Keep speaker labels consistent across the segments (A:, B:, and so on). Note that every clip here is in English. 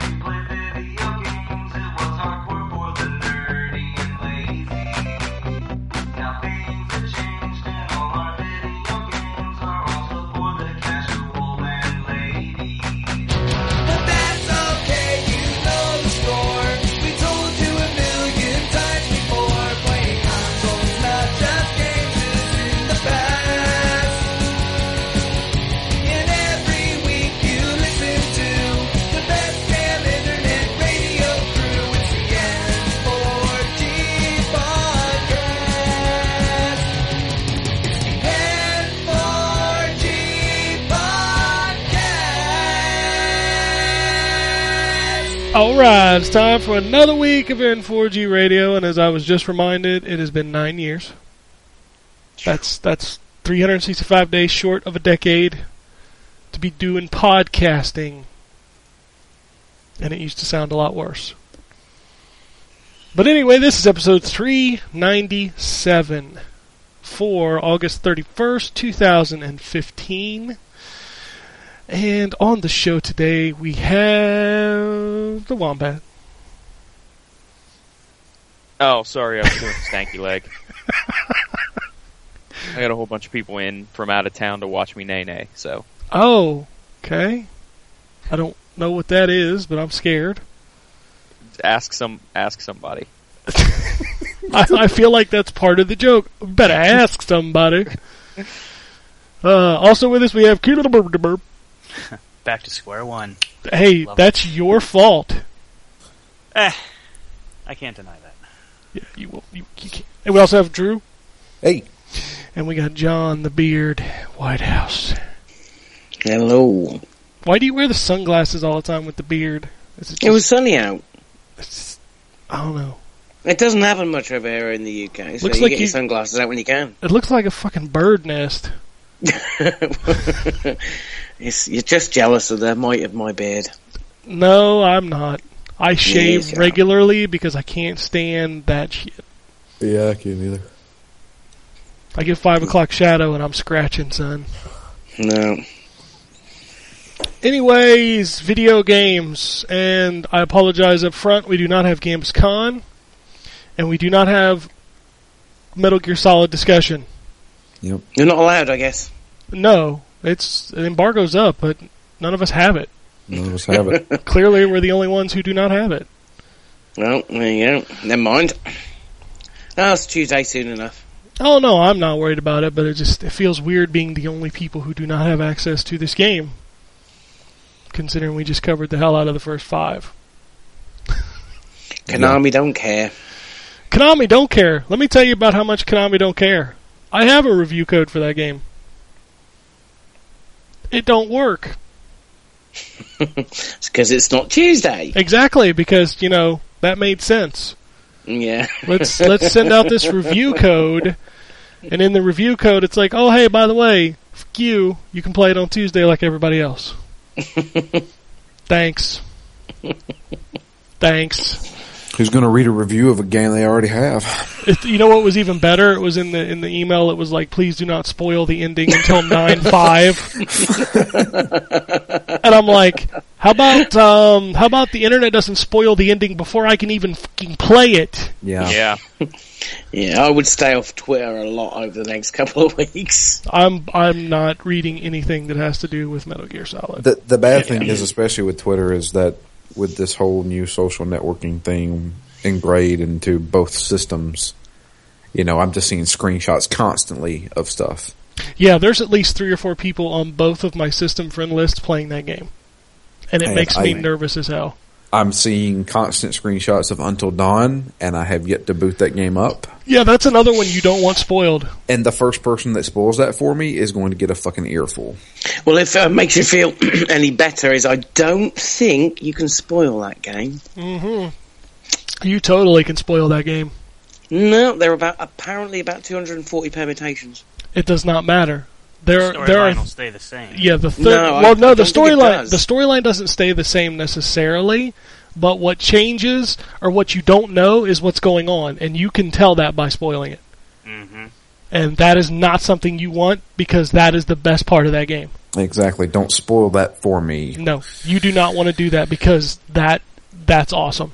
A: we played video games, it was hardcore for the nerdy and lazy. Now things have changed and all our video games are also for the casual and lady.
B: But that's okay, you know the score. We told you a million times before. Playing consoles, not just games, is in the past. And every week you listen to the best damn internet radio crew. It's the N4G podcast. N4G podcast.
C: All right, it's time for another week of N4G Radio, and as I was just reminded, it has been nine years. That's that's 365 days short of a decade to be doing podcasting, and it used to sound a lot worse. But anyway, this is episode 397 for August 31st, 2015. And on the show today, we have the Wombat.
D: Oh, sorry, I was doing stanky leg. I got a whole bunch of people in from out of town to watch me nay nay, so
C: Oh, okay. I don't know what that is, but I'm scared.
D: ask some ask somebody.
C: I, I feel like that's part of the joke. Better ask somebody. Uh, also with us, we have cute little burp, burp.
E: Back to square one.
C: Hey,
E: Love it.
C: that's your fault.
E: Eh, I can't deny that.
C: Yeah, you will. You, you can't. And we also have Drew,
F: Hey.
C: and we got John the Beard Whitehouse.
F: Hello.
C: Why do you wear the sunglasses all the time with the beard? Is
F: It was sunny out.
C: It's just, I don't know.
F: It doesn't happen much over here in the UK, so
C: Looks
F: you
C: like
F: get your
C: you-
F: sunglasses out when you can.
C: It looks like a fucking bird nest.
F: it's, you're just jealous of the might of my beard.
C: No, I'm not. I shave
F: Yes, yeah.
C: regularly because I can't stand that shit.
G: Yeah, I can't either.
C: I get five o'clock shadow and I'm scratching, son.
F: No.
C: Anyways, video games, and I apologize up front. We do not have Games Con, and we do not have Metal Gear Solid discussion.
F: You're not allowed, I guess.
C: No, it's the embargo's up, but none of us have it.
G: None of us have it.
C: Clearly, we're the only ones who do not have it.
F: Well, there you go. Never mind. Oh, it's Tuesday soon enough.
C: Oh no, I'm not worried about it, but it just it feels weird being the only people who do not have access to this game. Considering we just covered the hell out of the first five.
F: Konami don't care.
C: Konami don't care. Let me tell you about how much Konami don't care. I have a review code for that game. It don't work.
F: It's because it's not Tuesday.
C: Exactly, because, you know, that made sense.
F: Yeah.
C: Let's let's send out this review code and in the review code it's like, "Oh, hey, by the way, fuck you. You can play it on Tuesday like everybody else." Thanks. Thanks.
G: Who's going to read a review of a game they already have?
C: It, you know what was even better? It was in the in the email. It was like, please do not spoil the ending until nine five. and I'm like, how about um, how about the internet doesn't spoil the ending before I can even fucking play it?
G: Yeah.
D: Yeah.
F: Yeah, I would stay off Twitter a lot over the next couple of weeks.
C: I'm I'm not reading anything that has to do with Metal Gear Solid.
G: The the bad thing is, especially with Twitter, is that with this whole new social networking thing ingrained into both systems, you know, I'm just seeing screenshots constantly of stuff.
C: Yeah, there's at least three or four people on both of my system friend lists playing that game, and it
G: Hey,
C: makes me
G: I-
C: nervous as hell.
G: I'm seeing constant screenshots of Until Dawn, and I have yet to boot that game up.
C: Yeah, that's another one you don't want spoiled.
G: And the first person that spoils that for me is going to get a fucking earful.
F: Well, if it makes you feel any better, is I don't think you can spoil that game.
C: Mm-hmm. You totally can spoil that game.
F: No, there are about apparently about 240 permutations.
C: It does not matter. There, there are
E: Storyline will stay the same.
C: yeah the third.
F: No, I-
C: well,
F: I
C: no, the
F: don't think it
C: storyline
F: does.
C: the storyline doesn't stay the same necessarily, but what changes or what you don't know is what's going on, and you can tell that by spoiling it.
E: Mm-hmm.
C: And that is not something you want because that is the best part of that game.
G: Exactly. Don't spoil that for me.
C: No, you do not want to do that because that that's awesome.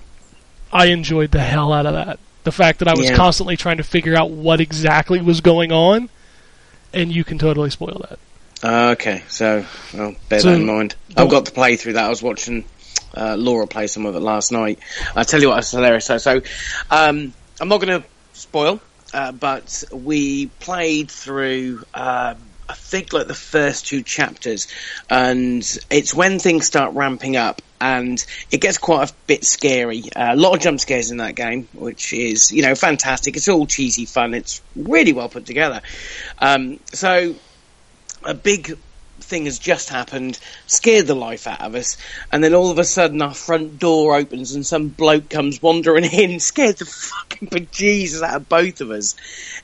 C: I enjoyed the hell out of that. The fact that I was
F: Yeah.
C: constantly trying to figure out what exactly was going on, and you can totally spoil that.
F: Ah, okay, so I'll bear
C: So-
F: that in mind. I've got to play through that. I was watching uh, Laura play some of it last night. I tell you what, it's hilarious. So, so um, I'm not going to spoil, uh, but we played through. Um, I think like the first two chapters, and it's when things start ramping up, and it gets quite a bit scary. Uh, a lot of jump scares in that game, which is you know fantastic. It's all cheesy fun. It's really well put together. Um, so a big thing has just happened, scared the life out of us, and then all of a sudden our front door opens and some bloke comes wandering in, scared the fucking bejesus out of both of us.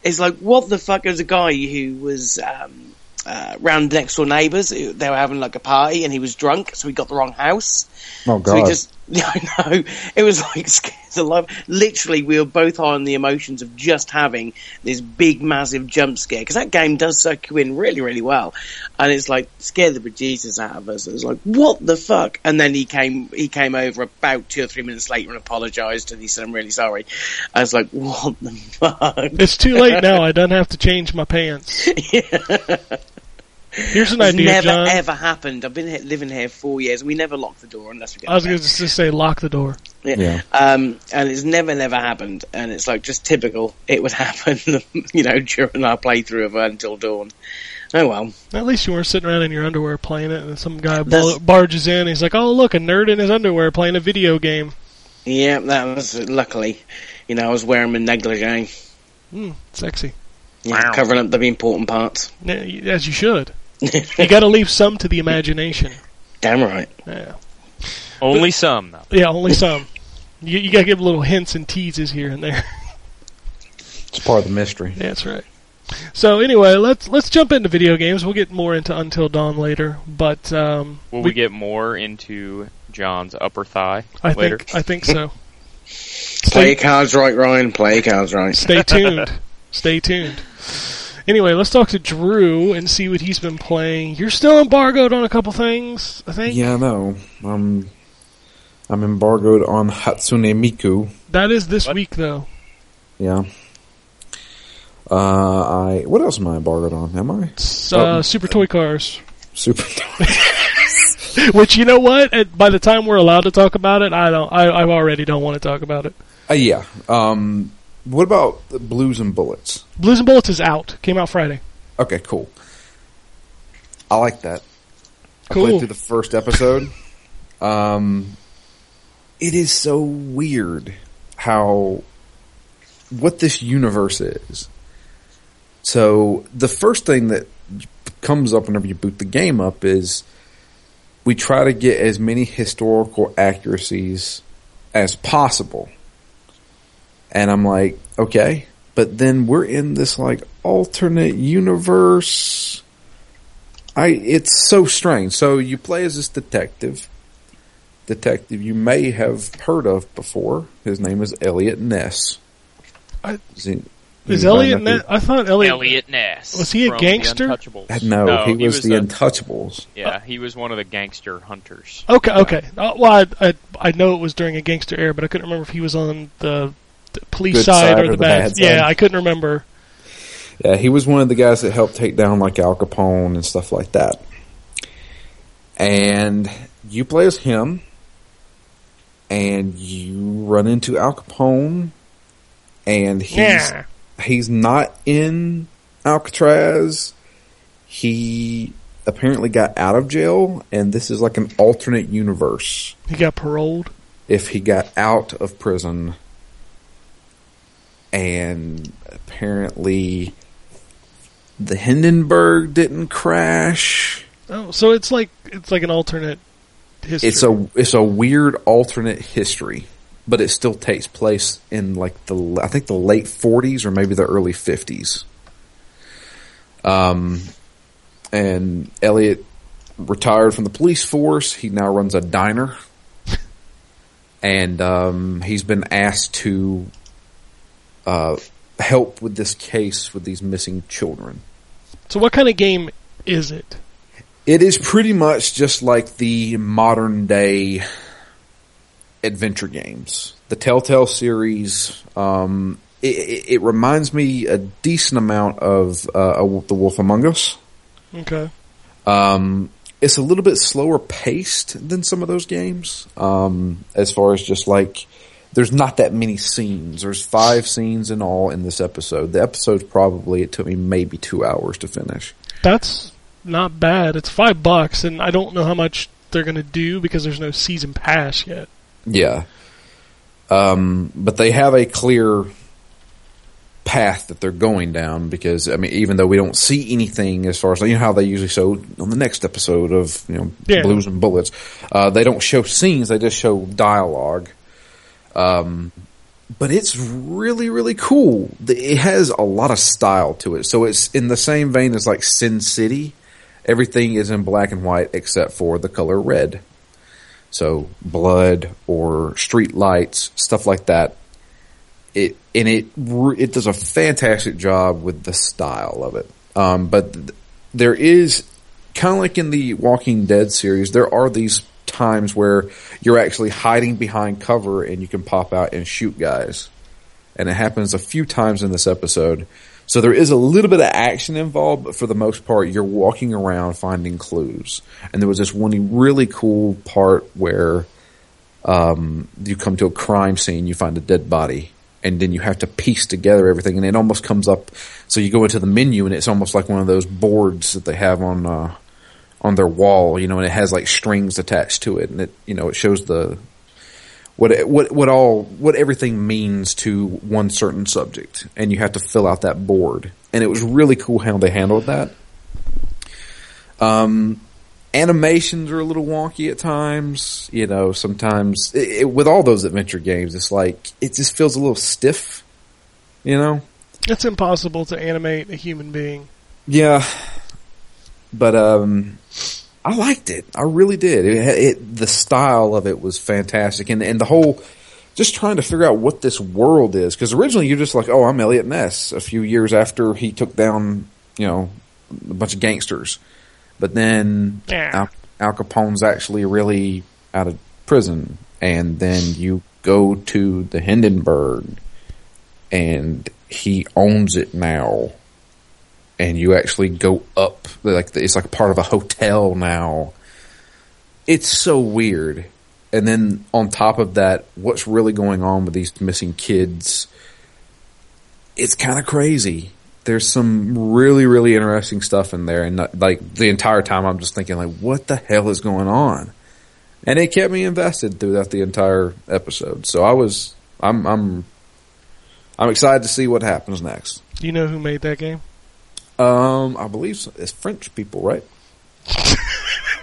F: It's like, what the fuck? It was a guy who was um, uh, round next door neighbours, who- they were having like a party and he was drunk, so he got the wrong house.
G: Oh
F: So we
G: God.
F: just, I know, it was like scares of life. Literally, we were both high on the emotions of just having this big, massive jump scare because that game does suck you in really, really well, and it's like scare the bejesus out of us. It was like, what the fuck? And then he came, he came over about two or three minutes later and apologised, and he said, "I'm really sorry." I was like, what the fuck?
C: It's too late now. I don't have to change my pants. Here's an
F: It's
C: idea,
F: never
C: John.
F: ever happened. I've been he- living here four years. We never lock the door unless we get.
C: I was
F: the
C: going to just say lock the door.
G: Yeah.
F: Um, and it's never, never happened. And it's like just typical. It would happen, you know, during our playthrough of Until Dawn. Oh well.
C: At least you weren't sitting around in your underwear playing it, and then some guy
F: That's-
C: bar- barges in. He's like, "Oh, look, a nerd in his underwear playing a video game."
F: Yeah, that was luckily, you know, I was wearing my negligee,
C: Hmm, sexy,
F: yeah, covering up the important parts.
C: Yeah, y- as you should. you got to leave some to the imagination.
F: Damn right.
C: Yeah,
D: Only some, though.
C: yeah, only some. You, you got to give little hints and teases here and there.
G: It's part of the mystery.
C: That's right. So anyway, let's let's jump into video games. We'll get more into Until Dawn later, but um,
D: Will we, get more into John's upper thigh
C: I
D: later?
C: think I think so.
F: Play your cards right, Ryan. Play your cards right.
C: Stay tuned. Stay tuned. Anyway, let's talk to Drew and see what he's been playing. You're still embargoed on a couple things, I think.
G: Yeah, I know. Um, I'm embargoed on Hatsune Miku.
C: That is this week, though.
G: Yeah. Uh, I what else am I embargoed on? Am I
C: It's, uh,
G: Oh.
C: Super Toy Cars.
G: super?
C: Which you know what? At, by the time we're allowed to talk about it, I don't. I, I already don't want to talk about it.
G: uh, yeah. Um, what about the Blues and Bullets?
C: Blues and Bullets is out. Came out Friday.
G: Okay, cool. I like that. I
C: Cool.
G: played through the first episode. um, it is so weird how what this universe is. So the first thing that comes up whenever you boot the game up is we try to get as many historical accuracies as possible. And I'm like, okay, but then we're in this like alternate universe. I it's so strange. So you play as this detective. Detective you may have heard of before. His name is Elliot Ness.
C: I-
G: Is he-
C: Is
G: you find
C: Elliot?
G: out
C: Net,
G: who-
C: I thought Elliot.
D: Elliot Ness.
C: Was he a
D: from
C: gangster?
D: The Untouchables.
G: No, he, was, the,
D: a-
G: Untouchables.
D: yeah, he was one of the gangster hunters.
C: Okay, okay. Uh, well, I, I I know it was during a gangster era, but I couldn't remember if he was on the, the police
G: Good
C: side, or, the, bad.
G: side.
C: Yeah, I couldn't remember.
G: Yeah, he was one of the guys that helped take down like Al Capone and stuff like that. And you play as him, and you run into Al Capone, and he's
C: Yeah.
G: he's not in Alcatraz. He apparently got out of jail, and this is like an alternate universe.
C: He got paroled.
G: If he got out of prison, and apparently the Hindenburg didn't crash.
C: Oh, so it's like it's like an alternate history.
G: It's a it's a weird alternate history, but it still takes place in like the I think the late forties or maybe the early fifties. Um, and Elliot retired from the police force. He now runs a diner, and um, he's been asked to uh, help with this case with these missing children.
C: So what kind of game is it?
G: It is pretty much just like the modern day adventure games. The Telltale series. Um, it- it, it reminds me a decent amount of uh, The Wolf Among Us.
C: Okay.
G: Um, it's a little bit slower paced than some of those games. Um, as far as just like, there's not that many scenes. There's five scenes in all in this episode. The episode's probably, it took me maybe two hours to finish.
C: That's not bad. It's five bucks, and I don't know how much they're gonna do because there's no season pass yet.
G: Yeah. Um, but they have a clear path that they're going down because, I mean, even though we don't see anything as far as, you know, how they usually show on the next episode of, you know,
C: Yeah.
G: Blues and Bullets, uh, they don't show scenes, they just show dialogue. Um, but it's really, really cool. The- It has a lot of style to it. So it's in the same vein as like Sin City. Everything is in black and white except for the color red. So blood or street lights, stuff like that. It and it re- it does a fantastic job with the style of it. Um, but th- there is kind of like in the Walking Dead series, there are these times where you're actually hiding behind cover and you can pop out and shoot guys. And it happens a few times in this episode. So there is a little bit of action involved, but for the most part, you're walking around finding clues. And there was this one really cool part where um, you come to a crime scene, you find a dead body, and then you have to piece together everything. And it almost comes up. So you go into the menu, and it's almost like one of those boards that they have on uh, on their wall, you know, and it has like strings attached to it, and it you know it shows the what what what all what everything means to one certain subject, and you have to fill out that board. And it was really cool how they handled that. Um, animations are a little wonky at times. You know, sometimes it, it, with all those adventure games, it's like it just feels a little stiff. You know,
C: It's impossible to animate a human being.
G: yeah, but um, I liked it. I really did. It, it the style of it was fantastic, and and the whole just trying to figure out what this world is because originally you're just like, oh, I'm Elliot Ness. A few years after he took down, you know, a bunch of gangsters, but then
C: Yeah.
G: Al, Al Capone's actually really out of prison, and then you go to the Hindenburg, and he owns it now, and you actually go up like it's like part of a hotel now. It's so weird. And then on top of that, what's really going on with these missing kids? It's kind of crazy there's some really really interesting stuff in there and not, like the entire time i'm just thinking like what the hell is going on and it kept me invested throughout the entire episode so i was i'm i'm i'm excited to see what happens next
C: Do you know who made that game?
G: um i believe so. it's french people right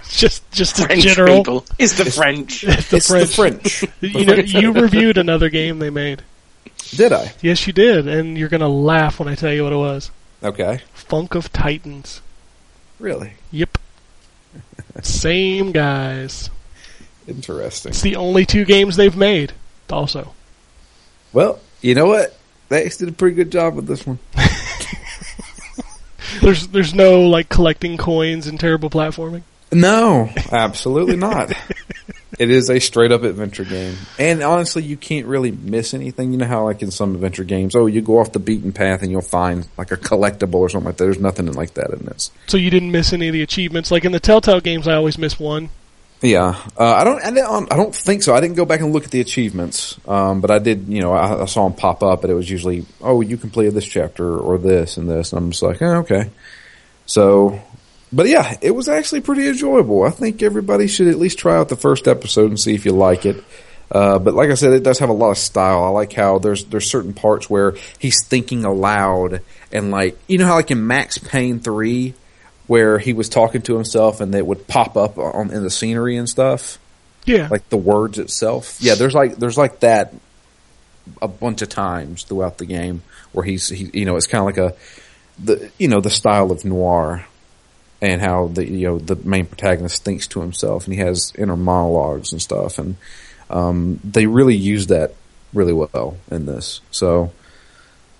C: Just just a
F: French
C: general.
F: people. It's the French.
C: The
G: it's
C: French.
G: the french
C: You know, you reviewed another game they made.
G: did i
C: Yes, you did, and you're gonna laugh when I tell you what it was.
G: okay
C: Funk of Titans.
G: really
C: Yep. Same guys.
G: interesting
C: It's the only two games they've made. Also,
G: well you know what they actually did a pretty good job with this one
C: there's there's no like collecting coins and terrible platforming.
G: No, absolutely not. it is a straight up adventure game. And honestly, you can't really miss anything. You know how like in some adventure games, oh, you go off the beaten path and you'll find like a collectible or something like that. There's nothing like that in this.
C: So you didn't miss any of the achievements. Like in the Telltale games, I always miss one.
G: Yeah. Uh, I don't, I don't, I don't think so. I didn't go back and look at the achievements. Um, but I did, you know, I, I saw them pop up but it was usually, oh, you completed this chapter or this and this. And I'm just like, eh, okay. So, but yeah, it was actually pretty enjoyable. I think everybody should at least try out the first episode and see if you like it. Uh, but like I said, it does have a lot of style. I like how there's there's certain parts where he's thinking aloud and like you know how like in Max Payne three where he was talking to himself and it would pop up on in the scenery and stuff
C: Yeah,
G: like the words itself. Yeah, there's like there's like that a bunch of times throughout the game where he's he you know it's kind of like a the you know the style of noir and how the you know the main protagonist thinks to himself and he has inner monologues and stuff and um, they really use that really well in this. So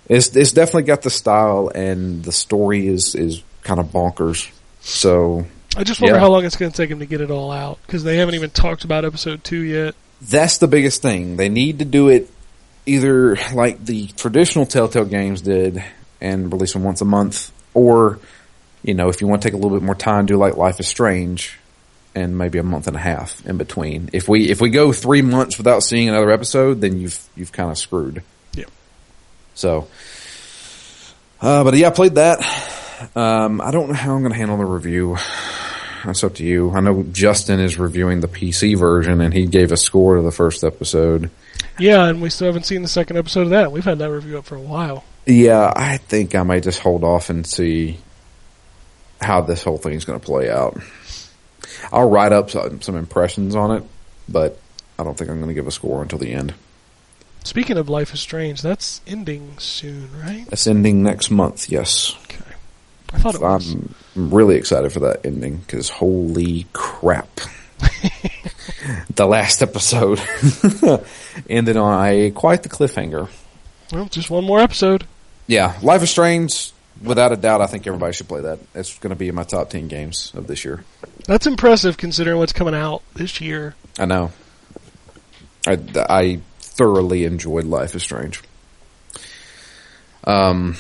G: It's it's definitely got the style, and the story is is kind of bonkers. So
C: I just wonder
G: Yeah.
C: how long it's going to take them to get it all out because they haven't even talked about episode two yet.
G: that's the biggest thing. They need to do it either like the traditional Telltale games did and release them once a month, or you know, if you want to take a little bit more time, do like Life is Strange and maybe a month and a half in between. If we if we go three months without seeing another episode, then you've you've kind of screwed.
C: Yeah.
G: So, uh, but yeah, I played that. Um, I don't know how I'm going to handle the review. That's up to you. I know Justin is reviewing the PC version, and he gave a score to the first episode.
C: Yeah, and we still haven't seen the second episode of that. We've had that review up for a while.
G: Yeah, I think I may just hold off and see how this whole thing's going to play out. I'll write up some, some impressions on it, but I don't think I'm going to give a score until the end.
C: Speaking of Life is Strange, that's ending soon, right?
G: It's ending next month. Yes,
C: Okay. I thought it was.
G: I'm really excited for that ending because holy crap. the last episode ended on a quite the cliffhanger.
C: Well, just one more episode.
G: Yeah, Life is Strange. Without a doubt, I think everybody should play that. It's going to be in my top ten games of this year.
C: That's impressive considering what's coming out this year.
G: I know. I, I thoroughly enjoyed Life is Strange. Um,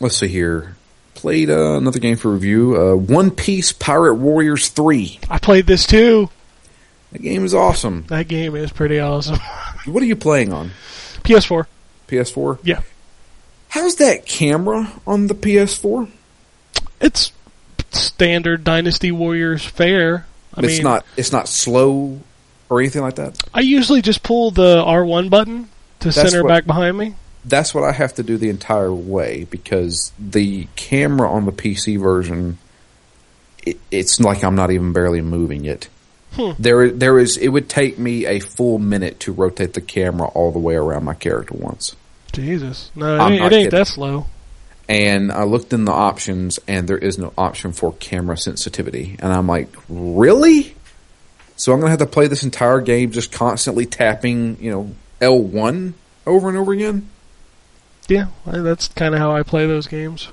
G: let's see here. Played uh, another game for review. Uh, One Piece Pirate Warriors Three.
C: I played this too.
G: That game is awesome.
C: That game is pretty awesome.
G: What are you playing on?
C: PS4.
G: PS4.
C: Yeah.
G: How's that camera on the PS4?
C: It's standard Dynasty Warriors fare. I
G: it's
C: mean,
G: not. It's not slow or anything like that.
C: I usually just pull the R1 button to center
G: what-
C: back behind me.
G: that's what I have to do the entire way because the camera on the PC version, it, it's like I'm not even barely moving it. There, there is. It would take me a full minute to rotate the camera all the way around my character once.
C: Jesus. No, it
G: I'm
C: ain't,
G: not
C: it ain't
G: kidding.
C: that slow.
G: And I looked in the options, and there is no option for camera sensitivity. And I'm like, really? So I'm gonna have to play this entire game just constantly tapping, you know, L1 over and over again.
C: Yeah, I- that's kind of how I play those games.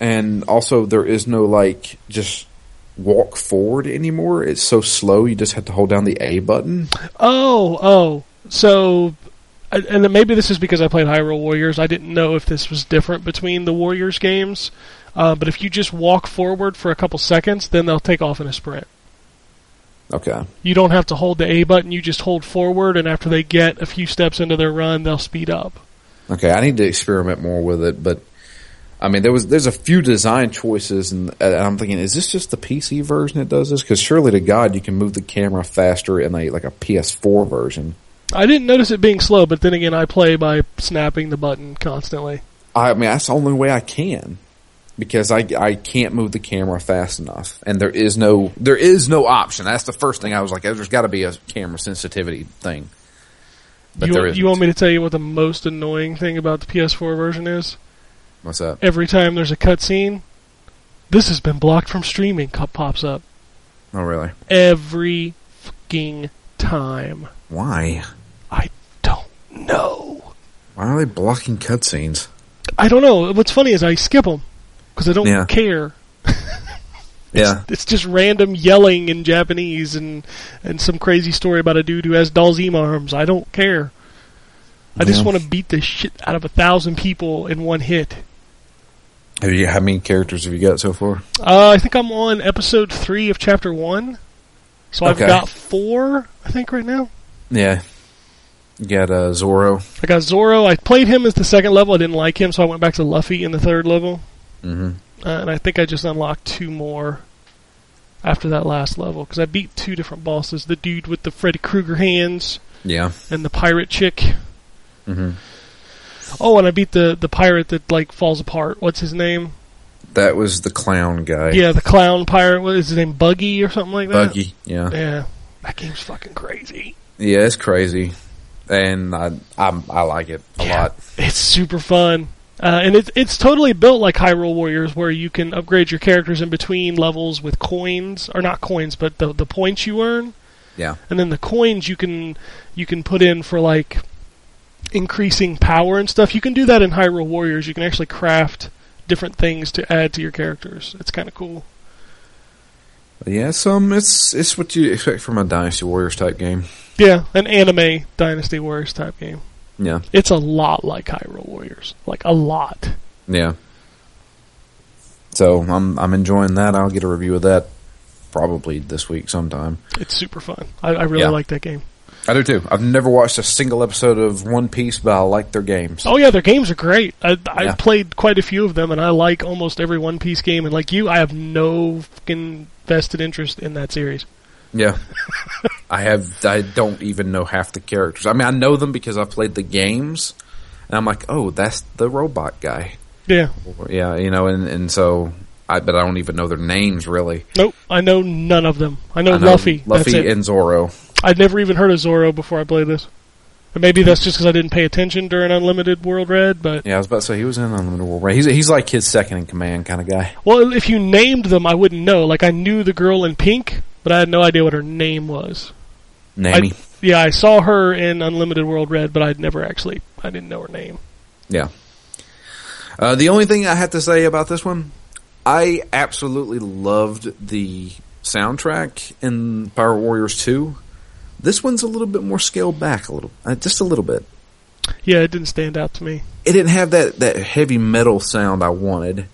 G: and also there is no like just walk forward anymore. It's so slow. You just have to hold down the A button.
C: Oh, oh. So, and- and then maybe this is because I played Hyrule Warriors. I didn't know if this was different between the Warriors games. Uh, but if you just walk forward for a couple seconds, then they'll take off in a sprint.
G: Okay.
C: You don't have to hold the A button. You just hold forward, and after they get a few steps into their run, they'll speed up.
G: Okay. I need to experiment more with it, but I mean, there was there's a few design choices, and, and I'm thinking, is this just the PC version that does this? Because surely to God, you can move the camera faster in a like a PS4 version.
C: I didn't notice it being slow, but then again, I play by snapping the button constantly.
G: I mean, that's the only way I can because I, I can't move the camera fast enough and there is no, there is no option. That's the first thing I was like, there's gotta be a camera sensitivity thing. But
C: you,
G: there
C: want-
G: isn't.
C: you want me to tell you what the most annoying thing about the PS4 version is?
G: What's that?
C: Every time there's a cutscene, this has been blocked from streaming co- pops up.
G: Oh, really?
C: Every fucking time.
G: Why?
C: I don't know.
G: Why are they blocking cutscenes?
C: I don't know. What's funny is I skip them because I don't
G: Yeah.
C: care.
G: Yeah.
C: It's just random yelling in Japanese and, and some crazy story about a dude who has Dalzima arms. I don't care. I just
G: Yeah.
C: want to beat the shit out of a thousand people in one hit.
G: Have you, how many characters have you got so far?
C: Uh, I think I'm on episode three of chapter one. So
G: Okay.
C: I've got four, I think, right now.
G: Yeah. You got, uh, Zoro.
C: I got Zoro. I played him as the second level. I didn't like him, so I went back to Luffy in the third level.
G: Mm-hmm.
C: Uh, and I think I just unlocked two more after that last level because I beat two different bosses the dude with the Freddy Krueger hands
G: Yeah.
C: and the pirate chick.
G: Mm-hmm.
C: Oh, and I beat the, the pirate that like falls apart. What's his name?
G: That was the clown guy.
C: Yeah, the clown pirate. What is his name? Buggy or something like that.
G: Buggy. Yeah.
C: Yeah, that game's fucking crazy.
G: Yeah, it's crazy. And I, I, I like it a
C: Yeah.
G: lot.
C: It's super fun. Uh, and it's it's totally built like Hyrule Warriors, where you can upgrade your characters in between levels with coins, or not coins, but the the points you earn,
G: Yeah.
C: and then the coins you can you can put in for like increasing power and stuff. You can do that in Hyrule Warriors. You can actually craft different things to add to your characters. It's kind of cool.
G: Yeah, it's, um, it's it's what you expect from a Dynasty Warriors type game.
C: Yeah, an anime Dynasty Warriors type game.
G: Yeah,
C: It's a lot like Hyrule Warriors. Like a lot.
G: yeah. So I'm I'm enjoying that. I'll get a review of that probably this week sometime.
C: It's super fun. I, I really
G: Yeah.
C: like that game.
G: I do too. I've never watched a single episode of One Piece, but I like their games.
C: Oh yeah, their games are great. I, I
G: Yeah.
C: played quite a few of them, and I like almost every One Piece game. And like you, I have no fucking vested interest in that series.
G: Yeah, I have. I don't even know half the characters. I mean, I know them because I played the games, and I'm like, oh, that's the robot guy.
C: Yeah,
G: Or- Yeah, you know, and and so I, but I don't even know their names really.
C: nope. I know none of them. I know,
G: I know
C: Oh, Luffy. that's it.
G: Luffy, and Zoro.
C: I'd never even heard of Zoro before I played this. And maybe that's just because I didn't pay attention during Unlimited World Red. But
G: Yeah, I was about to say he was in Unlimited War. He's he's like his second in command kind of guy.
C: well, if you named them, I wouldn't know. Like I knew the girl in pink, but I had no idea what her name was. I,
G: Nami.
C: yeah, I saw her in Unlimited World Red, but I'd never actually. I didn't know her name.
G: Yeah. Uh, the only thing I have to say about this one, I absolutely loved the soundtrack in Power Warriors Two. This one's a little bit more scaled back, a little, uh, just a little bit.
C: Yeah, it didn't stand out to me.
G: It didn't have that, that heavy metal sound I wanted.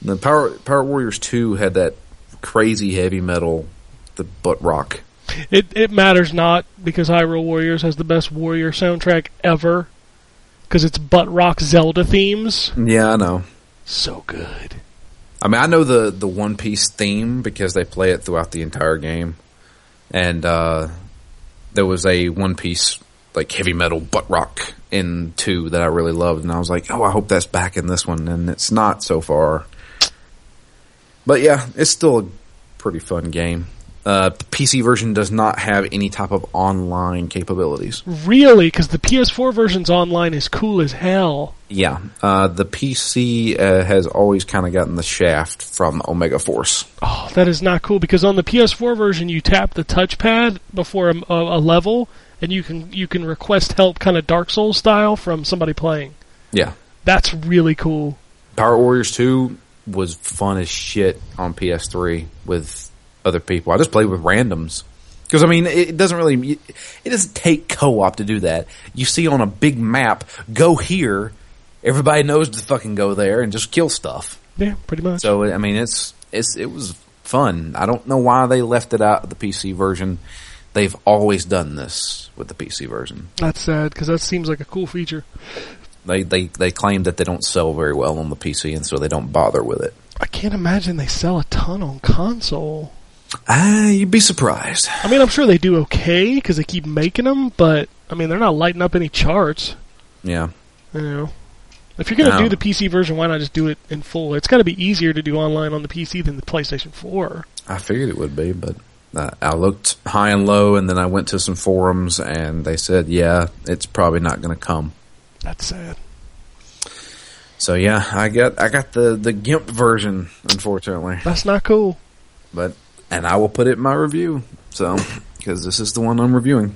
G: The Power Power Warriors Two had that crazy heavy metal, the butt rock.
C: It it matters not because Hyrule Warriors has the best warrior soundtrack ever because it's butt rock Zelda themes.
G: Yeah, I know.
C: So good.
G: I mean, I know the the One Piece theme because they play it throughout the entire game, and uh, there was a One Piece like heavy metal butt rock in two that I really loved, and I was like, oh, I hope that's back in this one, and it's not so far. But yeah, it's still a pretty fun game. Uh, the PC version does not have any type of online capabilities.
C: Really, because the PS4 version's online is cool as hell.
G: Yeah, uh, the PC uh, has always kind of gotten the shaft from Omega Force.
C: Oh, that is not cool because on the PS4 version you tap the touchpad before a, a, a level and you can you can request help kind of Dark Souls style from somebody playing.
G: Yeah.
C: That's really cool.
G: Power Warriors 2 was fun as shit on PS3 with other people. I just played with randoms. Because, I mean, it it doesn't really, it doesn't take co-op to do that. You see on a big map, go here, everybody knows to fucking go there and just kill stuff.
C: Yeah, pretty much.
G: So, I mean, it's, it's, it was fun. I don't know why they left it out of the PC version. They've always done this with the PC version.
C: That's sad because that seems like a cool feature.
G: They, they, they claim that they don't sell very well on the PC and so they don't bother with it.
C: I can't imagine they sell a ton on console.
G: Ah, you'd be surprised.
C: I mean, I'm sure they do okay because they keep making them, but I mean, they're not lighting up any charts.
G: Yeah.
C: You know, if you're gonna
G: No.
C: do the PC version, why not just do it in full? It's got to be easier to do online on the PC than the PlayStation 4.
G: I figured it would be, but uh, I looked high and low, and then I went to some forums, and they said, yeah, it's probably not going to come.
C: That's sad.
G: So yeah, I got I got the the GIMP version, unfortunately,
C: That's not cool.
G: but and I will put it in my review. So because this is the one I'm reviewing.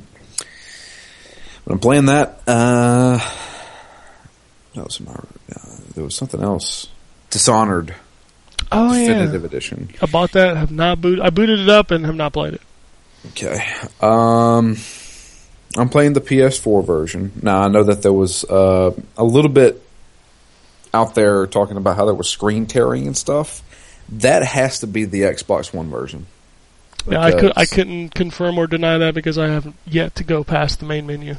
G: But I'm playing that. Uh, that was my. Uh, there was something else. Dishonored
C: Oh
G: Definitive Edition.
C: I bought that. Have not boot. I booted it up and have not played it.
G: Okay. Um, I'm playing the PS4 version. Now I know that there was uh, a little bit out there talking about how there was screen tearing and stuff. That has to be the Xbox One version.
C: Yeah, I could. I
G: Because-
C: couldn't confirm or deny that because I haven't yet to go past the main menu.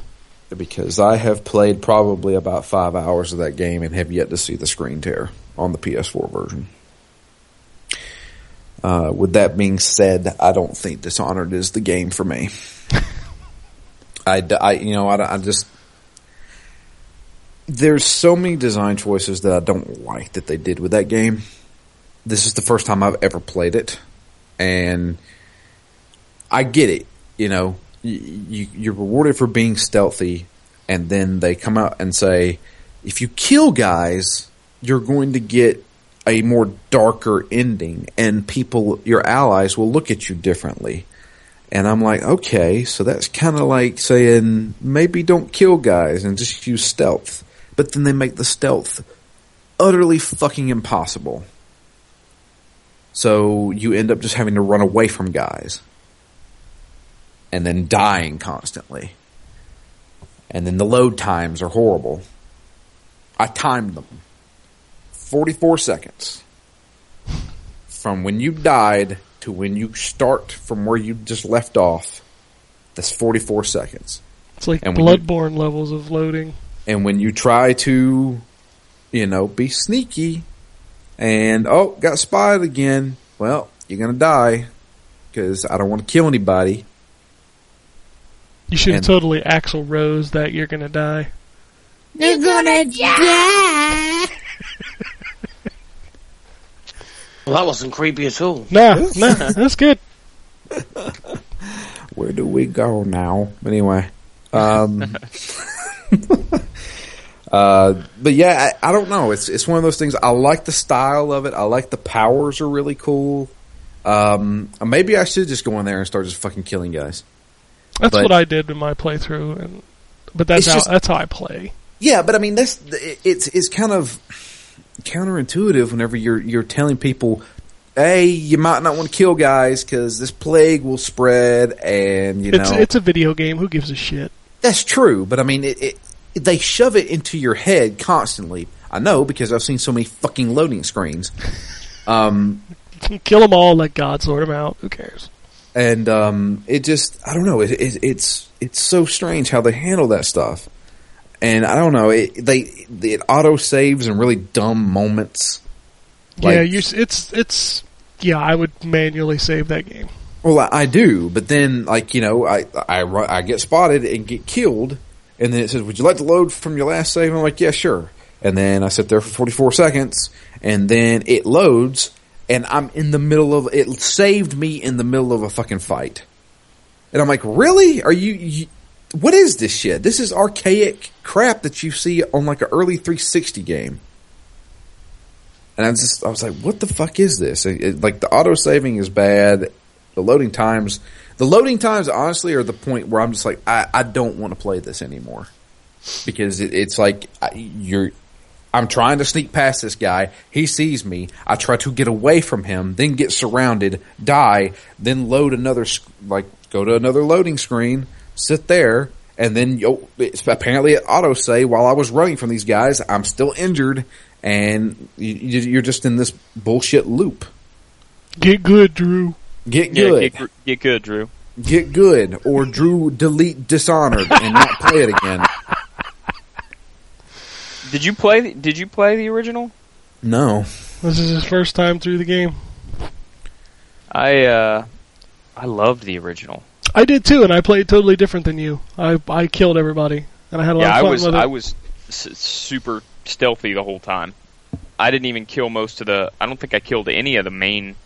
G: because I have played probably about five hours of that game and have yet to see the screen tear on the PS4 version. Uh, with that being said, I don't think Dishonored is the game for me. I, d- I- you know, I, d- I just there's so many design choices that I don't like that they did with that game. This is the first time I've ever played it, and I get it. You know, you, you, you're rewarded for being stealthy, and then they come out and say, if you kill guys, you're going to get a more darker ending, and people, your allies, will look at you differently. And I'm like, okay, so that's kind of like saying maybe don't kill guys and just use stealth. But then they make the stealth utterly fucking impossible. So you end up just having to run away from guys and then dying constantly. And then the load times are horrible. I timed them 44 seconds from when you died to when you start from where you just left off. That's 44 seconds.
C: It's like
G: And we did-
C: Bloodborne levels of loading.
G: And when you try to, you know, be sneaky and, oh, got spotted again, well, you're going to die because I don't want to kill anybody.
C: You should have
G: And-
C: totally Axel Rose that you're gonna die.
H: You're gonna die.
F: Well, that wasn't creepy at all.
C: Nah, nah, that's good.
G: Where do we go now? Anyway. Um, uh, but yeah, I, I don't know. It's it's one of those things. I like the style of it. I like the powers are really cool. Um, maybe I should just go in there and start just fucking killing guys.
C: That's
G: But-
C: what I did in my playthrough, and but that's
G: It's
C: how
G: just-
C: that's how I play.
G: Yeah, but I mean, that's it's it's kind of counterintuitive whenever you're you're telling people, hey, you might not want to kill guys because this plague will spread, and you
C: it's
G: know
C: it's a video game. Who gives a shit?
G: That's true, but I mean, it, it, they shove it into your head constantly. I know because I've seen so many fucking loading screens. Um,
C: Kill them all. Let God sort them out. Who cares?
G: and um, it just, I don't know. It, it, it's it's so strange how they handle that stuff. And I don't know. It they it auto saves in really dumb moments. Like-
C: yeah, you. s- It's it's. Yeah, I would manually save that game.
G: Well, I, I do, but then like you know, I I run, I get spotted and get killed, and then it says, "Would you like to load from your last save?" I'm like, "Yeah, sure." And then I sit there for 44 seconds, and then it loads, and I'm in the middle of it. Saved me in the middle of a fucking fight, and I'm like, "Really? Are you?" you what is this shit? This is archaic crap that you see on like an early 360 game. And I just, I was like, what the fuck is this? It- it- like the auto saving is bad. The loading times, the loading times, honestly, are the point where I'm just like, I, I don't want to play this anymore because it, it's like I, you're. I'm trying to sneak past this guy. He sees me. I try to get away from him, then get surrounded, die, then load another, sc- like, go to another loading screen, sit there, and then, yo, it's apparently it auto say while I was running from these guys, I'm still injured, and you, you- you're just in this bullshit loop.
C: Get good, Drew.
G: Get
D: Yeah,
G: good.
D: get, gr- get good, Drew.
G: get good or Drew delete Dishonored and not play it again.
D: Did you play? The, did you play the original?
G: No.
C: This is his first time through the game.
D: I uh, I loved the original.
C: I did too, and I played totally different than you. I I killed everybody, and I had a lot
D: yeah,
C: of
D: I
C: fun
D: was
C: with it.
D: I was s- super stealthy the whole time. I didn't even kill most of the. I don't think I killed any of the main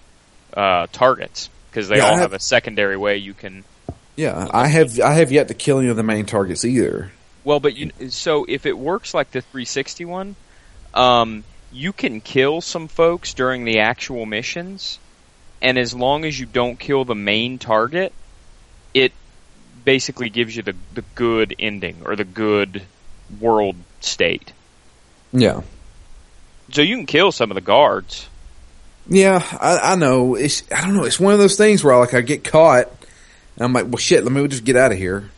D: uh, targets because they
G: Yeah, I
D: all
G: had-
D: have a secondary way you can.
G: Yeah, I have I have yet to kill any of the main targets either.
D: Well, but you so if it works like the 360 one, um, you can kill some folks during the actual missions, and as long as you don't kill the main target, it basically gives you the the good ending or the good world state.
G: Yeah.
D: So you can kill some of the guards.
G: Yeah, I, I know. It's I don't know. It's one of those things where like I get caught, and I'm like, well, shit. Let me just get out of here.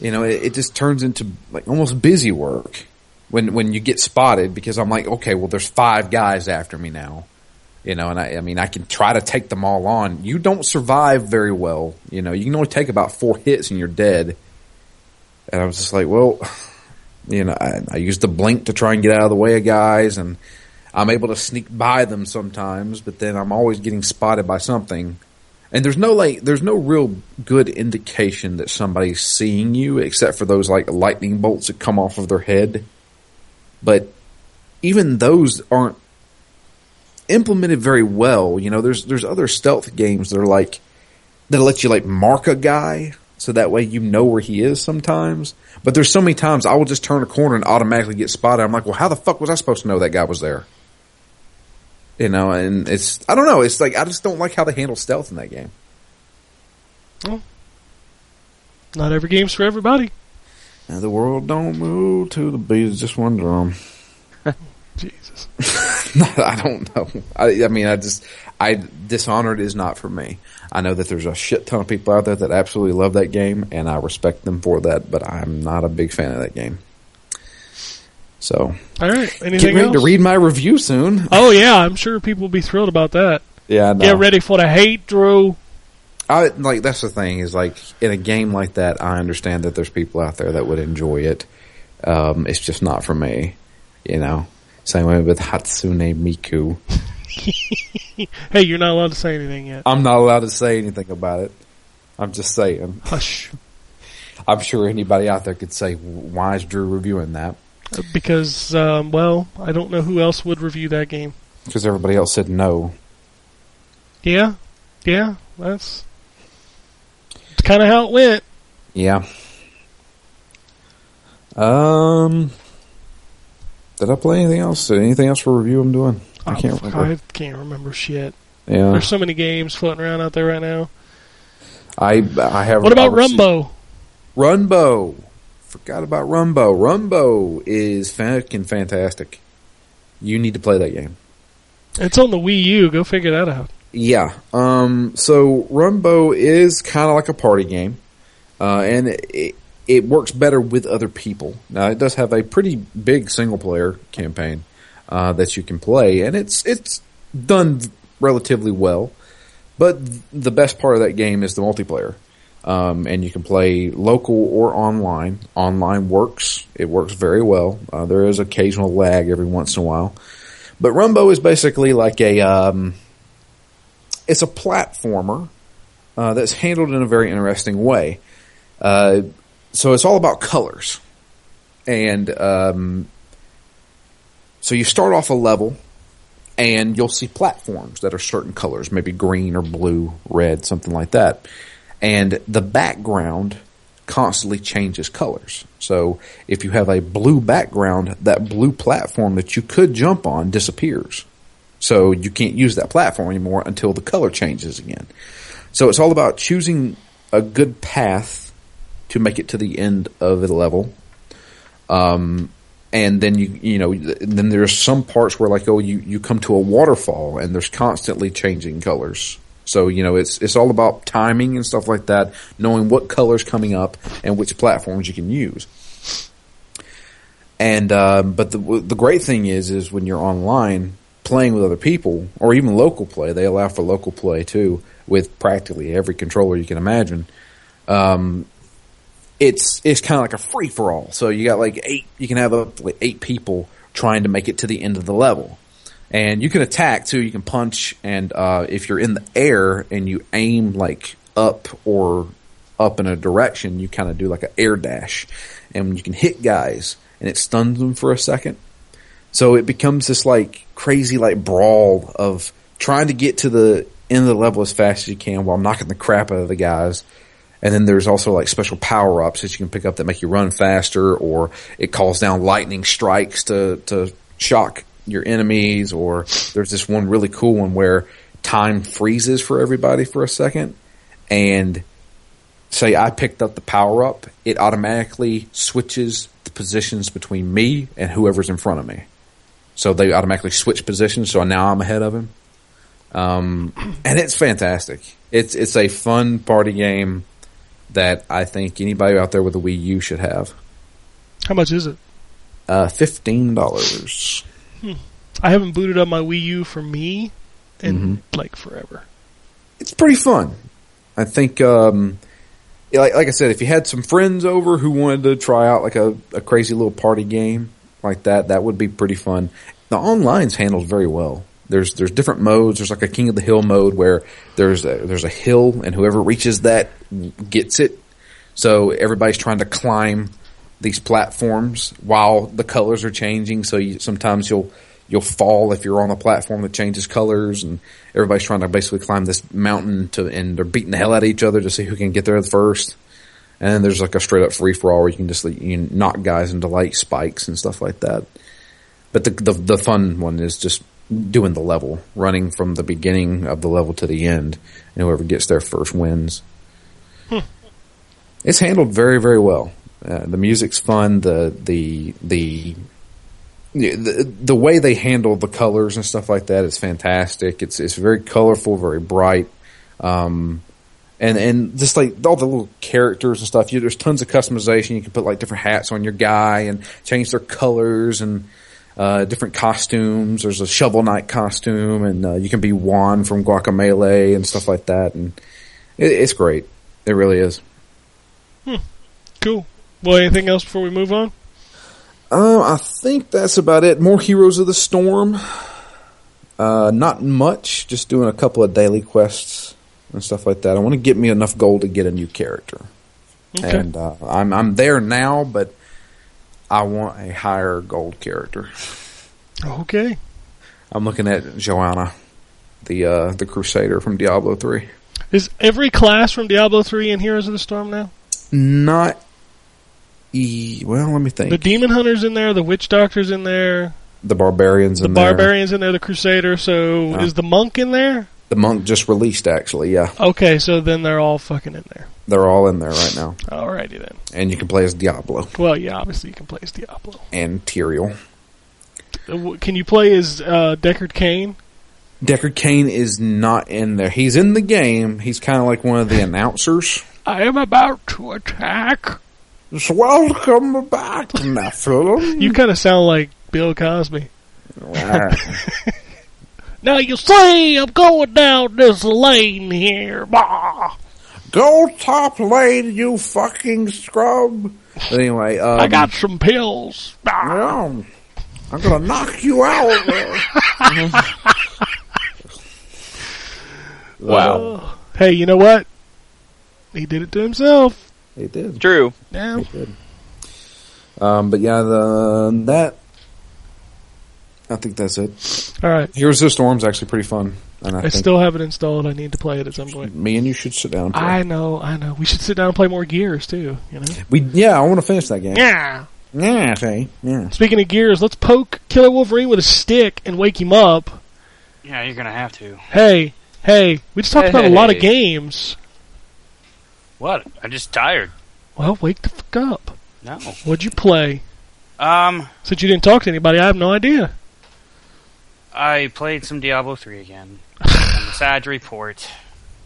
G: You know, it, it just turns into like almost busy work when when you get spotted because I'm like, okay, well, there's five guys after me now. You know, and I, I mean, I can try to take them all on. You don't survive very well. You know, you can only take about four hits and you're dead. And I was just like, well, you know, I, I used the blink to try and get out of the way of guys, and I'm able to sneak by them sometimes, but then I'm always getting spotted by something. And there's no like, there's no real good indication that somebody's seeing you, except for those like lightning bolts that come off of their head. But even those aren't implemented very well. You know, there's there's other stealth games that are like that let you like mark a guy so that way you know where he is sometimes. But there's so many times I will just turn a corner and automatically get spotted. I'm like, well, how the fuck was I supposed to know that guy was there? You know, and it's I don't know. It's like I just don't like how they handle stealth in that game.
C: Not every game's for everybody.
G: And the world don't move to the beat of just one drum.
C: Jesus.
G: I don't know. I, I mean, I just, I Dishonored is not for me. I know that there's a shit ton of people out there that absolutely love that game, and I respect them for that. But I'm not a big fan of that game. So
C: All right.
G: get
C: Anything
G: ready
C: else?
G: to read my review soon.
C: Oh yeah, I'm sure people will be thrilled about that.
G: Yeah, I know.
C: Get ready for the hate, Drew.
G: I like that's the thing is like in a game like that, I understand that there's people out there that would enjoy it. Um, it's just not for me, you know. Same way with Hatsune Miku.
C: Hey, you're not allowed to say anything yet.
G: I'm not allowed to say anything about it. I'm just saying.
C: Hush,
G: I'm sure anybody out there could say, "Why is Drew reviewing that?"
C: because um, well, I don't know who else would review that game.
G: Because everybody else said no.
C: Yeah, yeah, that's kind of how it went.
G: Yeah. Um. Did I play anything else? Anything else for review? I'm doing. I
C: Oh,
G: can't
C: fuck,
G: remember. Uh.
C: I can't remember shit.
G: Yeah.
C: There's so many games floating around out there right now.
G: I I have.
C: What about
G: I've received-
C: Rumbo?
G: Rumbo. Forgot about Rumbo. Rumbo is fucking fantastic. You need to play that game.
C: It's on the Wii U. Go figure that out.
G: Yeah. Um. So Rumbo is kind of like a party game, uh, and it it works better with other people. Now it does have a pretty big single player campaign uh, that you can play, and it's it's done relatively well. But th- the best part of that game is the multiplayer, um, and you can play local or online. Online works; it works very well. Uh, there is occasional lag every once in a while, but Rumbo is basically like a um, it's a platformer uh, that's handled in a very interesting way. Uh, so it's all about colors, and um, so you start off a level, and you'll see platforms that are certain colors, maybe green or blue, red, something like that, and the background constantly changes colors. So if you have a blue background, that blue platform that you could jump on disappears. So you can't use that platform anymore until the color changes again. So it's all about choosing a good path to make it to the end of the level. Um, and then you, you know, then there's some parts where like, oh, you, you come to a waterfall and there's constantly changing colors. So, you know, it's, it's all about timing and stuff like that, knowing what colors coming up and which platforms you can use. And um, but the the great thing is is when you're online playing with other people or even local play, they allow for local play too with practically every controller you can imagine. Um, it's it's kind of like a free for all. So you got like eight, you can have up to like eight people trying to make it to the end of the level, and you can attack too. You can punch, and uh, if you're in the air and you aim like up or up in a direction, you kind of do like an air dash, and you can hit guys, and it stuns them for a second. So it becomes this like crazy like brawl of trying to get to the end of the level as fast as you can while knocking the crap out of the guys. And then there's also like special power ups that you can pick up that make you run faster or it calls down lightning strikes to, to shock your enemies or there's this one really cool one where time freezes for everybody for a second and say I picked up the power up, it automatically switches the positions between me and whoever's in front of me. So they automatically switch positions. So now I'm ahead of him. Um, and it's fantastic. It's it's a fun party game that I think anybody out there with a Wii U should have.
C: How much is it?
G: Uh, Fifteen dollars.
C: I haven't booted up my Wii U for me in
G: Mm-hmm.
C: like forever.
G: It's pretty fun. I think. Um, yeah, like, like I said, if you had some friends over who wanted to try out like a, a crazy little party game like that, that would be pretty fun. The online's handled very well. There's there's different modes. There's like a King of the Hill mode where there's a, there's a hill and whoever reaches that gets it. So everybody's trying to climb these platforms while the colors are changing. So you, sometimes you'll you'll fall if you're on a platform that changes colors, and everybody's trying to basically climb this mountain to, and they're beating the hell out of each other to see who can get there first. And then there's like a straight up free for all where you can just like, you can knock guys into light spikes and stuff like that. But the, the the fun one is just doing the level, running from the beginning of the level to the end, and whoever gets there first wins. it's handled very very well. Uh, the music's fun. The the the the the way they handle the colors and stuff like that is fantastic. It's it's very colorful, very bright, um, and and just like all the little characters and stuff. You, there's tons of customization. You can put like different hats on your guy and change their colors and uh, different costumes. There's a shovel knight costume, and uh, you can be Juan from Guacamole and stuff like that. And it, it's great. It really is.
C: Cool. Well, anything else before we move on?
G: Um, I think that's about it. More Heroes of the Storm. Uh, not much. Just doing a couple of daily quests and stuff like that. I want to get me enough gold to get a new character,
C: Okay.
G: and uh, I'm I'm there now, but I want a higher gold character.
C: Okay.
G: I'm looking at Joanna, the uh, the Crusader from Diablo three.
C: Is every class from Diablo 3 in Heroes of the Storm now?
G: Not. E- well, let me think.
C: The Demon Hunter's in there, the Witch Doctor's in there,
G: The Uh. barbarians
C: the
G: in there.
C: Barbarian's in there, the Crusader. So
G: Yeah.
C: is the Monk in there?
G: The monk just released. Actually, yeah,
C: Okay, so then they're all fucking in there.
G: they're all in there right now,
C: Alrighty then.
G: and you can play as Diablo
C: Well, yeah, obviously you can play as Diablo.
G: and Tyrael.
C: Uh, w- Can you play as uh, Deckard Kane?
G: Deckard Kane is not in there. He's in the game. He's kind of like one of the announcers.
C: I am about to attack.
G: Just welcome back, Nephilim.
C: You kind of sound like Bill Cosby.
G: Wow.
C: Now you see, I'm going down this lane here. Bah.
G: Go top lane, you fucking scrub. But anyway, um,
C: I got some pills. Bah.
G: Yeah. I'm gonna knock you out. wow,
C: Hey, you know what? He did it to himself.
G: he did.
D: True.
C: Now,
G: Um, but yeah, the, that I think that's it.
C: all right.
G: Heroes of the Storm's actually pretty fun, and I,
C: I
G: think
C: still have it installed. I need to play it at some point.
G: me and you should sit down. for
C: I know, I know. We should sit down and play more Gears too. You know.
G: it. We yeah, I want to finish that game.
C: Yeah.
G: Yeah, okay. Yeah.
C: Speaking of Gears, let's poke Killer Wolverine with a stick and wake him up.
E: Yeah, you're gonna have to.
C: Hey, hey. We just talked about a lot of
D: Hey.
C: games.
E: What? I'm just tired.
C: Well, wake the fuck up.
E: No.
C: What'd you play?
E: Um,
C: Since you didn't talk to anybody, I have no idea.
E: I played some Diablo 3 again. I'm sad to report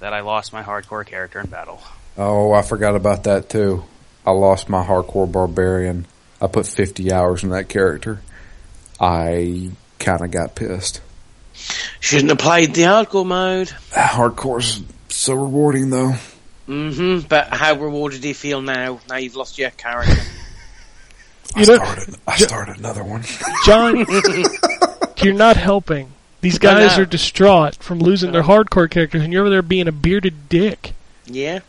E: that I lost my hardcore character in battle.
G: Oh, I forgot about that too. I lost my hardcore barbarian. I put 50 hours in that character. I kind of got pissed.
F: Shouldn't have played the hardcore mode.
G: Hardcore's so rewarding though.
F: hmm But how rewarded do you feel now? Now you've lost your character.
G: I
C: You know-
G: started I started another one.
C: John, you're not helping. These guys
F: know.
C: are distraught from losing their hardcore characters, and you're over there being a bearded dick.
F: yeah,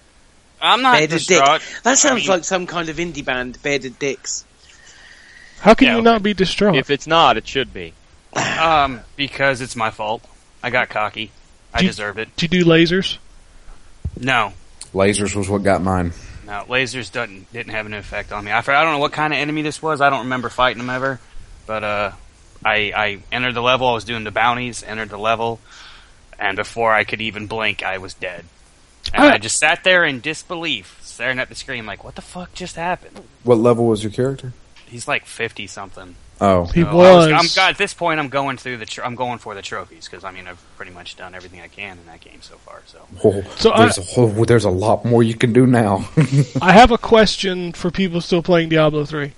E: I'm not
F: bearded dick.
E: distraught.
F: That sounds
E: mean-
F: like some kind of indie band, bearded dicks.
C: How can
E: Yeah,
C: you
E: okay.
C: not be distraught?
D: If it's not, it should be.
E: Um, because it's my fault. I got cocky. I
C: Do-
E: deserved it.
C: Do you do lasers?
E: Oh, No,
G: Lasers was what got mine.
E: no, lasers didn't didn't have an effect on me. I, for- I don't know what kind of enemy this was. I don't remember fighting them ever, but uh, I I entered the level. I was doing the bounties. Entered the level, and before I could even blink, I was dead. And
C: Ah.
E: I just sat there in disbelief, staring at the screen, like, "What the fuck just happened?"
G: What level was your character?
E: He's like fifty something.
G: Oh,
C: He
E: So
C: was.
E: I am God, at this point, I'm going through the. Tr- I'm going for the trophies because I mean I've pretty much done everything I can in that game so far. So
G: Whoa,
C: So uh, I-
G: there's, a whole, there's a lot more you can do now.
C: I have a question for people still playing Diablo 3.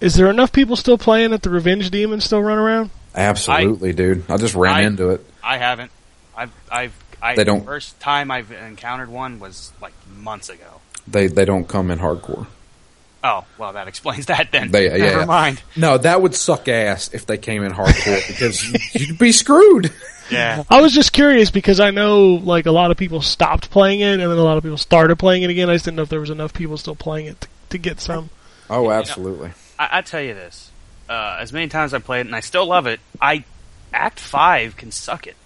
C: Is there enough people still playing that the revenge demons still run around?
G: Absolutely, dude. I just ran
E: I-
G: into it.
E: I haven't. I've. I've. I,
G: They don't-
E: The first time I've encountered one was like months ago.
G: They they don't come in hardcore.
E: Oh well, that explains that then.
G: They- yeah,
E: Never
G: yeah.
E: mind.
G: No, that would suck ass if they came in hardcore because you'd be screwed.
E: Yeah.
C: I was just curious because I know like a lot of people stopped playing it and then a lot of people started playing it again. I just didn't know if there was enough people still playing it to, to get some.
G: Oh, absolutely.
E: I, I tell you this. Uh, as many times I played it, and I still love it. I Act Five can suck it.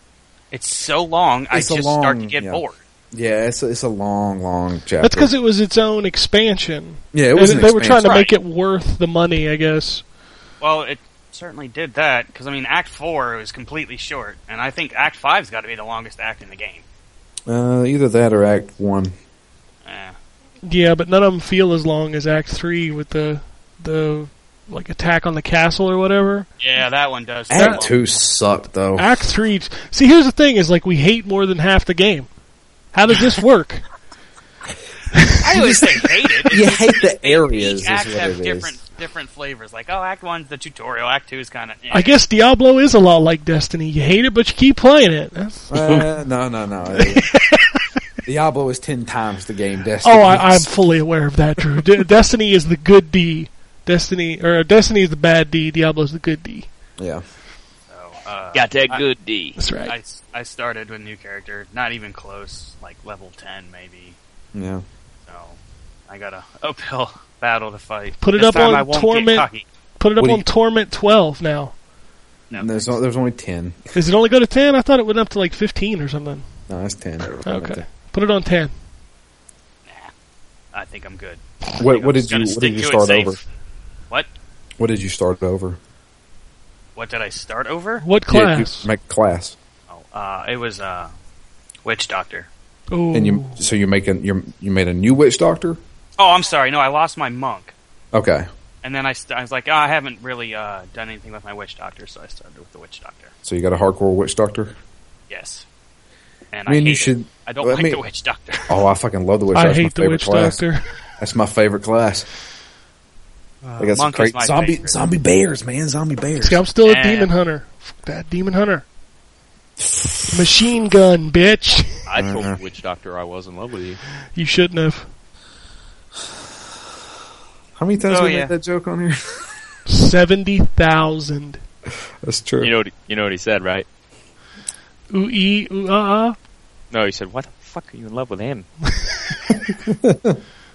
E: It's so long. I
G: It's a
E: just start to
G: long-
E: get
G: yeah.
E: bored.
G: Yeah, it's a, it's a long, long chapter.
C: That's because it was its own expansion.
G: yeah, it
C: And
G: was. an
C: they were trying to
G: expansion.
C: make it worth the money, I guess.
E: Well, it certainly did that because I mean, Act Four was completely short, and I think Act Five's got to be the longest act in the game.
G: Uh, either that or Act One.
E: Eh.
C: Yeah, but none of them feel as long as Act Three with the the like attack on the castle or whatever.
E: Yeah, that one does.
C: Act
E: suck.
G: Act two sucked though.
C: Act Three. See, here's the thing: is like we hate more than half the game. How does this work?
E: I always say hate it.
G: you hate the areas.
E: Each
G: Is
E: acts
G: what
E: have
G: it
E: different
G: is.
E: different flavors. Like, oh, Act One's the tutorial. Act Two is eh. kind of.
C: I guess Diablo is a lot like Destiny. You hate it, but you keep playing it. That's-
G: Uh, no, no, no. Diablo is ten times the game Destiny.
C: oh, I, I'm
G: is.
C: fully aware of that, Drew. De- Destiny is the good D. Destiny or uh, Destiny is the bad D. Diablo is the good D.
G: yeah.
E: So, uh,
D: Got that
E: I-
D: good D.
C: That's right.
E: I, I started with new character, not even close, like level ten maybe.
G: Yeah.
E: So I got a uphill battle to fight.
C: Put it
E: This
C: up
E: time
C: on
E: I won't
C: Torment.
E: Get cocky.
C: Put it up
G: What do
C: on
G: you-
C: Torment 12 now.
E: No,
G: And there's, o- there's only ten.
C: Does it only go to 10? I thought it went up to like 15 or something.
G: No, it's ten.
C: Okay. Put it on 10.
E: I think I'm good.
G: What, what
E: Just
G: did
E: gotta
G: you What did
E: stick
G: you
E: to it
G: start
E: safe.
G: over?
E: What?
G: What did you start over?
E: What did I start over?
C: What
G: Yeah, you
C: class?
G: make class,
E: Oh, uh, it was uh, witch doctor.
C: Ooh.
G: and you so you making you you made a new witch doctor.
E: Oh, I'm sorry. No, I lost my monk,
G: Okay.
E: and then I, st- I was like, oh, I haven't really uh, done anything with my witch doctor, so I started with the witch doctor.
G: So you got a hardcore witch doctor.
E: Yes. And
G: I mean,
E: hate
G: you
E: it.
G: should.
E: I don't
G: well, I
E: like
G: mean-
E: the witch doctor.
G: Oh, I fucking love the witch.
C: I
G: That's my
C: hate the
G: favorite
C: witch
G: class.
C: doctor.
G: That's my favorite class. I got some
E: Uh, monk is
G: crazy
E: my
G: zombie
E: favorite.
G: zombie bears, man. Zombie bears.
C: See, I'm still a
E: Yeah.
C: demon hunter. Fuck that demon hunter. Machine gun, bitch.
I: I told
G: Uh-huh.
I: the witch doctor I was in love with you.
C: You shouldn't have.
G: How many times
E: Oh,
G: we
E: yeah.
G: made that joke on here?
C: 70,000.
G: That's true.
D: You know what, you know what he said, right?
C: Ooh, ee, ooh, ah, ah.
D: No, he said, "Why the fuck are you in love with him?"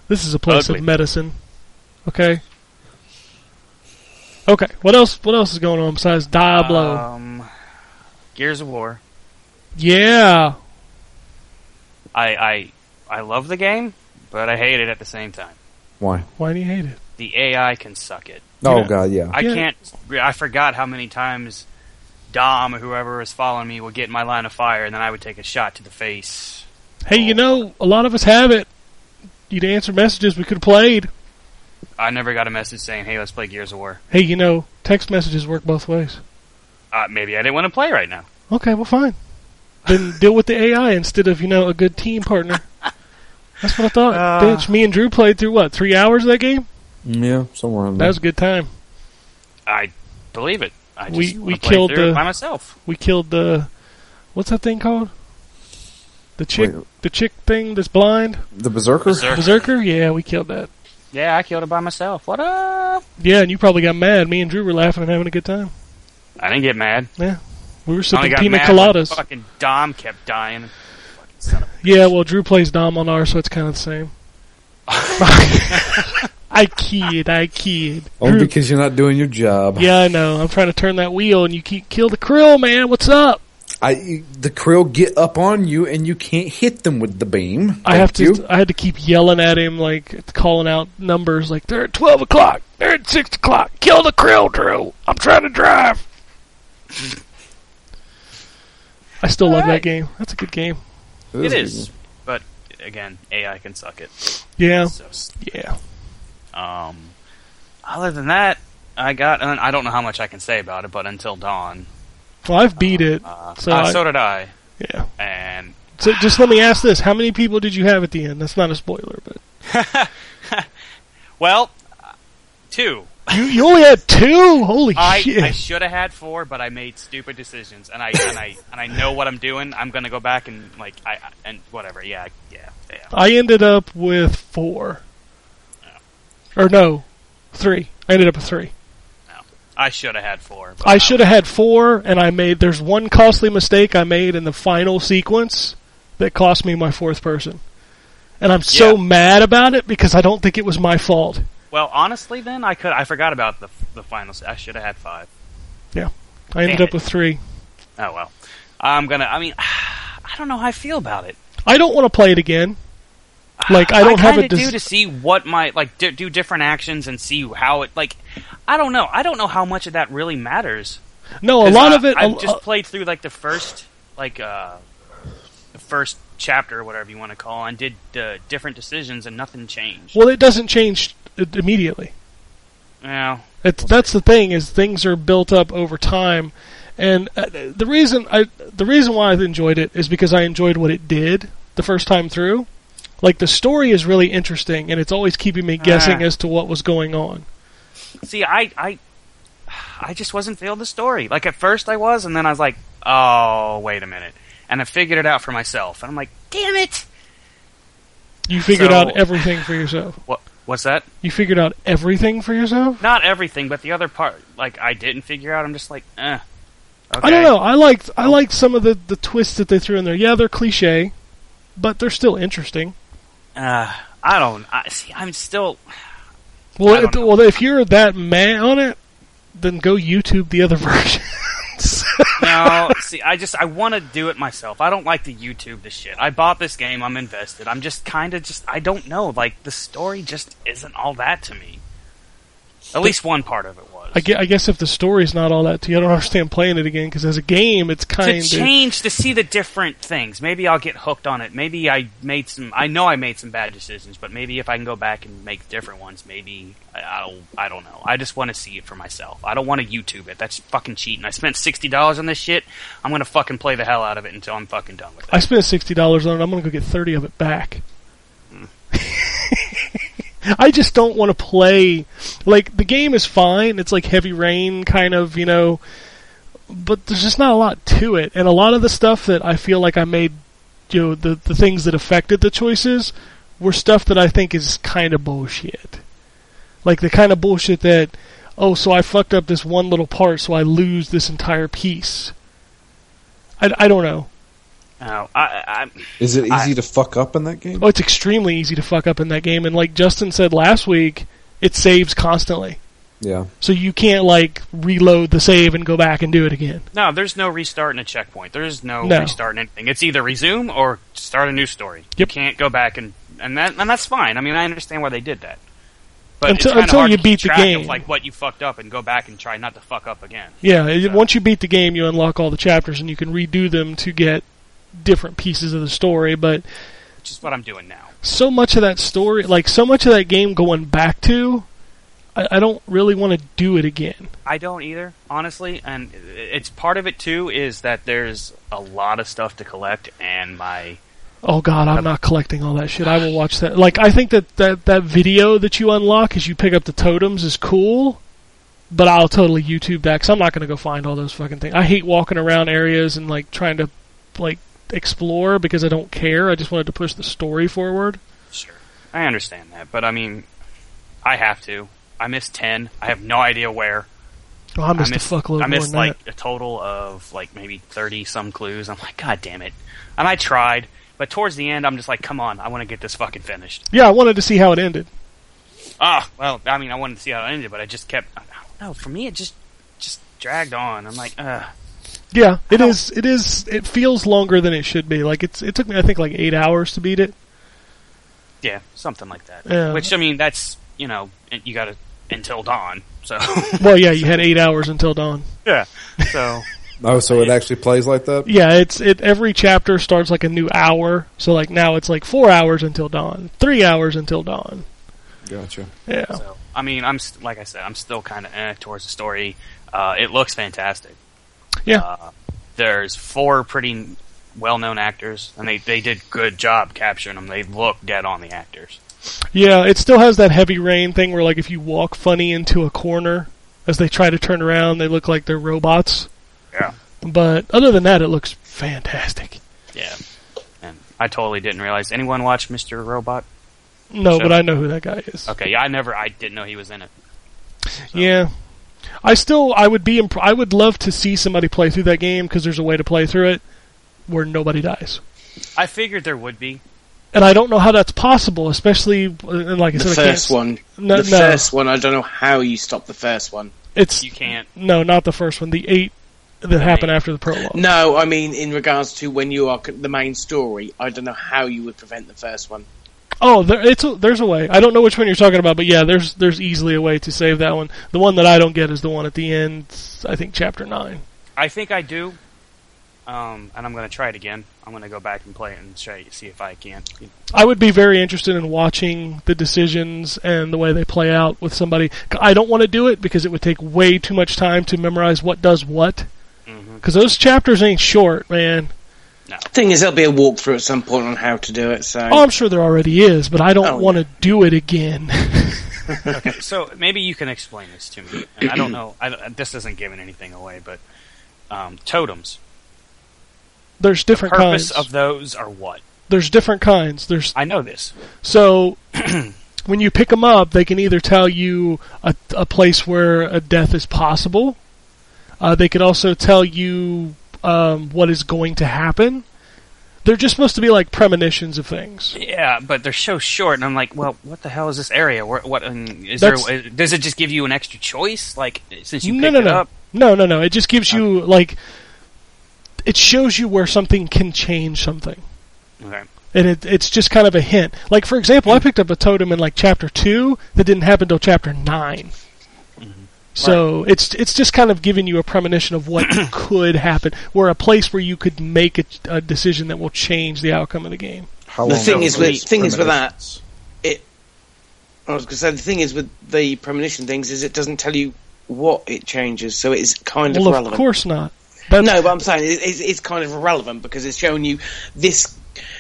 C: This is a place
D: Ugly.
C: of medicine. Okay. Okay. What else? What else is going on besides Diablo?
E: Um, Gears of War.
C: yeah.
E: I, I I love the game, but I hate it at the same time.
G: Why?
C: Why do you hate it?
E: The AI can suck it.
G: Oh
C: Yeah.
G: god, yeah.
E: I
C: Yeah.
E: can't. I forgot how many times Dom or whoever was following me would get in my line of fire, and then I would take a shot to the face.
C: Hey, you know, a lot of us have it. You'd answer messages we could have played.
E: I never got a message saying, "Hey, let's play Gears of War."
C: Hey, you know, text messages work both ways.
E: Uh, maybe I didn't want to play right now.
C: Okay, well, fine. Then deal with the AI instead of, you know, a good team partner. That's what I thought.
E: Uh.
C: Bitch, me and Drew played through, what, three hours of that game?
G: Yeah, somewhere in
C: That
G: there.
C: was a good time.
E: I believe it. I just
C: We-
E: wanna
C: we
E: play
C: killed
E: through
C: the-
E: it by myself.
C: We killed the. What's that thing called? The chick,
G: Wait.
C: the chick thing that's blind,
G: the berserker.
E: Berserk.
C: berserker. Yeah, we killed that.
E: Yeah, I killed it by myself. What up?
C: Yeah, and you probably got mad. Me and Drew were laughing and having a good time.
E: I didn't get mad.
C: We
E: I
C: were
E: only
C: sipping
E: got
C: pina
E: mad when
C: coladas.
E: Fucking Dom kept dying.
C: Yeah, well, Drew plays Dom on ours, so it's kind of the same. I kid, I kid.
G: Only
C: Drew,
G: Oh, because you're not doing your job.
C: yeah, I know. I'm trying to turn that wheel, and you keep kill the krill, man. What's up?
G: I you- the krill get up on you and you can't hit them with the beam.
C: I have
G: Thank
C: to.
G: you.
C: I had to keep yelling at him, like calling out numbers, like they're at twelve o'clock, they're at six o'clock. Kill the krill, Drew. I'm trying to drive. I still love that game. That's a good game.
E: It is, but again, AI can suck it.
C: Yeah,
E: So,
C: yeah.
E: um, other than that, I got. Un- I don't know how much I can say about it, but until dawn.
C: Well, I've beat it.
E: Uh,
C: So
E: uh,
C: I-
E: so did I.
C: Yeah.
E: And
C: So just let me ask this: How many people did you have at the end? That's not a spoiler, but
E: well, uh, two.
C: you, you only had two. Holy
E: I,
C: shit!
E: I should have had four, but I made stupid decisions, and I and I and I know what I'm doing. I'm gonna go back and like I I- and whatever. Yeah, yeah, yeah.
C: I ended up with four, or no, three. I ended up with three.
E: I should have had four. but
C: I should have had four, and I made. There's one costly mistake I made in the final sequence that cost me my fourth person, and I'm so
E: Yeah.
C: mad about it because I don't think it was my fault.
E: Well, honestly, then I could. I forgot about the the finals. I should have had five.
C: I ended
E: Damn
C: up
E: it.
C: with three.
E: Oh well. I'm gonna. I mean, I don't know how I feel about it.
C: I don't want to play it again. Like I don't have a
E: kinda do
C: des-
E: to see what my like do, do different actions and see how it like. I don't know. I don't know how much of that really matters.
C: no. A
E: 'Cause
C: lot
E: I-
C: of it.
E: I've
C: a-
E: just played through like the first like uh the first chapter, or whatever you want to call, it, and did uh, different decisions, and nothing changed.
C: Well, it doesn't change it immediately.
E: Well,
C: It's, that's the thing is things are built up over time, and uh, the reason I the reason why I enjoyed it is because I enjoyed what it did the first time through. Like the story is really interesting, and it's always keeping me guessing
E: Ah.
C: as to what was going on.
E: see, I, I, I just wasn't feeling the story. Like at first I was, and then I was like, oh, wait a minute, and I figured it out for myself, and I'm like, damn it.
C: You figured
E: So-
C: out everything for yourself.
E: What? What's that?
C: You figured out everything for yourself.
E: Not everything, but the other part, like I didn't figure out. I'm just like, eh. Okay. Oh.
C: I don't know. I liked I liked some of the the twists that they threw in there. Yeah, they're cliche, but they're still interesting.
E: Uh, I don't. I see. I'm still. I
C: Well,
E: don't
C: it,
E: know.
C: well, if you're that mad on it, then go YouTube the other versions.
E: No, see, I just I want to do it myself. I don't like to YouTube this shit. I bought this game. I'm invested. I'm just kind of just I don't know. Like the story just isn't all that to me. At least one part of it was.
C: I, gue- I guess if the story's not all that to you, I don't understand playing it again because as a game, it's
E: to
C: kind of
E: change to see the different things. Maybe I'll get hooked on it. Maybe I made some. I know I made some bad decisions, but maybe if I can go back and make different ones, maybe I- I'll. I don't know. I just want to see it for myself. I don't want to YouTube it. That's fucking cheating. I spent sixty dollars on this shit. I'm gonna fucking play the hell out of it until I'm fucking done with it.
C: I spent sixty dollars on it. I'm gonna go get thirty of it back. I just don't want to play. Like the game is fine. It's like heavy rain, kind of, you know. But there's just not a lot to it, and a lot of the stuff that I feel like I made, you know, the the things that affected the choices were stuff that I think is kind of bullshit. Like the kind of bullshit that, oh, so I fucked up this one little part, so I lose this entire piece. I, I don't know.
E: No, I, I,
G: Is it easy
E: I-
G: to fuck up in that game?
C: Oh, it's extremely easy to fuck up in that game, and like Justin said last week, it saves constantly,
G: Yeah.
C: so you can't like reload the save and go back and do it again.
E: no, there's no restarting a checkpoint. There's no,
C: No.
E: restarting anything. It's either resume or start a new story. You
C: Yep.
E: can't go back and and that and that's fine. I mean, I understand why they did that. But
C: Until-
E: it's kinda
C: until
E: hard
C: you
E: to
C: beat
E: keep
C: the
E: track
C: game.
E: of like what you fucked up and go back and try not to fuck up again.
C: Yeah, it, once you beat the game, you unlock all the chapters and you can redo them to get different pieces of the story. But
E: Which is what I'm doing now.
C: so much of that story, like so much of that game, going back to, I, I don't really want to do it again.
E: I don't either, honestly, and it's part of it too is that there's a lot of stuff to collect, and my
C: Oh God, I'm not collecting all that shit. I will watch that. Like I think that that, that video that you unlock as you pick up the totems is cool, but I'll totally YouTube that because I'm not going to go find all those fucking things. I hate walking around areas and like trying to like explore because I don't care. I just wanted to push the story forward.
E: Sure. I understand that, but I mean, I have to. I missed 10. I have no idea where.
C: Oh, I missed
E: I missed,
C: a fuckload
E: I missed
C: more than
E: like a total of like maybe 30 some clues. I'm like, God damn it. And I tried, but towards the end, I'm just like, come on, I want to get this fucking finished.
C: that. Yeah, I wanted to see how it ended.
E: Ah, well, I mean, I wanted to see how it ended, but I just kept, I don't know, for me, it just, just dragged on. I'm like, ugh.
C: Yeah, it
E: don't-
C: is. It is. It feels longer than it should be. Like it's. It took me, I think, like eight hours to beat it.
E: Yeah, something like that.
C: Yeah.
E: Which, I mean, that's, you know, you gotta, until dawn, so.
C: Well, yeah, you had eight hours until dawn.
E: yeah. So.
G: Oh, so it actually plays like that?
C: Yeah, it's it. Every chapter starts like a new hour. So like now it's like four hours until dawn, three hours until dawn.
G: Gotcha.
C: Yeah,
E: So, I mean, I'm st- like I said, I'm still kind of eh towards the story. Uh, it looks fantastic.
C: yeah.
E: Uh, there's four pretty well-known actors, and they they did good job capturing them. They look dead on the actors.
C: Yeah, it still has that heavy rain thing where like if you walk funny into a corner as they try to turn around, they look like they're robots.
E: Yeah.
C: But other than that, it looks fantastic.
E: Yeah. And I totally didn't realize anyone watched Mr. Robot.
C: No,
E: So-
C: but I know who that guy is.
E: Okay, yeah, I never, I didn't know he was in it.
C: Yeah. I still I would be imp- I would love to see somebody play through that game because there's a way to play through it where nobody dies.
E: I figured there would be.
C: And I don't know how that's possible, especially uh, and like I
F: The
C: said, I
F: first
C: can't,
F: one.
C: No,
F: the
C: no.
F: first one. I don't know how you stop the first one.
C: It's
E: You can't.
C: No, not the first one. The eight that happened after the prologue.
F: No, I mean in regards to when you are c- the main story. I don't know how you would prevent the first one.
C: Oh, there, it's a, there's a way. I don't know which one you're talking about, but yeah, there's there's easily a way to save that one. The one that I don't get is the one at the end. I think chapter nine.
E: I think I do. um, and I'm gonna try it again. I'm gonna go back and play it and try see if I can.
C: I would be very interested in watching the decisions and the way they play out with somebody. I don't want to do it because it would take way too much time to memorize what does what.
E: Mm-hmm.
C: Because those chapters ain't short, man.
F: Thing is, there'll be a walkthrough at some point on how to do it. So
C: Oh, I'm sure there already is, but I don't
F: Oh,
C: want to do it again.
E: Okay, so maybe you can explain this to me. And I don't know. I, don't- this isn't giving anything away, but um, totems.
C: There's different
E: Purpose
C: kinds.
E: of those are what?
C: There's different kinds. There's
E: I know this.
C: So when you pick them up, they can either tell you a, a place where a death is possible. Uh, they could also tell you um, what is going to happen. They're just supposed to be like premonitions of things.
E: Yeah, but they're so short, and I'm like, well, what the hell is this area? Where, what and is there?
C: That's-
E: Does it just give you an extra choice? Like since you
C: no,
E: picked
C: no,
E: it
C: no,
E: up,
C: no, no, no. It just gives you like it shows you where something can change something.
E: okay.
C: and it, it's just kind of a hint. Like for example, I picked up a totem in like chapter two that didn't happen till chapter 9
E: Mm-hmm.
C: So it's it's just kind of giving you a premonition of what could happen, or a place where you could make a, a decision that will change the outcome of the game.
G: How
F: the
G: long
F: thing is
G: does
F: with
G: these
F: thing is with that.
G: premonitions-
F: It. I was going to say the thing is with the premonition things is it doesn't tell you what it changes, so it's kind
C: well, of
F: of relevant.
C: course not. That's,
F: No, but I'm saying it, it's, it's kind of irrelevant because it's showing you this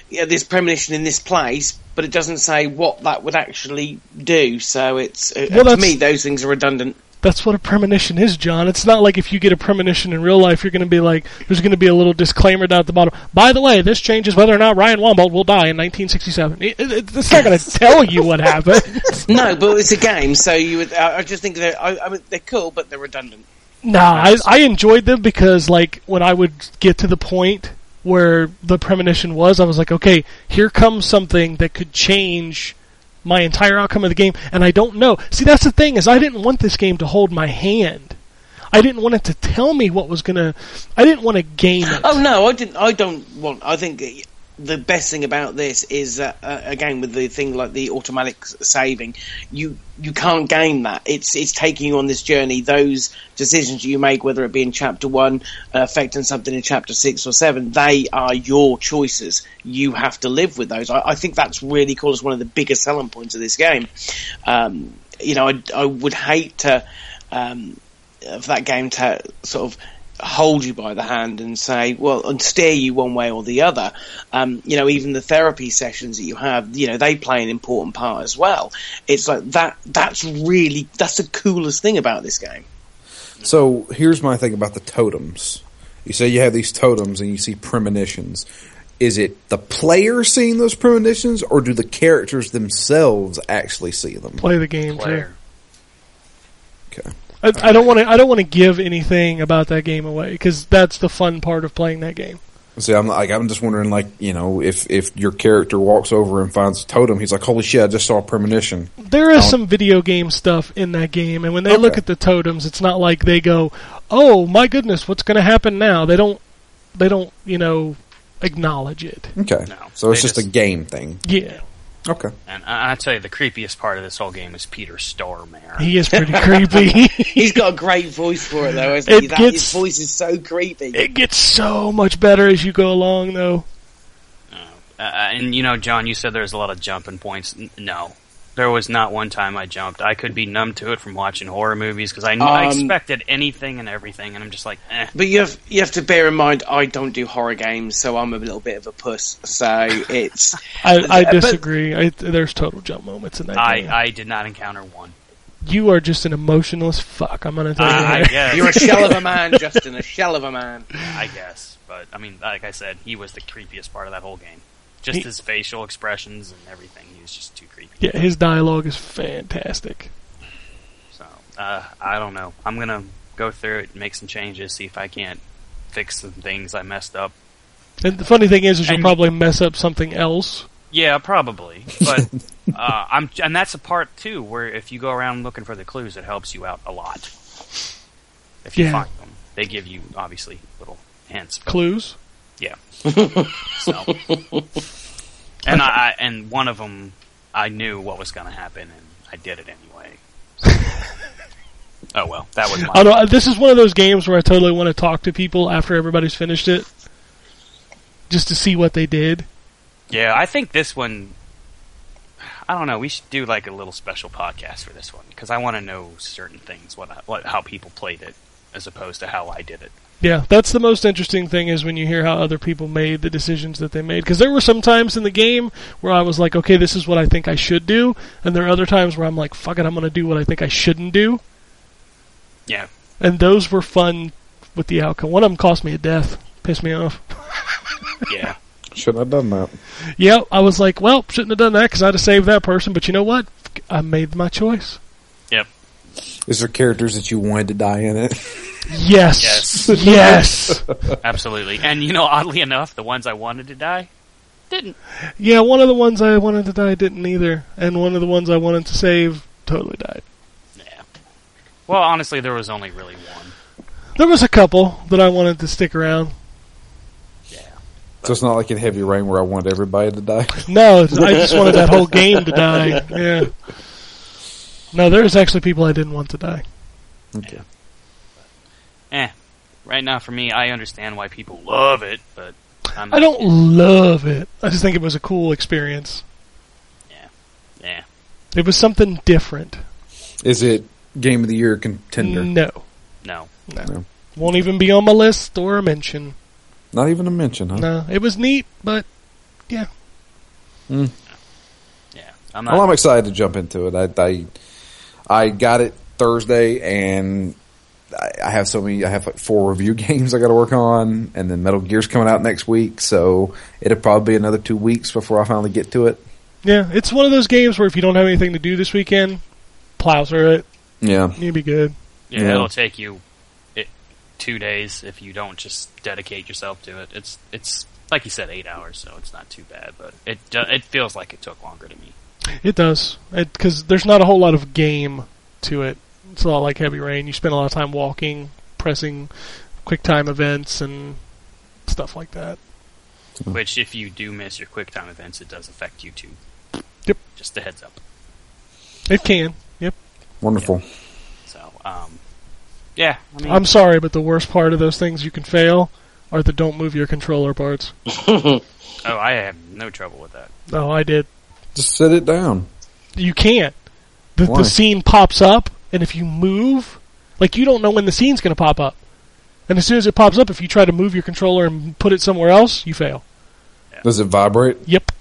F: yeah, this premonition in this place, but it doesn't say what that would actually do. So it's uh,
C: Well,
F: to
C: that's-
F: me those things are redundant.
C: that's what a premonition is, John. It's not like if you get a premonition in real life, you're going to be like, there's going to be a little disclaimer down at the bottom. By the way, this changes whether or not Ryan Wombold will die in 1967. It, it, it's not going to tell you what happened.
F: No, but it's a game, so you would. I, I just think they're. I, I mean, they're cool, but they're redundant.
C: Nah, I, I enjoyed them because like when I would get to the point where the premonition was, I was like, okay, here comes something that could change my entire outcome of the game, and I don't know. See, that's the thing is, I didn't want this game to hold my hand. I didn't want it to tell me what was gonna. I didn't want to game it.
F: Oh no, I didn't. I don't want. I think the best thing about this is that uh, again with the thing like the automatic s- saving, you you can't game that. It's it's taking you on this journey. Those decisions you make, whether it be in chapter one, uh, affecting something in chapter six or seven, they are your choices. You have to live with those. I, I think that's really cool. It's one of the biggest selling points of this game. Um, you know, I, I would hate to. Um, of that game to sort of hold you by the hand and say, well, and steer you one way or the other. Um, you know, even the therapy sessions that you have, you know, they play an important part as well. It's like that, that's really, that's the coolest thing about this game.
G: So here's my thing about the totems. You say you have these totems and you see premonitions. Is it the player seeing those premonitions, or do the characters themselves actually see them?
C: Play the game, too.
E: Player.
C: I, I don't want to. I don't want to give anything about that game away because that's the fun part of playing that game.
G: See, I'm like, I'm just wondering, like, you know, if if your character walks over and finds a totem, he's like, "Holy shit, I just saw a premonition."
C: There is
G: Oh.
C: some video game stuff in that game, and when they look
G: Okay.
C: at the totems, it's not like they go, "Oh my goodness, what's going to happen now?" They don't, they don't, you know, acknowledge it.
G: Okay,
E: No,
G: so it's
E: they
G: just, a
E: just-
G: game thing.
C: Yeah,
G: Okay,
E: And I, I tell you, the creepiest part of this whole game is Peter Stormare.
C: he is pretty creepy.
F: He's got a great voice for it though, hasn't he?
C: It
F: That,
C: gets-
F: his voice is so creepy.
C: it gets so much better as you go along, though.
E: Uh, and you know, John, you said there's a lot of jumping points. N- no, there was not one time I jumped. I could be numb to it from watching horror movies because I, kn- I
F: Um,
E: expected anything and everything, and I'm just like, eh.
F: But you have you have to bear in mind, I don't do horror games, so I'm a little bit of a puss. So it's
C: I, I
F: But-
C: disagree. I, there's total jump moments in that
E: I,
C: game.
E: I did not encounter one.
C: you are just an emotionless fuck. I'm gonna tell you.
E: I, I
C: that.
E: guess.
F: you're a shell of a man, Justin, a shell of a man.
E: I guess. But I mean, like I said, he was the creepiest part of that whole game. Just
C: He-
E: his facial expressions and everything. He was just too creepy.
C: yeah, his dialogue is fantastic.
E: So uh, I don't know. I'm gonna go through it, make some changes, see if I can't fix some things I messed up.
C: And the funny thing is, is you'll
E: And-
C: probably mess up something else.
E: Yeah, probably. But uh, I'm, and that's a part too where if you go around looking for the clues, it helps you out a lot. If you
C: Yeah.
E: find them, they give you obviously little hints. But
C: Clues.
E: Yeah. so, and I, I and one of them, I knew what was going to happen, and I did it anyway. oh well, that was my.
C: uh, I don't, this is one of those games where I totally want to talk to people after everybody's finished it. just to see what they did.
E: Yeah, I think this one. I don't know. We should do like a little special podcast for this one because I want to know certain things, what, I, what how people played it, as opposed to how I did it.
C: Yeah, that's the most interesting thing is when you hear how other people made the decisions that they made. Because there were some times in the game where I was like, okay, this is what I think I should do, and there are other times where I'm like, fuck it, I'm going to do what I think I shouldn't do.
E: Yeah.
C: And those were fun with the outcome. One of them cost me a death, pissed me off.
E: Yeah,
G: Should have done that.
C: Yep, I was like, well, shouldn't have done that because I'd have saved that person. But you know what? I made my choice.
G: Is there characters that you wanted to die in it?
C: Yes, yes, yes.
E: absolutely. And you know, oddly enough, the ones I wanted to die didn't.
C: yeah. One of the ones I wanted to die didn't either, and one of the ones I wanted to save totally died.
E: Yeah. Well, honestly, there was only really one.
C: There was a couple that I wanted to stick around.
G: So it's not like in Heavy Rain where I want everybody to die.
C: No, it's- I just wanted that whole game to die. Yeah. No, there's actually people I didn't want to die.
G: Okay.
E: Eh. Right now, for me, I understand why people love it, but I'm
C: I don't love it. I just think it was a cool experience.
E: Yeah.
C: It was something different.
G: Is it Game of the Year contender?
C: No.
E: No.
C: Won't even be on my list or a mention.
G: Not even a mention, huh?
C: No, it was neat, but
E: Yeah. I'm not.
G: Well, I'm excited to jump into it. I I, I got it Thursday, and I, I have so many. I have like four review games I got to work on, and then Metal Gear's coming out next week, so it'll probably be another two weeks before I finally get to it.
C: yeah, it's one of those games where if you don't have anything to do this weekend, plow through it.
G: Yeah,
C: You'll be good.
E: yeah,
G: Yeah.
E: It'll take you it, two days if you don't just dedicate yourself to it. It's it's like you said, eight hours, so it's not too bad. But it do- it feels like it took longer to me.
C: It does. Because there's not a whole lot of game to it. It's a lot like Heavy Rain. You spend a lot of time walking, pressing quick time events, and stuff like that. Hmm.
E: Which, if you do miss your quick time events, it does affect you too.
C: Yep.
E: Just a heads up.
C: It can. Yep.
G: wonderful.
E: So, um, yeah. I mean,
C: I'm sorry, but the worst part of those things you can fail are the don't move your controller parts.
E: oh, I have no trouble with that.
C: Oh, I did.
G: Just sit it down.
C: You can't. The,
G: Why?
C: the scene pops up, and if you move, like you don't know when the scene's going to pop up. And as soon as it pops up, if you try to move your controller and put it somewhere else, you fail.
G: Does it vibrate
C: Yep.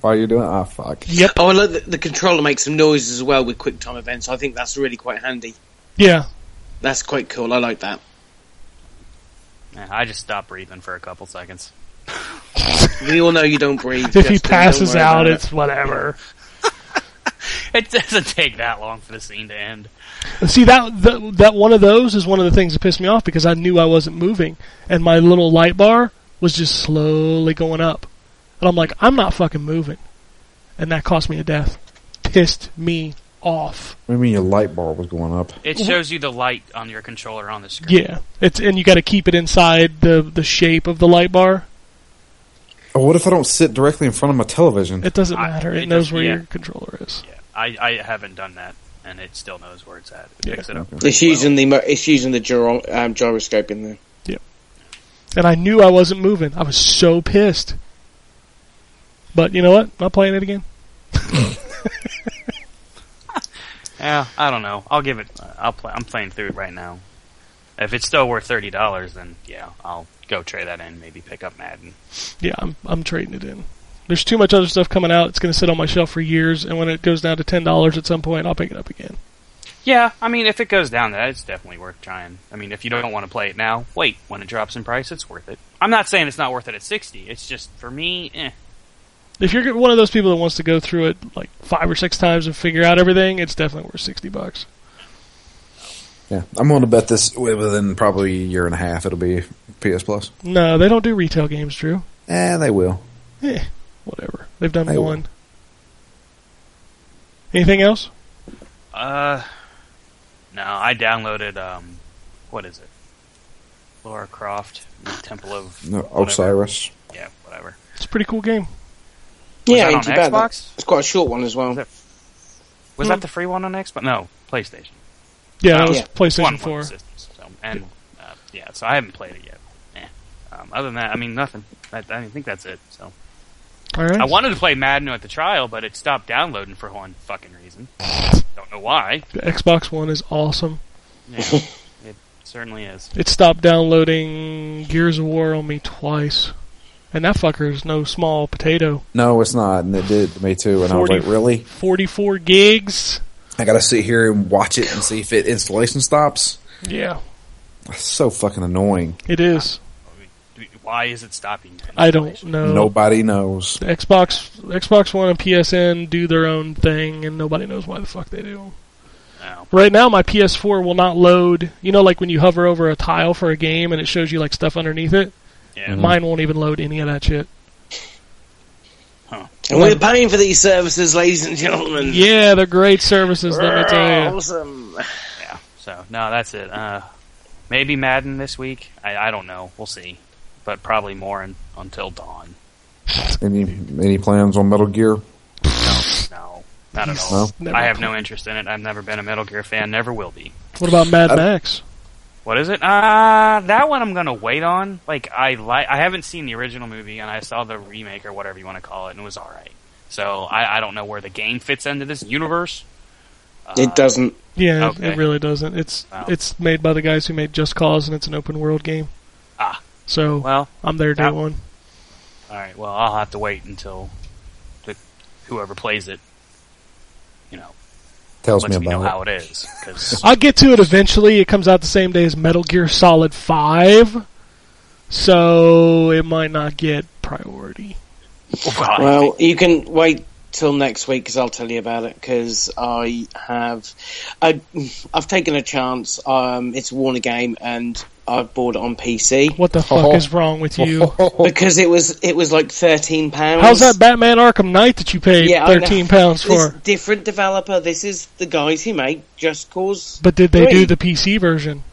G: while you're doing? it? Ah, fuck.
C: Yep.
F: Oh, I love that the controller makes some noise as well with quick time events. I think that's really quite handy.
C: Yeah.
F: That's quite cool. I like that.
E: Yeah, I just stopped breathing for a couple seconds.
F: We all know you don't
C: If
F: breathe.
C: he
F: Justin, don't
C: passes
F: worry
C: out,
F: about it.
C: it's whatever.
E: It doesn't take that long for the scene to end.
C: See that, that that one of those is one of the things that pissed me off because I knew I wasn't moving, and my little light bar was just slowly going up, and I'm like, I'm not fucking moving, and that cost me a death. Pissed me off.
G: I mean, your light bar was going up.
E: It shows you the light on your controller on the screen.
C: Yeah, it's and you got to keep it inside the the shape of the light bar.
G: Oh, what if I don't sit directly in front of my television?
C: It doesn't
E: I-
C: matter. It,
E: it
C: knows
E: does-
C: where
E: yeah.
C: your controller is.
E: Yeah, I, I haven't done that, and it still knows where it's at. It picks it up.
F: It's using the mo- it's using the gyro, um, gyroscope in there.
C: And I knew I wasn't moving. I was so pissed. But you know what? Not playing it again.
E: Yeah, I don't know. I'll give it. uh, I'll play. I'm playing through it right now. If it's still worth thirty dollars, then yeah, I'll go trade that in. Maybe pick up Madden.
C: yeah, I'm I'm trading it in. There's too much other stuff coming out. It's going to sit on my shelf for years, and when it goes down to ten dollars at some point, I'll pick it up again.
E: Yeah, I mean, if it goes down to that, it's definitely worth trying. I mean, if you don't want to play it now, wait. When it drops in price, it's worth it. I'm not saying it's not worth it at sixty. It's just for me, eh.
C: If you're one of those people that wants to go through it like five or six times and figure out everything, it's definitely worth sixty bucks.
G: Yeah, I'm going to bet this within probably a year and a half it'll be PS Plus.
C: No, they don't do retail games, Drew.
G: Eh, they will.
C: Eh, whatever. They've done
G: They will.
C: one. Anything else?
E: Uh, no, I downloaded um, what is it? Laura Croft, the Temple of
G: No,
E: whatever.
G: Osiris.
E: Yeah, whatever.
C: It's a pretty cool game.
E: Was
F: yeah,
E: that on
F: ain't too bad, that.
E: Xbox?
F: It's quite a short one as well.
E: that- Was
C: Hmm.
E: that the free one on Xbox? No, PlayStation.
C: Yeah, that was
F: Yeah.
C: PlayStation
E: One, one
C: Four.
E: systems, so, and uh, yeah, so I haven't played it yet. Eh, Um, other than that, I mean nothing. I, I think that's it. So
C: All right.
E: I wanted to play Madden at the trial, but it stopped downloading for one fucking reason. Don't know why.
C: The Xbox One is awesome.
E: Yeah, it certainly is.
C: It stopped downloading Gears of War on me twice. And that fucker's no small potato.
G: No, it's not, and it did to me too. And I was
C: 40.
G: like, really?
C: 44 gigs.
G: I gotta sit here and watch it and see if it installation stops.
C: Yeah.
G: That's so fucking annoying.
C: It is.
E: Why is it stopping?
C: I don't
E: Oh.
C: know.
G: Nobody knows.
C: The Xbox, Xbox One and PSN do their own thing, and nobody knows why the fuck they do.
E: No.
C: Right now, my PS4 will not load. You know, like when you hover over a tile for a game and it shows you like stuff underneath it.
E: Yeah.
C: Mine won't even load any of that shit.
F: And we're paying for these services, ladies and
E: Mm-hmm.
F: gentlemen.
C: Yeah, they're great services. Let me tell you.
F: Awesome.
E: Yeah. So no, that's it. Uh, maybe Madden this week. I, I don't know. We'll see. But probably more in, until dawn.
G: Any any plans on Metal Gear?
E: No, no, not at all.
C: No.
E: I have no interest in it. I've never been a Metal Gear fan. Never will be.
C: What about Mad
E: Uh,
G: I-
C: Max?
E: What is it? Uh that one I'm gonna wait on. Like I like I haven't seen the original movie and I saw the remake or whatever you want to call it and it was alright. So I, I don't know where the game fits into this universe. Uh,
F: It doesn't.
C: Yeah, it-
E: Okay.
C: it really doesn't. It's
E: Wow.
C: it's made by the guys who made Just Cause, and it's an open world game.
E: Ah.
C: So
E: Well,
C: I'm there day
E: that-
C: one.
E: alright, well I'll have to wait until the, whoever plays it, you know,
G: Tells
E: lets
G: me
E: me know
G: about
E: how
G: it.
E: it is. 'cause-
C: I'll get to it eventually. It comes out the same day as Metal Gear Solid Five, so it might not get priority.
E: well, I
F: Well,
E: think-
F: you can wait till next week because I'll tell you about it. Because I have, I, I've taken a chance. Um, it's a Warner game, and I've bought it on PC
C: What the fuck is wrong with you?
E: Oh,
F: because it was it was like thirteen pounds.
C: How's that Batman Arkham Knight that you paid
F: Yeah, I know.
C: thirteen pounds
F: This
C: for?
F: different developer. This is the guys who make Just Cause.
C: But did they
F: Three.
C: do the PC version?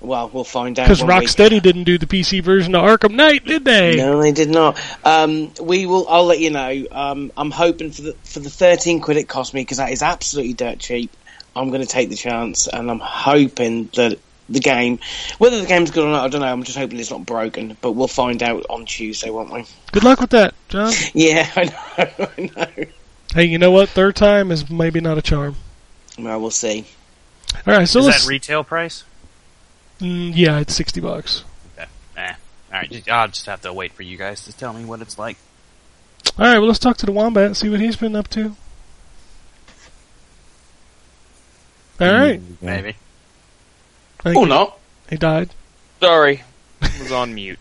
F: Well, we'll find out.
C: Because
F: when we-
C: Rocksteady didn't do the PC version of Arkham Knight, did they?
F: No, they did not. Um, we will. I'll let you know. Um, I'm hoping for the for the 13 quid it cost me because that is absolutely dirt cheap. I'm going to take the chance, and I'm hoping that the game, whether the game's good or not, I don't know. I'm just hoping it's not broken, but we'll find out on Tuesday, won't we?
C: Good luck with that, John.
F: Yeah, I know. I know.
C: Hey, you know what? Third time is maybe not a charm.
F: Well, we'll see.
C: All right, so
E: is
C: let's.
E: that retail price?
C: Mm, yeah, it's sixty bucks.
E: Alright, just- I'll just have to wait for you guys to tell me what it's like.
C: All right, well, let's talk to the wombat and see what he's been up to. All
E: Mm.
C: right,
E: Maybe.
D: Oh,
C: Thank
F: Or
C: you.
F: not.
C: he died.
D: Sorry, I was on mute.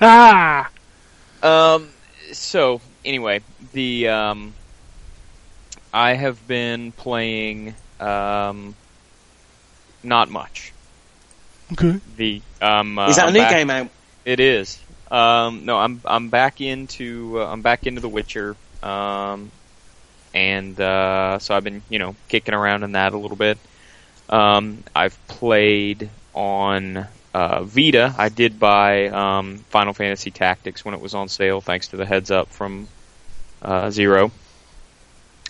C: Ah,
D: Um. So anyway, the um, I have been playing um, not much.
C: okay.
D: The um, uh,
F: Is that
D: I'm
F: a new
D: back-
F: game out?
D: It is. Um, no, I'm I'm back into uh, I'm back into The Witcher. Um, and uh, so I've been you know kicking around in that a little bit. Um, I've played on uh, Vita. I did buy um, Final Fantasy Tactics when it was on sale, thanks to the heads up from uh, Zero.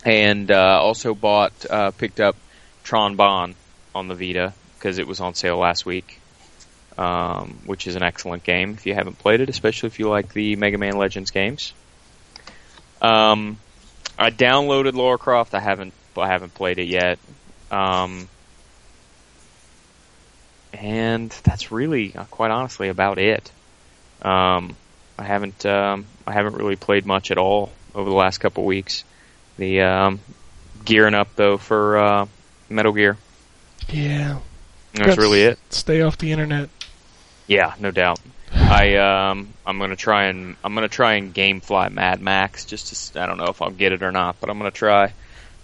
D: And uh, also bought uh, picked up Tron Bon on the Vita because it was on sale last week um, which is an excellent game if you haven't played it, especially if you like the Mega Man Legends games. Um, I downloaded Lara Croft. I haven't I haven't played it yet. Um, and that's really, uh, quite honestly, about it. Um, I haven't um, I haven't really played much at all over the last couple weeks. The um, gearing up though for uh, Metal Gear.
C: Yeah,
D: And That's
C: Good.
D: really it.
C: stay off the internet.
D: Yeah, no doubt. I um, I'm gonna try and I'm gonna try and GameFly Mad Max just to s- I don't know if I'll get it or not, but I'm gonna try.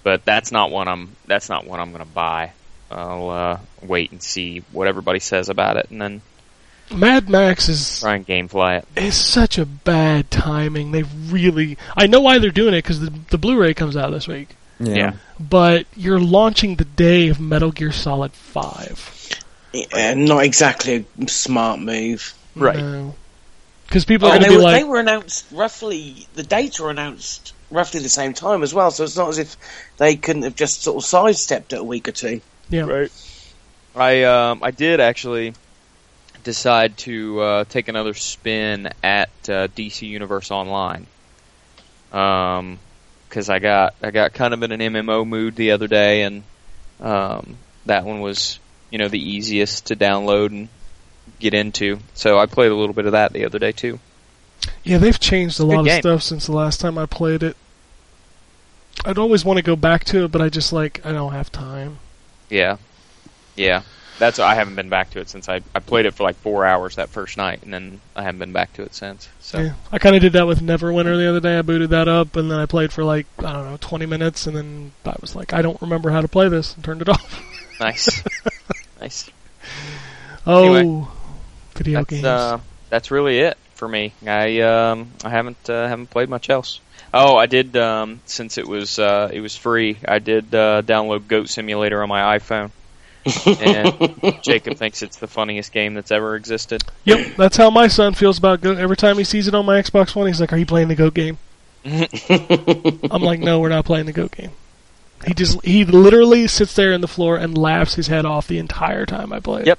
D: But that's not one I'm that's not one I'm gonna buy. I'll uh, wait and see what everybody says about it, and then
C: Mad Max is
D: try and GameFly it.
C: is such a bad timing. They really. I know why they're doing it because the the Blu-ray comes out this week,
G: Yeah.
D: Yeah.
C: but you're launching the day of Metal Gear Solid Five,
F: Yeah, not exactly a smart move.
D: Right. Oh,
C: Because people are
F: And
C: going to
F: they
C: be
F: were,
C: like,
F: they were announced roughly. The dates were announced roughly the same time as well, so it's not as if they couldn't have just sort of sidestepped it a week or two.
C: yeah,
D: Right. I um, I did actually decide to uh, take another spin at uh, DC Universe Online. Um, because I got I got kind of in an MMO mood the other day, and um, that one was you know the easiest to download and get into. So I played a little bit of that the other day too.
C: Yeah, they've changed a
D: Good
C: lot
D: game.
C: of stuff since the last time I played it. I'd always want to go back to it, but I just like I don't have time.
D: Yeah, yeah. That's I haven't been back to it since I I played it for like four hours that first night, and then I haven't been back to it since. So
C: Yeah. I kind of did that with Neverwinter the other day. I booted that up and then I played for like I don't know 20 minutes, and then I was like, I don't remember how to play this, and turned it off.
D: nice, nice.
C: oh,
D: Anyway,
C: video
D: that's,
C: games.
D: Uh, that's really it for me. I um, I haven't uh, haven't played much else. Oh, I did um, since it was uh, it was free. I did uh, download Goat Simulator on my iPhone, and Jacob thinks it's the funniest game that's ever existed.
C: Yep, that's how my son feels about Goat. Every time he sees it on my Xbox One, he's like, "Are you playing the Goat game?" I'm like, "No, we're not playing the Goat game." He just he literally sits there on the floor and laughs his head off the entire time I play it.
D: Yep.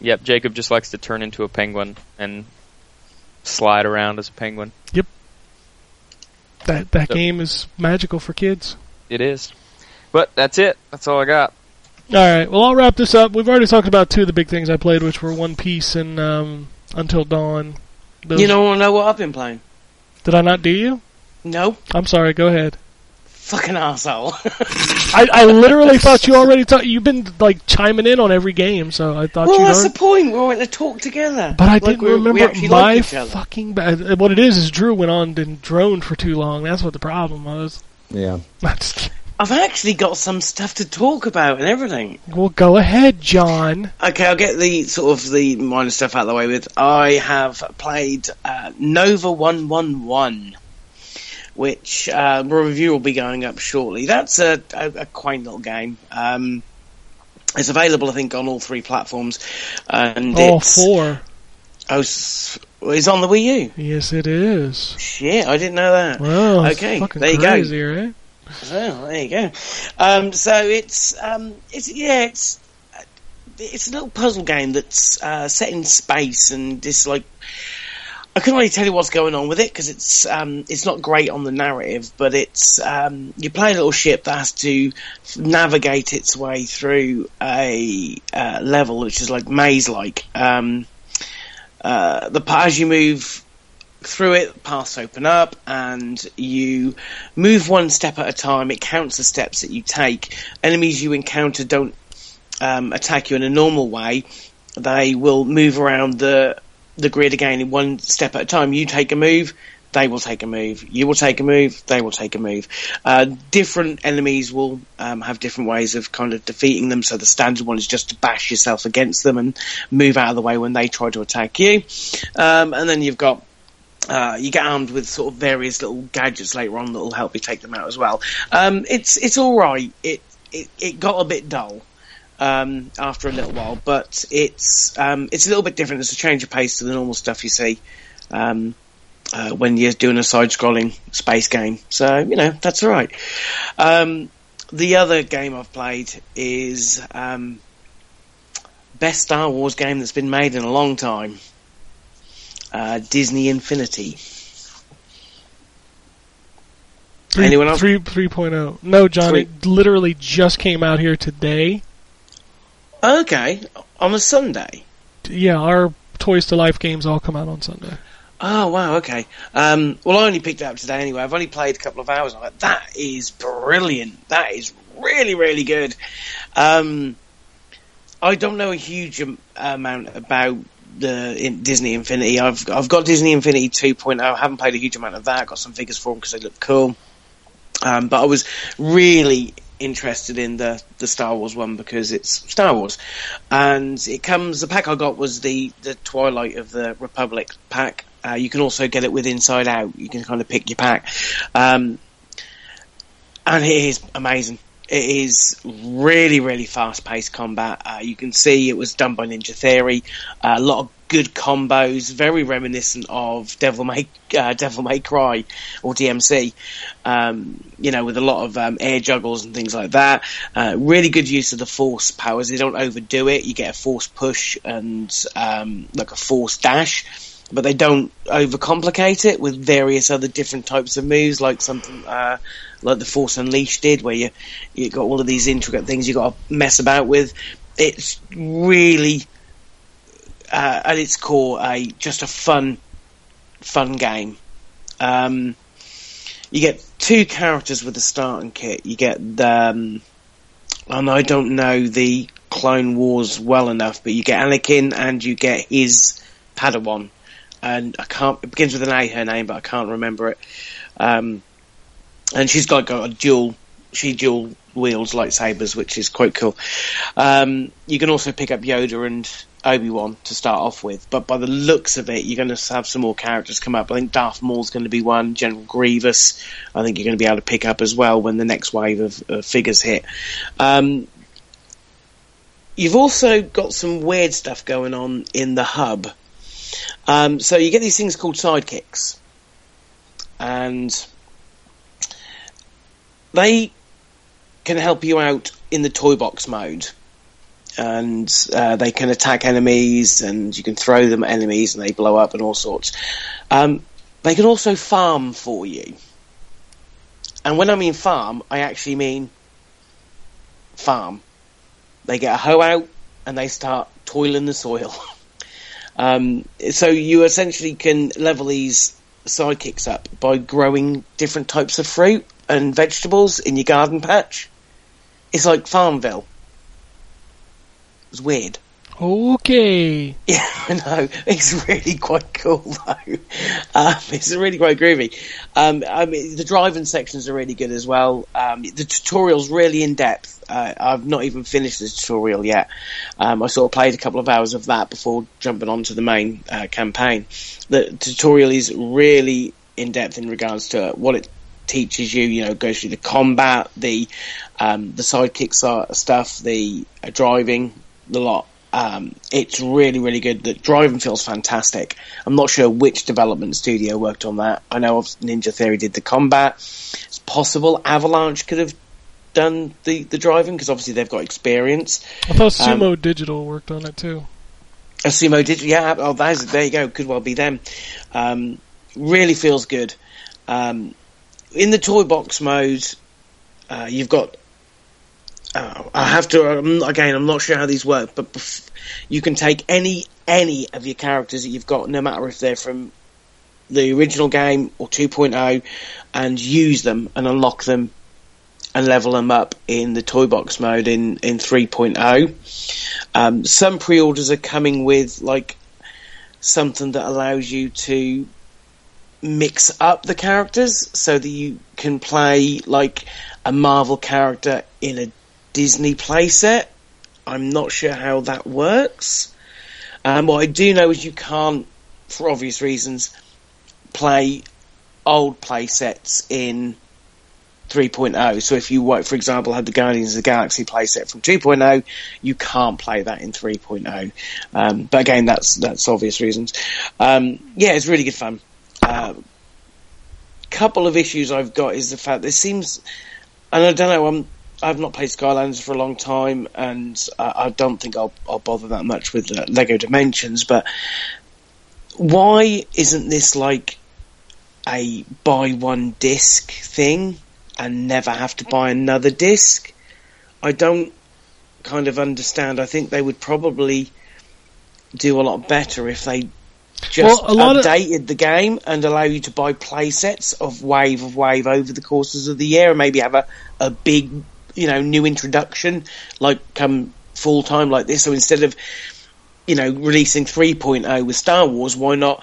D: Yep, Jacob just likes to turn into a penguin and slide around as a penguin.
C: That that
D: Yep.
C: game is magical for kids.
D: It is. But that's it. That's all I got.
C: All right, well, I'll wrap this up. We've already talked about two of the big things I played, which were One Piece and um, Until Dawn. Those-
F: You don't want to know what I've been playing?
C: did I not do you?
F: No,
C: I'm sorry. Go ahead.
F: fucking asshole.
C: I, I literally thought you already talked. You've been like chiming in on every game, so I thought
F: well,
C: you'd
F: that's
C: already-
F: the point. We want to talk together.
C: But I
F: Like,
C: didn't
F: we-
C: remember
F: we actually
C: my
F: like each other.
C: fucking bad. What it is is Drew went on and droned for too long. That's what the problem was.
G: Yeah.
C: I'm just kidding.
F: I've actually got some stuff to talk about and everything.
C: well, go ahead, John.
F: Okay, I'll get the sort of the minor stuff out of the way with. I have played uh, Nova One One One, which uh, review will be going up shortly. That's a, a, a quaint little game. Um, it's available, I think, on all three platforms, and
C: All
F: it's
C: four.
F: oh, s- well, it's on the Wii U.
C: Yes, it is.
F: Shit, I didn't know that.
C: Well,
F: Okay,
C: fucking
F: there you go.
C: crazy, right?
F: Well, Oh, there you go. Um, so it's um, it's yeah, it's it's a little puzzle game that's uh, set in space, and it's like I couldn't really tell you what's going on with it because it's um, it's not great on the narrative, but it's um, you play a little ship that has to navigate its way through a uh, level which is like maze like. Um, uh, the pa- as you move through it, paths open up, and you move one step at a time. It counts the steps that you take. Enemies you encounter don't um, attack you in a normal way. They will move around the the grid again in one step at a time. You take a move, they will take a move. You will take a move, they will take a move. Uh, different enemies will um, have different ways of kind of defeating them. So the standard one is just to bash yourself against them and move out of the way when they try to attack you. Um, and then you've got uh, you get armed with sort of various little gadgets later on that will help you take them out as well. Um, it's it's all right. It, it it got a bit dull um, after a little while, but it's um, it's a little bit different. It's a change of pace to the normal stuff you see um, uh, when you're doing a side-scrolling space game. So you know that's all right. Um, the other game I've played is um, best Star Wars game that's been made in a long time uh, Disney Infinity.
C: Three,
F: Anyone else?
C: Three, 3.0. No, John,
F: Three.
C: it literally just came out here today.
F: Okay, on a Sunday.
C: Yeah, our Toys to Life games all come out on Sunday.
F: Oh wow, okay. Um, well, I only picked it up today anyway. I've only played a couple of hours. I'm like, that is brilliant. That is really, really good. Um, I don't know a huge am- amount about the in Disney Infinity. I've I've got Disney Infinity 2.0. I haven't played a huge amount of that. Got some figures for them because they look cool. Um, but I was really interested in the the Star Wars one because it's Star Wars, and it comes. The pack I got was the the Twilight of the Republic pack. Uh, you can also get it with Inside Out. You can kind of pick your pack, um, and it is amazing. It is really, really fast paced combat. Uh, you can see it was done by Ninja Theory. Uh, a lot of good combos, very reminiscent of Devil May uh, Devil May Cry or DMC. Um, you know, with a lot of um, air juggles and things like that. Uh, really good use of the force powers. They don't overdo it. You get a force push and um, like a force dash. But they don't overcomplicate it with various other different types of moves, like something uh, like the Force Unleashed did, where you you got all of these intricate things you got to mess about with. It's really uh, at its core a just a fun fun game. Um, you get two characters with the starting kit. You get the, um, and I don't know the Clone Wars well enough, but you get Anakin and you get his Padawan, and I can't. It begins with an A her name, but I can't remember it. Um, and she's got, got a dual. She dual wields lightsabers, which is quite cool. Um, you can also pick up Yoda and Obi Wan to start off with, but by the looks of it, you're going to have some more characters come up. I think Darth Maul's going to be one, General Grievous. I think you're going to be able to pick up as well when the next wave of, of figures hit. Um, you've also got some weird stuff going on in the hub. Um, so you get these things called sidekicks, and they can help you out in the toy box mode and uh, they can attack enemies, and you can throw them at enemies, and they blow up and all sorts. Um, they can also farm for you, and when I mean farm, I actually mean farm. They get a hoe out and they start toiling the soil. um, so you essentially can level these sidekicks up by growing different types of fruit and vegetables in your garden patch. It's like Farmville. It's weird.
C: Okay.
F: Yeah, I know. It's really quite cool though. Um, it's really quite groovy. Um, I mean, the driving sections are really good as well. Um, the tutorial's really in depth. Uh, I've not even finished the tutorial yet. Um, I sort of played a couple of hours of that before jumping onto the main uh, campaign. The tutorial is really in depth in regards to what it teaches you. You know, goes through the combat, the um, the sidekicks are stuff, the uh, driving, the lot. Um, it's really, really good. The driving feels fantastic. I'm not sure which development studio worked on that. I know obviously Ninja Theory did the combat. It's possible Avalanche could have done the, the driving because obviously they've got experience.
C: I thought
F: Um,
C: Sumo Digital worked on it too.
F: Sumo did, yeah. Oh, that's there you go. Could well be them. Um, really feels good. Um, in the toy box mode, uh, you've got. Oh, I have to um, again. I'm not sure how these work, but bef- you can take any any of your characters that you've got, no matter if they're from the original game or 2.0, and use them and unlock them and level them up in the toy box mode in in oh. 3.0. Um, some pre-orders are coming with like something that allows you to mix up the characters so that you can play like a Marvel character in a Disney playset. I'm not sure how that works. Um, what I do know is you can't, for obvious reasons, play old playsets in 3.0. So if you, wa- for example, had the Guardians of the Galaxy playset from oh, 2.0, you can't play that in 3.0. Um, but again, that's that's obvious reasons. Um, yeah, it's really good fun. Uh, couple of issues I've got is the fact there seems, and I don't know, I'm. I've not played Skylanders for a long time, and uh, I don't think I'll, I'll bother that much with uh, Lego Dimensions. But why isn't this like a buy one disc thing and never have to buy another disc. I don't kind of understand. I think they would probably do a lot better if they just
C: Well, a lot of-
F: updated the game and allow you to buy play sets of wave of wave over the courses of the year and maybe have a, a big, you know, new introduction like come full time like this. So instead of, you know, releasing 3.0 with Star Wars, why not,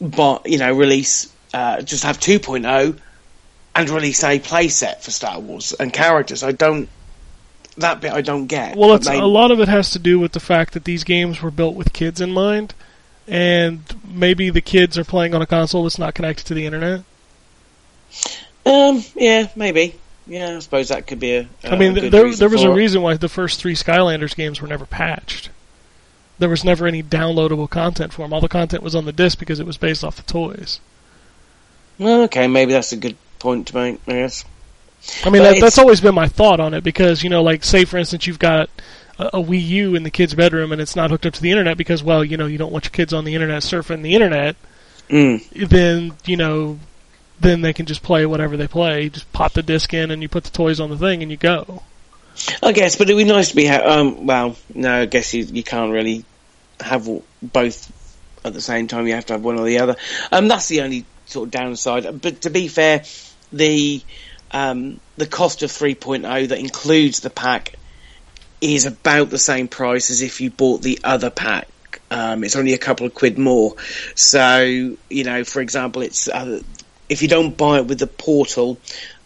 F: but, you know, release, uh, just have 2.0 and release a playset for Star Wars and characters. I don't that bit I don't get.
C: Well, it's,
F: They-
C: a lot of it has to do with the fact that these games were built with kids in mind, and maybe the kids are playing on a console that's not connected to the internet.
F: um, yeah, maybe, yeah, I suppose that could be a. a
C: I mean,
F: Oh, good
C: th- there,
F: reason
C: there was
F: for
C: a
F: it.
C: reason why the first three Skylanders games were never patched. There was never any downloadable content for them. All the content was on the disc because it was based off the toys.
F: Well, okay, maybe that's a good point to make. I guess.
C: I mean,
F: But
C: that,
F: it's-
C: that's always been my thought on it because, you know, like, say, for instance, you've got a, a Wii U in the kid's bedroom and it's not hooked up to the internet because, well, you know, you don't want your kids on the internet surfing the internet.
F: Mm.
C: Then, you know, then they can just play whatever they play. You just pop the disc in and you put the toys on the thing and you go.
F: I guess, but it'd be nice to be. Ha- um, well, no, I guess you, you can't really have w- both at the same time. You have to have one or the other. Um, that's the only sort of downside. But to be fair, the um, the cost of 3.0 that includes the pack is about the same price as if you bought the other pack. Um, it's only a couple of quid more. So you know, for example, it's uh, if you don't buy it with the portal,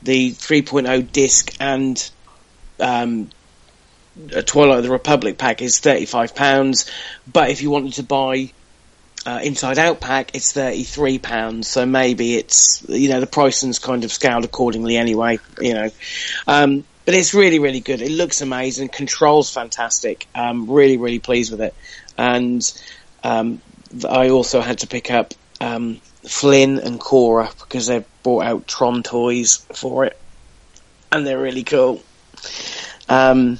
F: the 3.0 disc and um, a Twilight of the Republic pack is thirty five pounds, but if you wanted to buy uh, Inside Out pack, it's thirty three pounds. So maybe it's you know the pricing's kind of scaled accordingly anyway. You know, um, but it's really really good. It looks amazing. Controls fantastic. Um, really really pleased with it. And um, th- I also had to pick up um, Flynn and Cora because they've brought out Tron toys for it, and they're really cool. Um,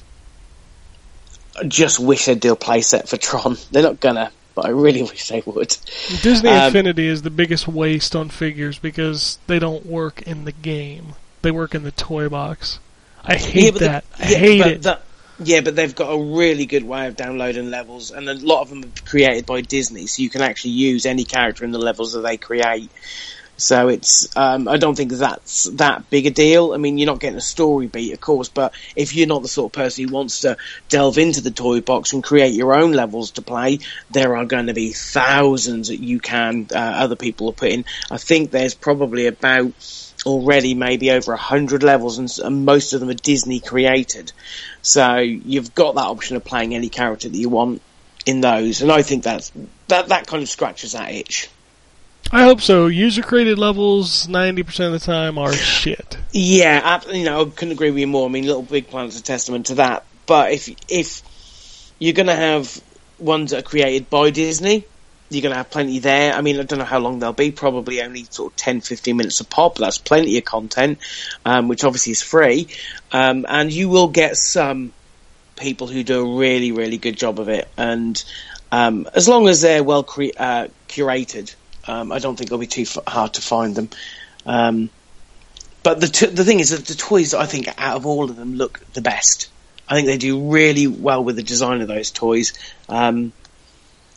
F: I just wish they'd do a playset for Tron. They're not gonna, but I really wish they would.
C: Disney
F: Um,
C: Infinity is the biggest waste on figures because they don't work in the game. They work in the toy box. I hate
F: but
C: that.
F: the-
C: I
F: yeah,
C: hate
F: but
C: it.
F: that- yeah, but they've got a really good way of downloading levels, and a lot of them are created by Disney, so you can actually use any character in the levels that they create. So it's, um, I don't think that's that big a deal. I mean, you're not getting a story beat, of course, but if you're not the sort of person who wants to delve into the toy box and create your own levels to play, there are going to be thousands that you can, uh, other people are putting. I think there's probably about already maybe over a hundred levels, and, s- and most of them are Disney created. So you've got that option of playing any character that you want in those, and I think that's that that kind of scratches that itch.
C: I hope so. User created levels ninety percent of the time are shit.
F: Yeah, ab- you know, I couldn't agree with you more. I mean, Little Big Planet's a testament to that. But if if you're going to have ones that are created by Disney, you're going to have plenty there. I mean, I don't know how long they'll be. Probably only sort of 10, 15 minutes a pop. That's plenty of content, um, which obviously is free. Um, and you will get some people who do a really, really good job of it. And um, as long as they're well cre- uh, curated, um, I don't think it'll be too f- hard to find them. Um, but the t- the thing is that the toys I think out of all of them look the best. I think they do really well with the design of those toys. Um,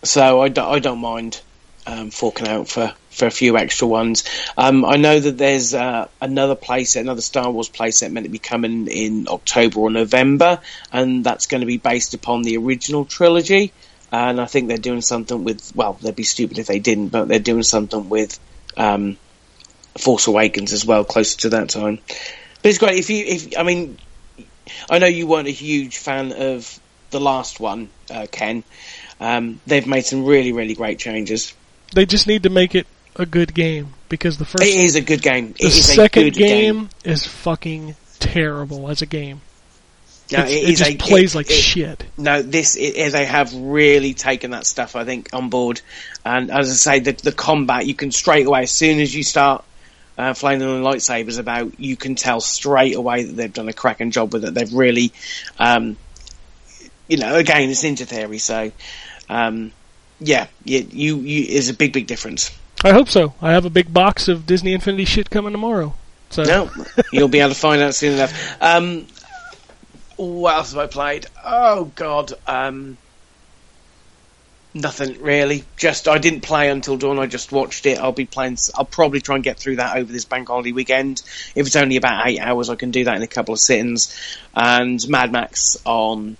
F: so I, do, I don't mind um, forking out for, for a few extra ones. Um, I know that there's uh, another playset, another Star Wars playset meant to be coming in October or November, and that's going to be based upon the original trilogy. And I think they're doing something with, well, they'd be stupid if they didn't, but they're doing something with um, Force Awakens as well, closer to that time. But it's great if you if I mean, I know you weren't a huge fan of the last one, uh, Ken. Um, they've made some really really great changes.
C: They just need to make it a good game because the first,
F: It is a good game. It
C: the
F: is
C: second
F: a good
C: game,
F: game.
C: is fucking terrible as a game.
F: No,
C: It's-
F: it
C: it
F: is
C: just
F: a-
C: plays
F: it-
C: like
F: it-
C: shit.
F: No, this it, it- they have really taken that stuff I think on board. And as I say, the the combat you can straight away as soon as you start uh, flying the lightsabers about, you can tell straight away that they've done a cracking job with it. They've really, um, you know, again it's ninja theory, so um, yeah, you, you you is a big big difference.
C: I hope so. I have a big box of Disney Infinity shit coming tomorrow. So
F: No, you'll be able to find out soon enough. Um, what else have I played? Oh God, um, nothing really. Just I didn't play until dawn. I just watched it. I'll be playing. s- I'll probably try and get through that over this bank holiday weekend. If it's only about eight hours, I can do that in a couple of sittings. And Mad Max on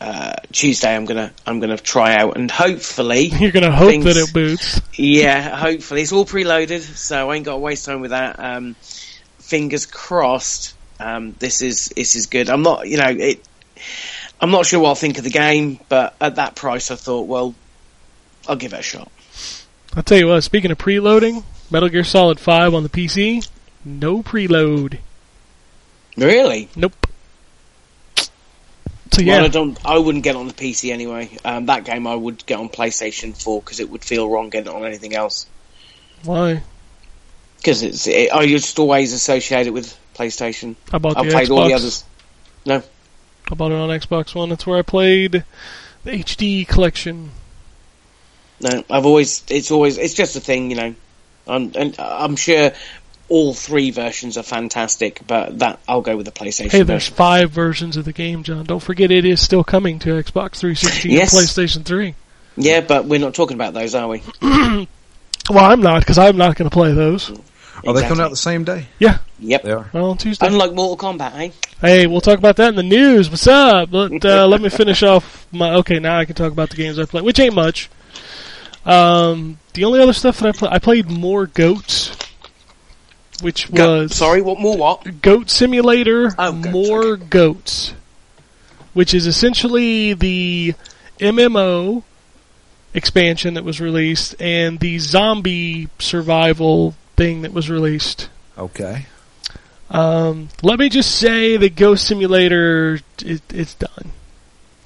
F: uh, Tuesday. I'm gonna I'm gonna try out and hopefully.
C: you're gonna hope
F: Things-
C: that it boots.
F: Yeah, hopefully it's all preloaded, so I ain't got to waste time with that. Um, fingers crossed. Um, this is this is good. I'm not, you know, it. I'm not sure what I'll think of the game, but at that price, I thought, well, I'll give it a shot.
C: I'll tell you what. Speaking of preloading, Metal Gear Solid Five on the PC, no preload.
F: Really?
C: Nope. So
F: Well, I
C: yeah,
F: don't. I wouldn't get on the PC anyway. Um, that game I would get on PlayStation Four because it would feel wrong getting it on anything else.
C: why
F: Because it's it, I just always associate it with PlayStation.
C: I bought
F: I
C: the
F: played
C: Xbox.
F: all the others.
C: I bought it on Xbox One. That's where I played the HD collection.
F: No, I've always. It's always. It's just a thing, you know. I'm, and I'm sure all three versions are fantastic, but that I'll go with the PlayStation.
C: Hey, there's
F: version.
C: five versions of the game, John. Don't forget, it is still coming to Xbox 360
F: Yes.
C: and PlayStation 3.
F: Yeah, but we're not talking about those, are we?
C: Well, I'm not because I'm not going to play those.
G: Are they coming
F: Exactly.
G: out the same day?
F: Yep.
G: They are.
C: Well, on Tuesday.
F: Unlike Mortal Kombat, eh?
C: Hey, we'll talk about that in the news. What's up? Let, uh, let me finish off my. Okay, now I can talk about the games I play, which ain't much. Um, the only other stuff that I play, I played more Goats, which
F: Go-
C: was
F: Sorry, what more? What?
C: Goat Simulator,
F: Oh, Goats,
C: more Goats, which is essentially the MMO expansion that was released and the zombie survival thing that was released.
G: Okay.
C: Um, let me just say that Ghost Simulator it, it's done.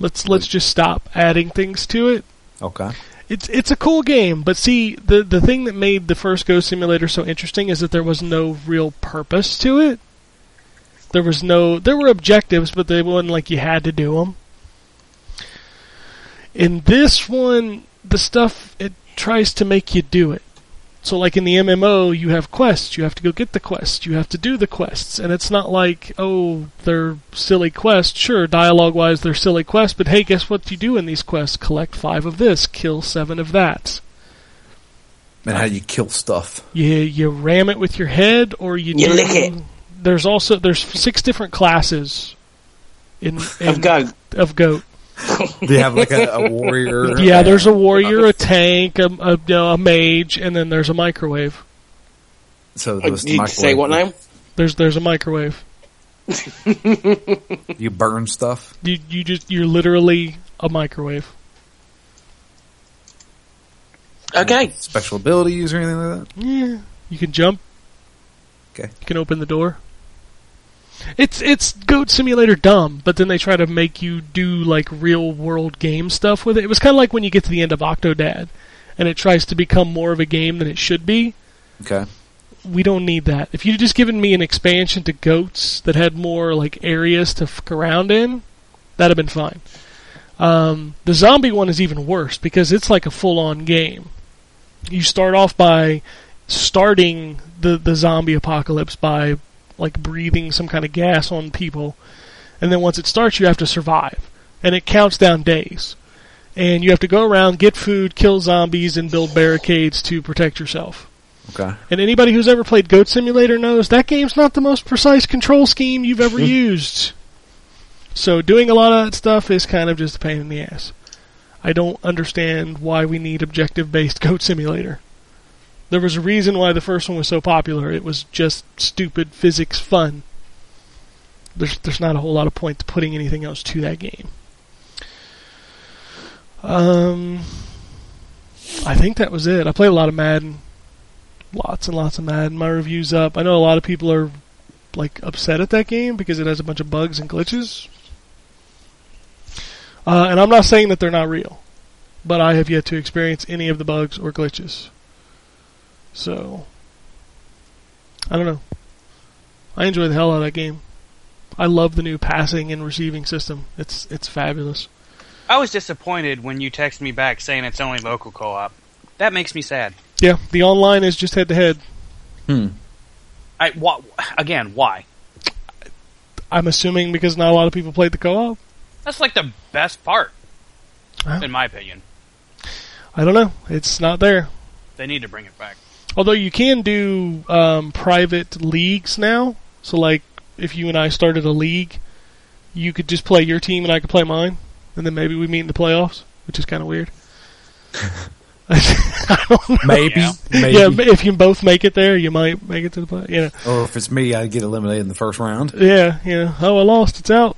C: Let's let's just stop adding things to it.
G: Okay.
C: It's it's a cool game, but see the the thing that made the first Ghost Simulator so interesting is that there was no real purpose to it. There was no there were objectives, but they wasn't like you had to do them. In this one, the stuff it tries to make you do it. So like in the MMO, you have quests, you have to go get the quests, you have to do the quests, and it's not like, oh, they're silly quests. Sure, dialogue-wise they're silly quests, but hey, guess what you do in these quests? Collect 5 of this, kill 7 of that.
G: And how you kill stuff.
C: You you ram it with your head or you,
F: You
C: do-
F: lick it.
C: There's also there's six different classes in, in
F: Of go.
C: of goat.
G: They have like a, a warrior.
C: Yeah, there's a warrior, a tank, a, a, you know, a mage, and then there's a microwave.
G: So
F: Uh,
G: those
F: Did you say
G: microwave-
F: what now?
C: There's there's a microwave.
G: You burn stuff.
C: You you just you're literally a microwave.
F: Okay.
G: Special abilities or anything like that.
C: Yeah. You can jump.
G: Okay.
C: You can open the door. It's it's Goat Simulator dumb, but then they try to make you do like real world game stuff with it. It was kind of like when you get to the end of Octodad, and it tries to become more of a game than it should be.
G: Okay.
C: We don't need that. If you'd just given me an expansion to goats that had more like areas to fuck around in, that'd have been fine. Um, the zombie one is even worse because it's like a full-on game. You start off by starting the the zombie apocalypse by like breathing some kind of gas on people, and then once it starts, you have to survive, and it counts down days, and you have to go around, get food, kill zombies, and build barricades to protect yourself.
G: Okay.
C: And anybody who's ever played Goat Simulator knows that game's not the most precise control scheme you've ever used. So doing a lot of that stuff is kind of just a pain in the ass. I don't understand why we need objective based Goat Simulator. There was a reason why the first one was so popular. It was just stupid physics fun. There's there's not a whole lot of point to putting anything else to that game. Um I think that was it. I played a lot of Madden lots and lots of Madden. My review's up. I know a lot of people are like upset at that game because it has a bunch of bugs and glitches. Uh, and I'm not saying that they're not real, but I have yet to experience any of the bugs or glitches. So I don't know. I enjoy the hell out of that game. I love the new passing and receiving system. It's it's fabulous.
E: I was disappointed when you texted me back saying it's only local co-op. That makes me sad.
C: Yeah, the online is just head to head.
G: Hmm.
E: I wh- again, why?
C: I'm assuming because not a lot of people played the co-op.
E: That's like the best part,
C: Wow.
E: in my opinion.
C: I don't know. It's not there.
E: They need to bring it back.
C: Although you can do um, private leagues now. So, like, if you and I started a league, you could just play your team and I could play mine. And then maybe we meet in the playoffs, which is kind of weird. I don't know.
G: Maybe.
E: Yeah.
G: Maybe.
C: Yeah, if you both make it there, you might make it to the play. You know.
G: Or if it's me, I get eliminated in the first round.
C: Yeah, yeah. Oh, I lost. It's out.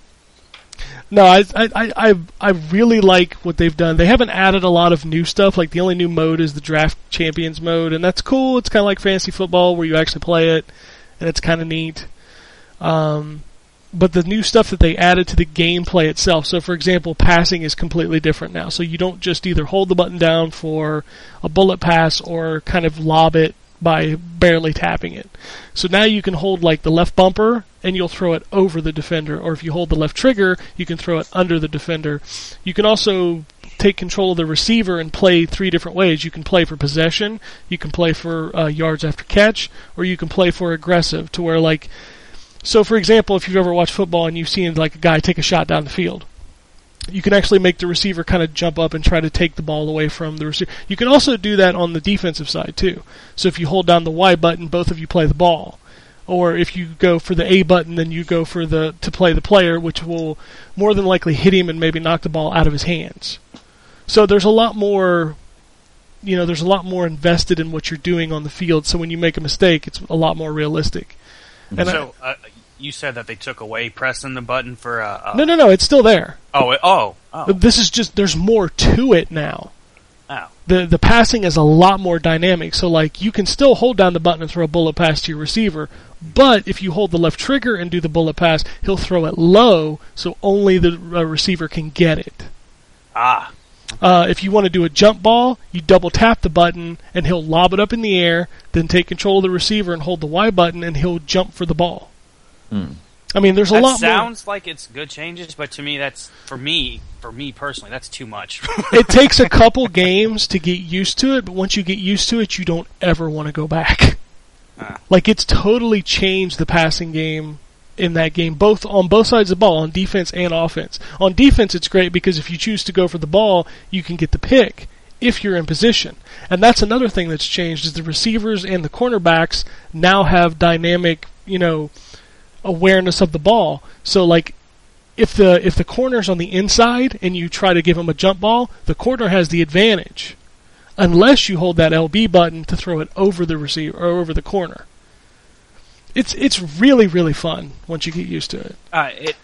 C: No, I, I, I, I- I really like what they've done. They haven't added a lot of new stuff. Like the only new mode is the draft champions mode, and that's cool. It's kind of like fantasy football where you actually play it, and it's kind of neat. Um, but the new stuff that they added to the gameplay itself. So, for example, passing is completely different now. So you don't just either hold the button down for a bullet pass or kind of lob it by barely tapping it. So now you can hold like the left bumper and you'll throw it over the defender, or if you hold the left trigger, you can throw it under the defender. You can also take control of the receiver and play three different ways. You can play for possession, you can play for uh, yards after catch, or you can play for aggressive, to where like so, for example, if you've ever watched football and you've seen like a guy take a shot down the field, you can actually make the receiver kind of jump up and try to take the ball away from the receiver. You can also do that on the defensive side too. So if you hold down the Y button, both of you play the ball. Or if you go for the A button, then you go for the to play the player, which will more than likely hit him and maybe knock the ball out of his hands. So there's a lot more you know, there's a lot more invested in what you're doing on the field, so when you make a mistake, it's a lot more realistic. And I-
E: so uh, you said that they took away pressing the button for uh, uh,
C: no, no, no, it's still there.
E: oh it- oh oh
C: This is just there's more to it now.
E: oh
C: The the passing is a lot more dynamic. So like you can still hold down the button and throw a bullet pass to your receiver, but if you hold the left trigger and do the bullet pass, he'll throw it low so only the uh, receiver can get it.
E: ah
C: Uh, if you want to do a jump ball, you double tap the button and he'll lob it up in the air, then take control of the receiver and hold the Y button and he'll jump for the ball. I mean, there's a
E: Hmm. that
C: lot more.
E: sounds like it's good changes, but to me, that's for me, for me personally, that's too much.
C: it takes a couple games to get used to it, but once you get used to it, you don't ever want to go back.
E: Ah.
C: Like it's totally changed the passing game in that game, both on both sides of the ball, on defense and offense. On defense, it's great because if you choose to go for the ball, you can get the pick if you're in position. And that's another thing that's changed is the receivers and the cornerbacks now have dynamic, you know, awareness of the ball. So like if the if the corner's on the inside and you try to give him a jump ball, the corner has the advantage, unless you hold that LB button to throw it over the receiver or over the corner. It's it's really really fun once you get used to it.
E: uh, it,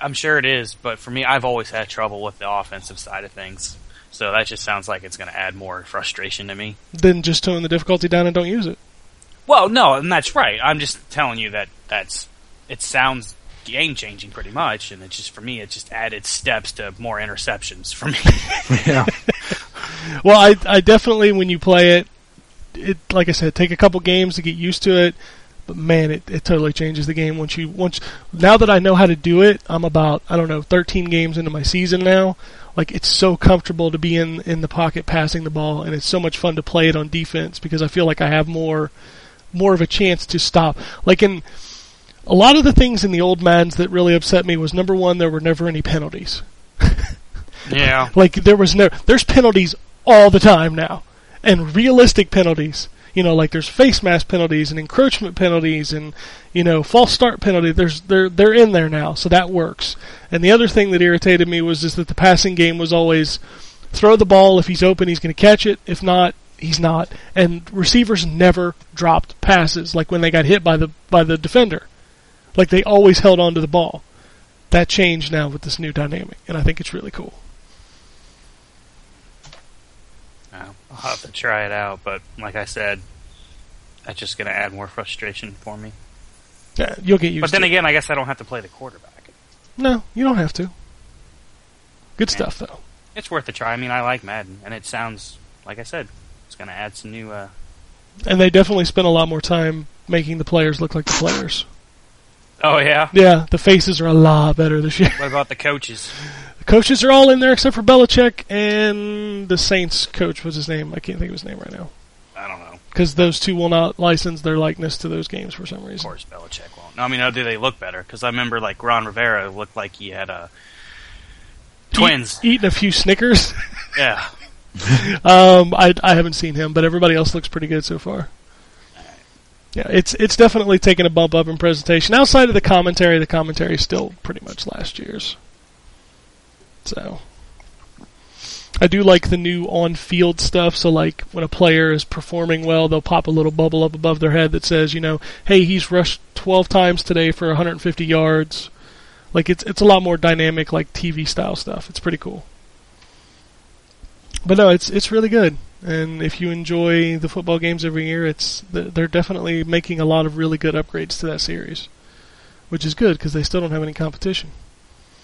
E: I'm sure it is, but for me, I've always had trouble with the offensive side of things. So that just sounds like it's going to add more frustration to me.
C: Then just tone the difficulty down and don't use it.
E: Well, no, and that's right. I'm just telling you that that's it sounds game changing pretty much, and it's just for me, it just added steps to more interceptions for me.
C: Well, I I definitely when you play it, it like I said, take a couple games to get used to it. But man, it, it totally changes the game once you once now that I know how to do it. I'm about I don't know 13 games into my season now. Like it's so comfortable to be in in the pocket passing the ball, and it's so much fun to play it on defense because I feel like I have more more of a chance to stop. Like in a lot of the things in the old mans that really upset me was number one, there were never any penalties.
E: yeah,
C: Like there was no there's penalties all the time now. And realistic penalties. You know, like there's face mask penalties and encroachment penalties and you know, false start penalty. There's they're they're in there now, so that works. And the other thing that irritated me was is that the passing game was always throw the ball if he's open he's going to catch it. If not, he's not. And receivers never dropped passes like when they got hit by the by the defender. Like they always held on to the ball. That changed now with this new dynamic, and I think it's really cool.
E: Uh, I'll have to try it out, but like I said, that's just going to add more frustration for me.
C: Yeah, you'll get used
E: But then
C: to
E: again, I guess I don't have to play the quarterback.
C: it. No, you don't have to. Good stuff, though.
E: It's worth a try. I mean, I like Madden, and it sounds like I said, it's going to add some new. Uh,
C: And they definitely spent a lot more time making the players look like the players.
E: oh yeah.
C: Yeah, the faces are a lot better this year.
E: What about the coaches?
C: The coaches are all in there except for Belichick and the Saints coach. What's his name? I can't think of his name right now.
E: I don't know.
C: Because those two will not license their likeness to those games for some
E: Of
C: reason.
E: course, Belichick won't. No, I mean, oh, do they look better? Because I remember like Ron Rivera looked like he had uh, twins.
C: Eat, eating a few Snickers.
E: Yeah.
C: Um, I I haven't seen him, but everybody else looks pretty good so far. Yeah, it's it's definitely taken a bump up in presentation. Outside of the commentary, the commentary is still pretty much last year's. So, I do like the new on-field stuff. So, like when a player is performing well, they'll pop a little bubble up above their head that says, you know, hey, he's rushed 12 times today for 150 yards. Like it's it's a lot more dynamic, like TV style stuff. It's pretty cool but no, it's it's really good. And if you enjoy the football games every year, it's they're they're definitely making a lot of really good upgrades to that series, which is good because they still don't have any competition.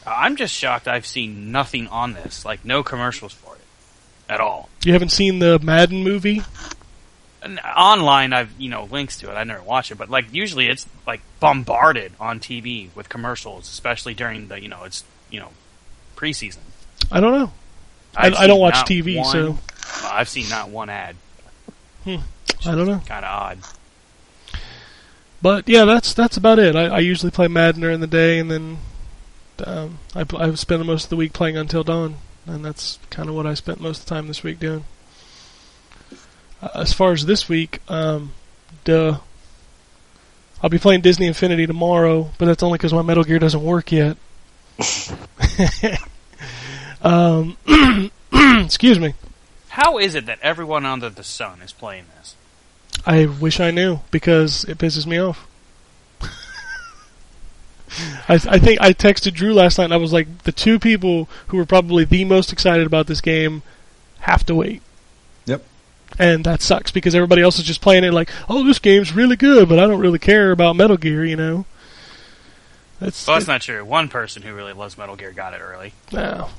E: I'm just shocked I've seen nothing on this, like no commercials for it at all.
C: You haven't seen the Madden movie?
E: And online, I've you know links to it. I never watch it, but like usually it's like bombarded on TV with commercials, especially during the you know it's you know preseason.
C: I don't know. I,
E: I've
C: I don't
E: seen
C: watch
E: not
C: TV,
E: one-
C: so
E: well, I've seen not one ad.
C: I don't know.
E: Kind of odd.
C: But yeah, that's that's about it. I, I usually play Madden during the day, and then um, I pl- I spend most of the week playing Until Dawn, and that's kind of what I spent most of the time this week doing. Uh, as far as this week, um, duh. I'll be playing Disney Infinity tomorrow, but that's only because my Metal Gear doesn't work yet. um, excuse me.
E: How is it that everyone under the sun is playing this?
C: I wish I knew because it pisses me off. I, I think I texted Drew last night and I was like, the two people who were probably the most excited about this game have to wait.
G: Yep.
C: And that sucks because everybody else is just playing it like, oh, this game's really good, but I don't really care about Metal Gear, you know? That's,
E: Well, that's not true. One person who really loves Metal Gear got it early.
C: no.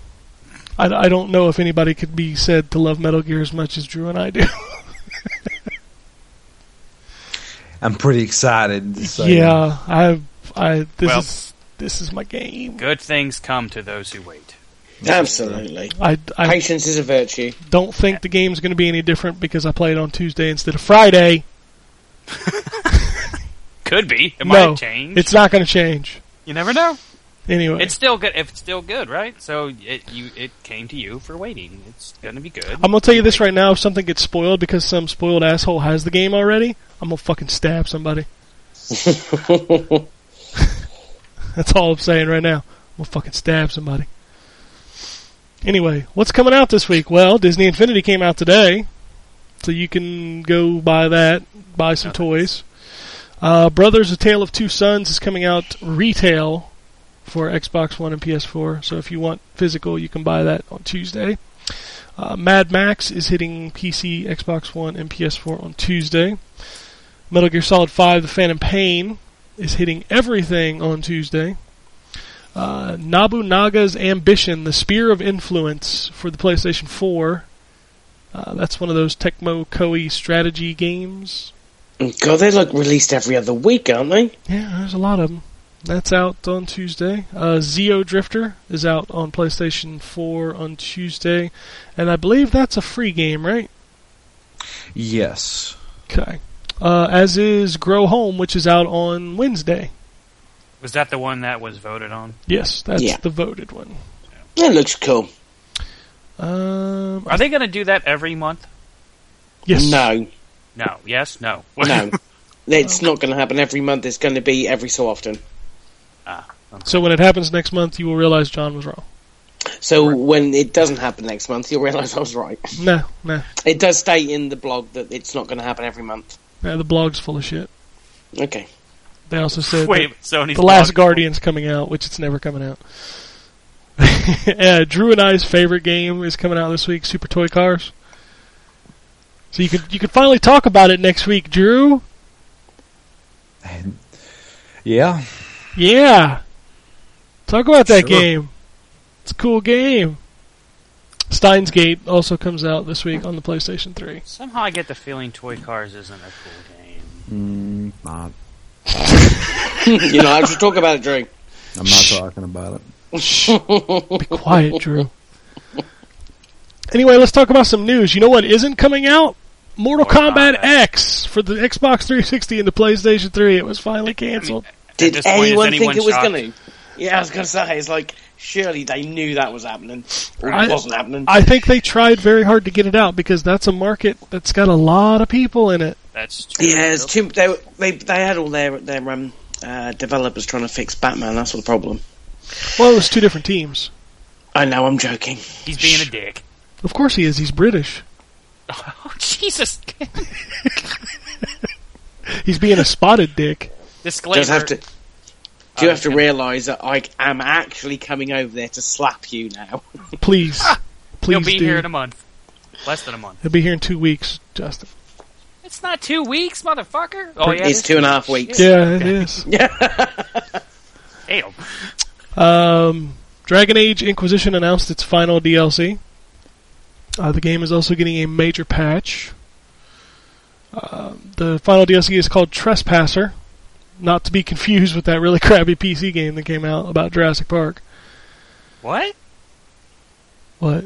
C: I, I don't know if anybody could be said to love Metal Gear as much as Drew and I do.
J: I'm pretty excited. to say that.
C: yeah, I, I, this
E: Well-
C: is this is my game.
E: Good things come to those who wait.
F: Absolutely.
C: I, I
F: Patience is a virtue.
C: don't think the game's going to be any different because I played on Tuesday instead of Friday.
E: Could be. It might
C: no,
E: have changed.
C: it's not going to change.
E: Mm. you never know.
C: Anyway,
E: It's still good. If it's still good, right? So it you it came to you for waiting. It's gonna be good.
C: I'm going to tell you this right now: if something gets spoiled because some spoiled asshole has the game already, I'm going to fucking stab somebody. That's all I'm saying right now. I'm going to fucking stab somebody. Anyway, what's coming out this week? Well, Disney Infinity came out today, so you can go buy that, buy some toys. Uh, Brothers: A Tale of Two Sons is coming out retail for Xbox One and PS4. So if you want physical, you can buy that on Tuesday. Uh, Mad Max is hitting PC, Xbox One, and PS4 on Tuesday. Metal Gear Solid 5: The Phantom Pain is hitting everything on Tuesday. Uh, Nabunaga's Ambition: The Spear of Influence for the PlayStation 4. Uh, that's one of those Tecmo Koei strategy games.
F: God, they're like released every other week, aren't they?
C: Yeah, there's a lot of them. That's out on Tuesday. Uh, Zeo Drifter is out on PlayStation 4 on Tuesday, and I believe that's a free game, right?
J: Yes.
C: Okay. Uh, as is Grow Home, which is out on Wednesday.
E: Was that the one that was voted on?
C: Yes, that's
F: Yeah.
C: the voted one.
F: That looks cool.
C: Um,
E: Are they gonna do that every month?
C: yes.
F: No,
E: No. Yes. No.
F: no. It's not going to happen every month. It's going to be every so often.
C: So when it happens next month, you will realize John was wrong.
F: So when it doesn't happen next month, you'll realise I was right.
C: No, no,
F: It does state in the blog that it's not going to happen every month.
C: no. The blog's full of shit.
F: Okay.
C: They also said that-
E: Wait. Sony's
C: The Last
E: blog-
C: Guardian's coming out, which it's never coming out. uh, Drew and I's favorite game is coming out this week, Super Toy Cars. So you could you could finally talk about it next week, Drew.
J: Yeah.
C: Yeah. Talk about
J: Sure.
C: that game. It's a cool game. Steins Gate also comes out this week on the PlayStation 3.
E: Somehow I get the feeling Toy Cars isn't a cool game.
G: Mm, not,
F: You're not allowed to talk about it, Drew.
G: I'm not talking about it.
C: Be quiet, Drew. Anyway, let's talk about some news. You know what isn't coming out? Mortal
E: Mortal
C: Kombat
E: Kombat.
C: X for the Xbox 360 and the PlayStation 3. It was finally canceled.
F: Did
E: this point, is
F: anyone
E: anyone
F: think it was
E: shocked?
F: going to? Yeah, I was going to say, it's like, surely they knew that was happening. Or it
C: I-
F: wasn't happening.
C: I think they tried very hard to get it out because that's a market that's got a lot of people in it.
E: That's true.
F: yeah, it's too, they, they, they had all their, their um, uh, developers trying to fix Batman. That's the problem.
C: Well, it was two different teams.
F: I know, I'm joking.
E: He's being a dick.
C: Of course he is. He's British.
E: Oh Jesus!
C: He's being a spotted dick.
E: Disclaimer.
F: Just have to.
E: Oh,
F: Do you have to realise that I am actually coming over there to slap you now?
C: Please, please
E: Ah, He'll be
C: do.
E: here in a month. Less than a month.
C: He'll be here in two weeks, Justin.
E: It's not two weeks, motherfucker. Oh yeah.
F: it's
E: this-
F: two and a half weeks.
C: Yeah, it is.
E: Damn.
C: Um, Dragon Age Inquisition announced its final DLC. Uh, the game is also getting a major patch. Uh, the final DLC is called Trespasser, not to be confused with that really crappy PC game that came out about Jurassic Park.
E: What?
C: What?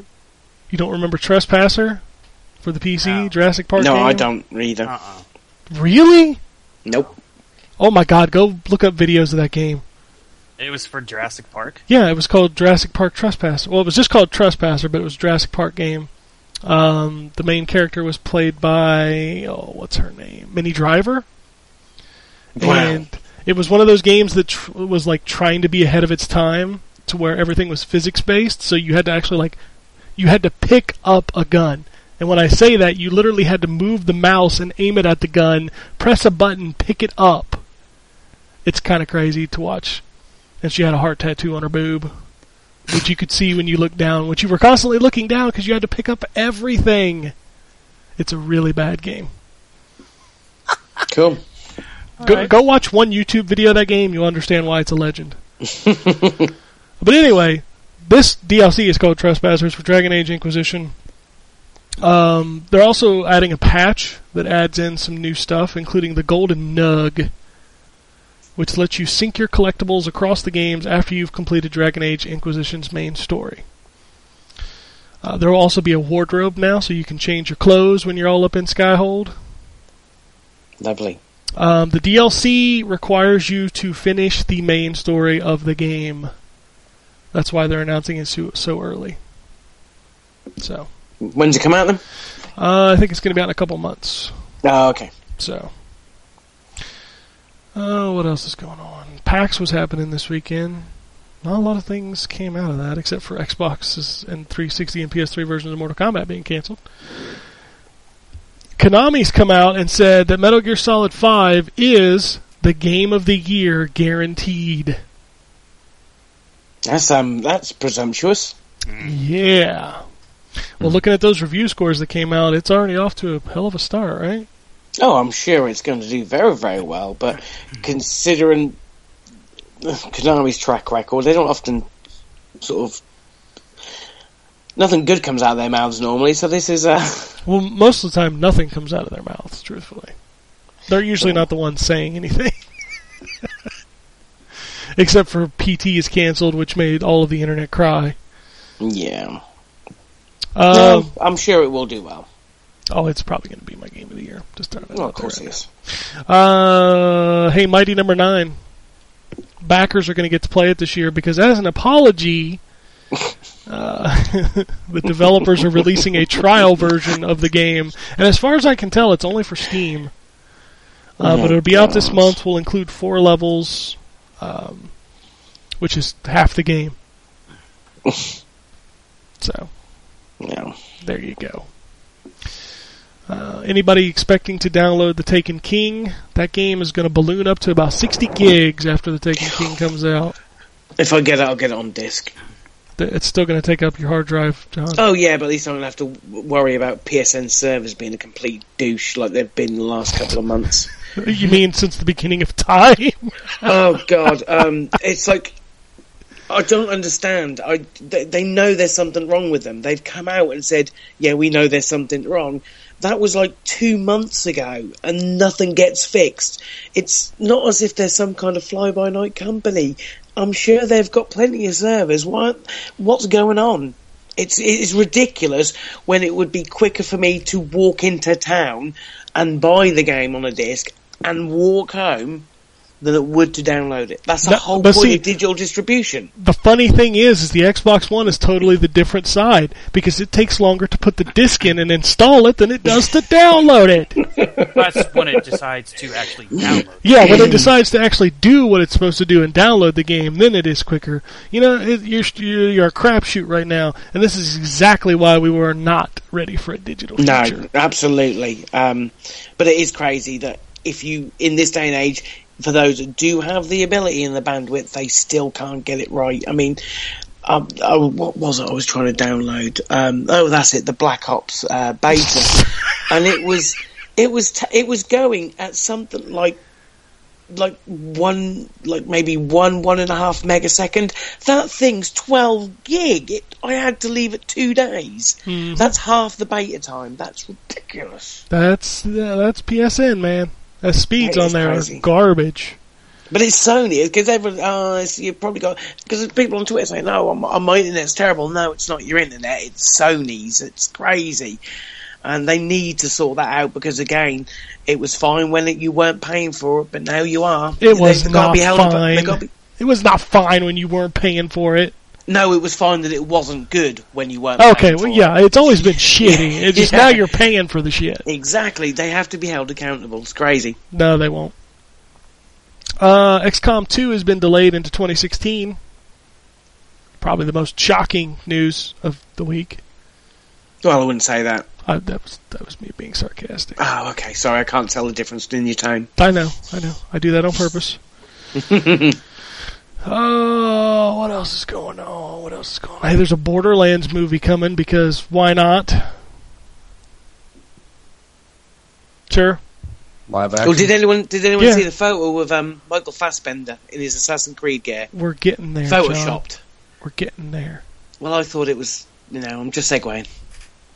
C: You don't remember Trespasser for the PC Jurassic Park?
F: no,
C: game?
F: I don't either.
C: Really?
F: Nope.
C: Oh my God! Go look up videos of that game.
E: It was for Jurassic Park.
C: Yeah, it was called Jurassic Park Trespasser. Well, it was just called Trespasser, but it was Jurassic Park game. Um, the main character was played by oh, what's her name? Minnie Driver.
F: Wow.
C: And it was one of those games that tr- was like trying to be ahead of its time, to where everything was physics based. So you had to actually like, you had to pick up a gun. And when I say that, you literally had to move the mouse and aim it at the gun, press a button, pick it up. It's kind of crazy to watch and she had a heart tattoo on her boob, which you could see when you looked down, which you were constantly looking down because you had to pick up everything. It's a really bad game.
F: Cool.
C: Go, go watch one YouTube video of that game, you'll understand why it's a legend. but anyway, this DLC is called Trespassers for Dragon Age Inquisition. Um, they're also adding a patch that adds in some new stuff, including the Golden Nug, which lets you sync your collectibles across the games after you've completed Dragon Age Inquisition's main story. Uh, there will also be a wardrobe now, so you can change your clothes when you're all up in Skyhold.
F: Lovely.
C: Um, the DLC requires you to finish the main story of the game. That's why they're announcing it so, so early. So,
F: When's it come out then?
C: uh, I think it's going to be out in a couple months.
F: Oh, okay.
C: So, uh, what else is going on? PAX was happening this weekend. Not a lot of things came out of that, except for Xboxes and 360 and PS3 versions of Mortal Kombat being canceled. Konami's come out and said that Metal Gear Solid 5 is the game of the year guaranteed.
F: That's um, that's presumptuous.
C: Yeah. Well, looking at those review scores that came out, it's already off to a hell of a start, right?
F: Oh, I'm sure it's going to do very, very well. But considering Konami's track record, they don't often sort of nothing good comes out of their mouths normally. So this is uh,
C: Well, most of the time, nothing comes out of their mouths, truthfully. They're usually not the ones saying anything. Except for PT is canceled, which made all of the internet cry.
F: yeah.
C: Um,
F: no, I'm sure it will do well.
C: Oh, it's probably going to be my game of the year. Just throwing it
F: Well,
C: out
F: of course
C: there.
F: it is.
C: Uh, hey, Mighty Number Nine. Backers are going to get to play it this year because, as an apology, uh, the developers are releasing a trial version of the game. And as far as I can tell, it's only for Steam. Uh,
F: Oh,
C: but it'll be out this
F: gosh.
C: month. Will include four levels, um, which is half the game. so
F: Yeah.
C: there you go. Uh, anybody expecting to download The Taken King? That game is going to balloon up to about 60 gigs after The Taken King comes out.
F: If I get it, I'll get it on disc.
C: Th- It's still going to take up your hard drive, John.
F: Oh yeah, but at least I'm gonna have to w- worry about PSN servers being a complete douche like they've been the last couple of months.
C: You mean since the beginning of time?
F: oh god, um, it's like I don't understand. I they, they know there's something wrong with them. They've come out and said, "Yeah, we know there's something wrong." That was like two months ago, and nothing gets fixed. It's not as if they're some kind of fly-by-night company. I'm sure they've got plenty of servers. What what's going on? It's it's ridiculous when it would be quicker for me to walk into town and buy the game on a disc and walk home than it would to download it. That's the
C: No,
F: whole
C: but
F: point
C: see-
F: of digital distribution.
C: The funny thing is, is the Xbox One is totally the different side because it takes longer to put the disc in and install it than it does to download it.
E: That's when it decides to actually download.
C: Yeah, when it decides to actually do what it's supposed to do and download the game, then it is quicker. You know, it, you're, you're you're a crapshoot right now, and this is exactly why we were not ready for a digital
F: No,
C: future.
F: absolutely. Um, but it is crazy that if you, in this day and age, for those that do have the ability and the bandwidth, they still can't get it right. I mean, um, oh, what was it I was trying to download? Um, oh, that's it, the Black Ops uh, beta, and it was, it was, t- it was going at something like like one, like maybe one, one and a half megasecond. That thing's twelve gig. It, I had to leave it two days. That's half the beta time. That's ridiculous.
C: That's yeah, that's PSN, man. The speeds
F: That is
C: on there
F: crazy.
C: are garbage.
F: But it's Sony because everyone, uh, it's- you probably got because people on Twitter saying, "No, my, my internet's terrible." No, it's not your internet; it's Sony's. It's crazy, and they need to sort that out because again, it was fine when it, you weren't paying for it, but now you are.
C: It was
F: They've gotta
C: not
F: be held up- they've
C: fine.
F: gotta be-
C: It was not fine when you weren't paying for it.
F: no, it was fine that it wasn't good when you weren't.
C: Okay,
F: paying
C: well,
F: for
C: yeah, it's always been shitty. It's just
F: Yeah.
C: now you're paying for the shit.
F: it. exactly. They have to be held accountable. It's crazy.
C: No, they won't. Uh, XCOM 2 has been delayed into 2016. Probably the most shocking news of the week.
F: Well, I wouldn't say that.
C: Uh, that was that was me being sarcastic.
F: Oh, okay. Sorry, I can't tell the difference in your tone.
C: I know, I know. I do that on purpose. Oh, what else is going on? What else is going on? Hey, there's a Borderlands movie coming because why not? Sure.
J: Live
F: Well, did anyone did anyone
C: Yeah.
F: see the photo of um, Michael Fassbender in his Assassin's Creed gear?
C: We're getting there. John.
F: Photoshopped.
C: We're getting there.
F: Well, I thought it was. You know, I'm just segueing.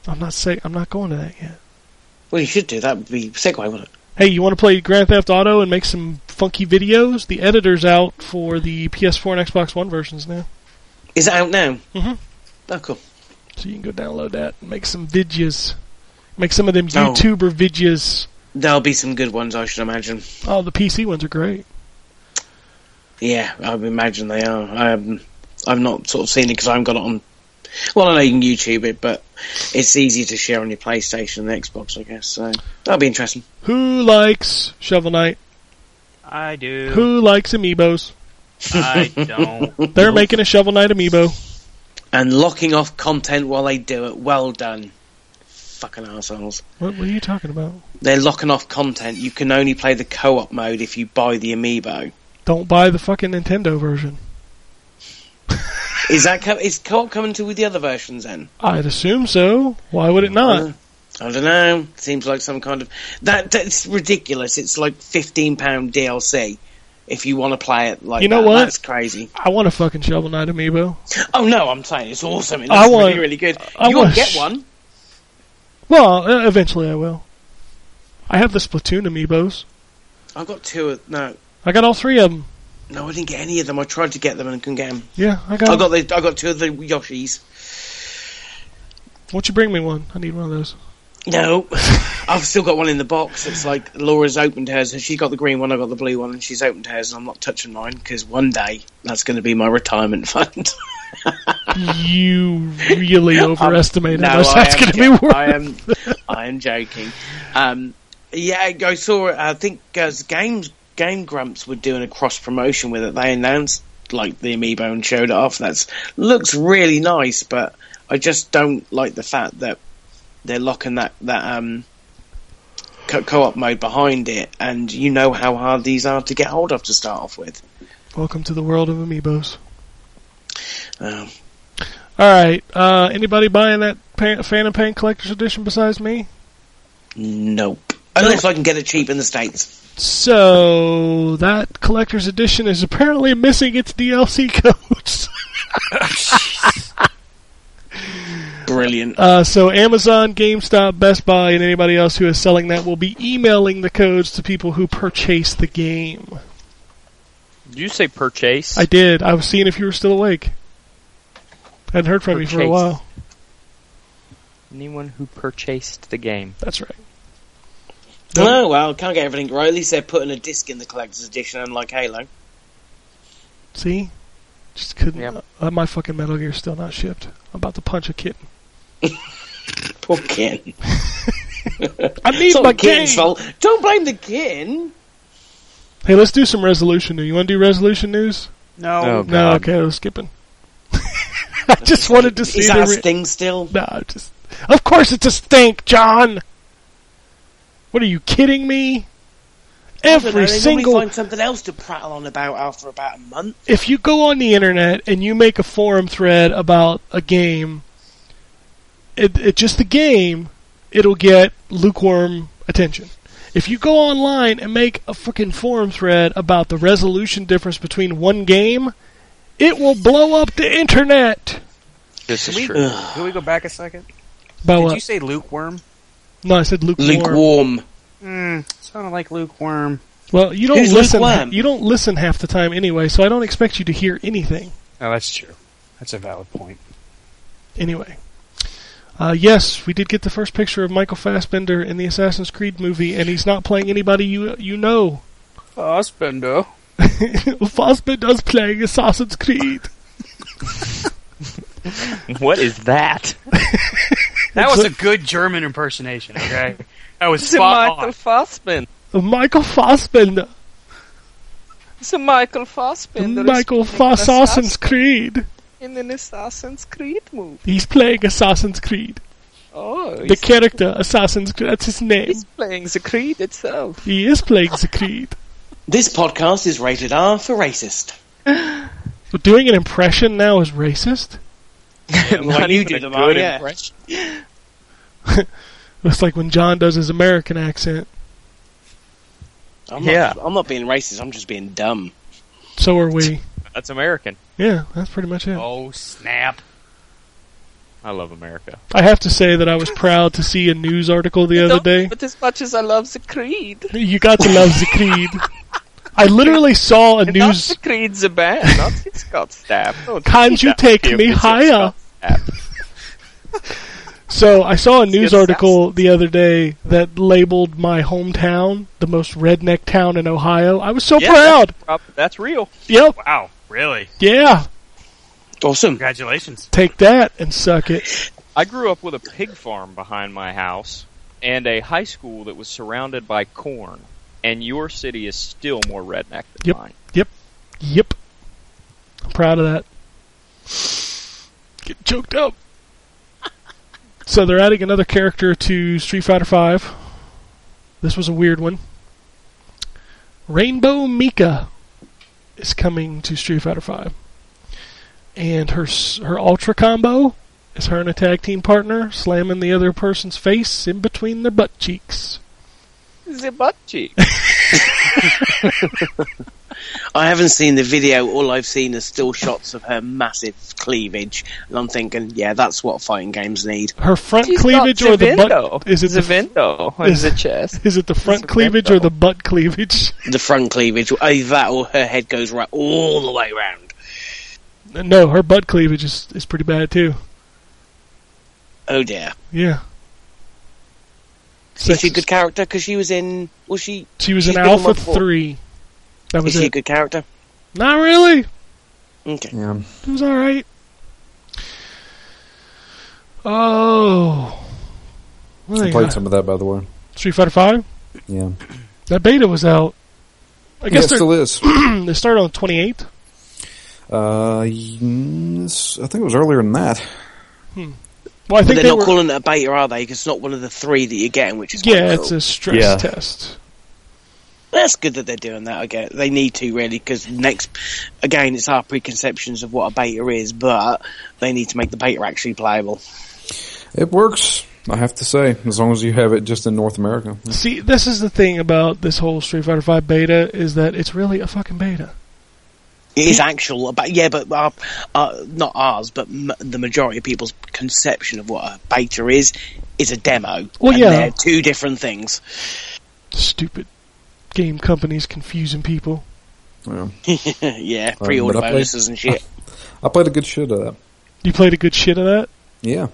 C: I'm not say I'm not going to that yet.
F: Well, you should do that. Would be segue, wouldn't it?
C: Hey, you want to play Grand Theft Auto and make some funky videos? The editor's out for the PS4 and Xbox One versions now,
F: Is it out now?
C: Mhm.
F: Oh, cool.
C: so you can go download that and make some videos. Make some of them
F: No.
C: YouTuber videos.
F: There'll be some good ones, I should imagine.
C: Oh, the PC ones are great.
F: Yeah, I would imagine they are. I haven't- I've not sort of seen it because I haven't got it on. Well, I know you can YouTube it, but it's easier to share on your PlayStation and Xbox, I guess. So that'll be interesting.
C: Who likes Shovel Knight?
E: I do.
C: Who likes amiibos?
E: I don't.
C: They're making a Shovel Knight amiibo.
F: And locking off content while they do it. Well done, fucking assholes.
C: What, what are you talking about?
F: They're locking off content. You can only play the co-op mode if you buy the amiibo.
C: Don't buy the fucking Nintendo version.
F: Is that co- is co-op coming to with the other versions then?
C: I'd assume so. Why would it not?
F: I don't know. Seems like some kind of that. That's ridiculous. It's like fifteen pound DLC if you want to play it. Like
C: You know
F: that.
C: what?
F: That's crazy.
C: I want a fucking Shovel Knight amiibo.
F: Oh no, I'm saying it's awesome. It's
C: I want-
F: really really good.
C: I
F: You'll
C: want-
F: get one.
C: Well, uh, eventually I will. I have the Splatoon amiibos.
F: I've got two. Of, no,
C: I got all three of them.
F: no, I didn't get any of them. I tried to get them and couldn't get them.
C: Yeah, I got.
F: I got the. I got two of the Yoshis.
C: Won't you bring me one? I need one of those.
F: No, I've still got one in the box. It's like Laura's opened hers, and she got the green one. I got the blue one, and she's opened hers, and I'm not touching mine because one day that's going to be my retirement fund.
C: You really overestimated
F: No,
C: us.
F: I
C: That's
F: am
C: going to be
F: jo-
C: worth.
F: I am, I am joking. Um, yeah, I saw. I think uh, games Game Grumps were doing a cross promotion with it. They announced like the amiibo and showed it off. That's looks really nice, but I just don't like the fact that they're locking that that um, co- co-op mode behind it. And you know how hard these are to get hold of to start off with.
C: Welcome to the world of amiibos.
F: Um,
C: All right. Uh, anybody buying that Pan- Phantom Pain Collector's Edition besides me?
F: nope. Unless I can get it cheap in the states.
C: So that Collector's Edition is apparently missing its DLC codes.
F: Brilliant.
C: Uh, so Amazon, GameStop, Best Buy, and anybody else who is selling that will be emailing the codes to people who purchase the game.
D: Did you say purchase?
C: I did. I was seeing if you were still awake. Hadn't heard from you for a
D: Purchase.
C: while.
D: Anyone who purchased the game.
C: That's right.
F: Oh well, can't get everything right. At least they're putting a disc in the collector's edition, unlike Halo.
C: See? Just couldn't.
D: Yep.
C: Uh, my fucking Metal Gear's still not shipped. I'm about to punch a kitten.
F: Poor Ken.
C: I need
F: It's not
C: my
F: the kitten's
C: game!
F: fault. Don't blame the kitten.
C: Hey, let's do some resolution news. You want to do resolution news?
E: No.
G: Oh,
C: No,
G: God.
C: okay, I was skipping. I just wanted to see
F: Is
C: the.
F: that a
C: Re-
F: sting still?
C: no, I just. Of course it's a stink, John! What are you kidding me?
F: I don't know,
C: Every
F: they normally
C: single
F: find something else to prattle on about after about a month.
C: if you go on the internet and you make a forum thread about a game, it, it just the game, it'll get lukewarm attention. If you go online and make a freaking forum thread about the resolution difference between one game, it will blow up the internet.
D: This is
E: Can we,
D: true.
E: can we go back a second?
C: By
E: Did
C: what?
E: you say lukewarm?
C: No, I said lukewarm.
F: Lukewarm.
E: Mm, sounded like lukewarm.
C: Well, you don't
E: Who's
C: listen.
E: lukewarm?
C: You don't listen half the time anyway, so I don't expect you to hear anything
E: Oh, that's true. That's a valid point.
C: anyway. Uh, yes, we did get the first picture of Michael Fassbender in the Assassin's Creed movie, and he's not playing anybody you you know.
E: Fassbender.
C: Fassbender's playing Assassin's Creed.
D: What is that?
E: That was a good German impersonation, okay? That was spot on.
D: Fassbender.
C: Michael Fassbender.
D: It's a Michael Fassbender.
C: Michael Assassin's Creed.
D: in an Assassin's Creed movie.
C: He's playing Assassin's Creed.
D: Oh,
C: The character Assassin's Creed. That's his name.
D: playing the Creed itself.
C: He is playing the Creed.
F: This podcast is rated R for racist.
C: But doing an impression now is racist.
F: Well, you do them all, yeah.
C: It's like when John does his American accent.
F: I'm
D: Yeah.
F: Not, I'm not being racist. I'm just being dumb.
C: So are we.
D: That's American.
C: Yeah, that's pretty much it.
E: Oh, snap.
D: I love America.
C: I have to say that I was proud to see a news article the other day.
D: But as much as I love the Creed,
C: You got to love the Creed. I literally saw a news.
D: Creed's a band, not it's got stabbed.
C: Can't you take me higher? So I saw a news
D: Yes,
C: article the other day that labeled my hometown the most redneck town in Ohio. I was so proud.
D: That's real.
C: Yep.
E: Wow, really?
C: Yeah.
F: Awesome.
E: Congratulations.
C: Take that and suck it.
D: I grew up with a pig farm behind my house and a high school that was surrounded by corn. And your city is still more redneck than
C: Yep.
D: mine.
C: Yep. I'm proud of that. Get choked up. So they're adding another character to Street Fighter Five. This was a weird one. Rainbow Mika is coming to Street Fighter Five, and her s- her ultra combo is her and a tag team partner slamming the other person's face in between their butt cheeks.
D: The butt cheek.
F: I haven't seen the video. All I've seen is still shots of her massive cleavage, and I'm thinking, yeah, that's what fighting games need.
C: Her front
D: She's
C: cleavage
D: got
C: or the
D: Zavindo.
C: butt? Is it the,
D: Zavindo on
C: is-
D: the chest.
C: is it the front
D: Zavindo.
C: cleavage or the butt cleavage?
F: The front cleavage, either that or her head goes right all the way round.
C: No, her butt cleavage is, is pretty bad too.
F: Oh dear.
C: Yeah.
F: Is she a
C: Sexist.
F: good character? Because she was in. Was she?
C: She was
F: she's
C: an
F: been in
C: Alpha
F: one before.
C: three. That was
F: is she a
C: it.
F: good character?
C: Not really.
F: Okay.
G: Yeah.
C: It was all right. Oh, What
G: I
C: they
G: played
C: got?
G: some of that, by the way.
C: Street Fighter Five.
G: Yeah.
C: That beta was out. I
G: Yeah, it
C: guess they're
G: still is.
C: they started on twenty eighth.
G: Uh, yes, I think it was earlier than that.
C: Well, I
F: But
C: think
F: they're
C: they
F: not
C: were.
F: calling it a beta, are they? 'Cause it's not one of the three that you're getting, which is quite
C: yeah,
F: cool.
C: it's a stress
G: Yeah.
C: test.
F: That's good that they're doing that. I get. They need to really because next, again, it's our preconceptions of what a beta is, but they need to make the beta actually playable.
G: It works, I have to say, as long as you have it just in North America.
C: See, this is the thing about this whole Street Fighter Five beta is that it's really a fucking beta.
F: It is actual, but yeah, but our, uh, not ours, but m- the majority of people's conception of what a beta is is a demo.
C: Well,
F: and
C: yeah.
F: they're two different things.
C: Stupid game companies confusing people.
G: Yeah.
F: yeah, pre-order
G: but I played-
F: bonuses and shit.
G: I played a good shit of that.
C: You played a good shit of that.
G: Yeah.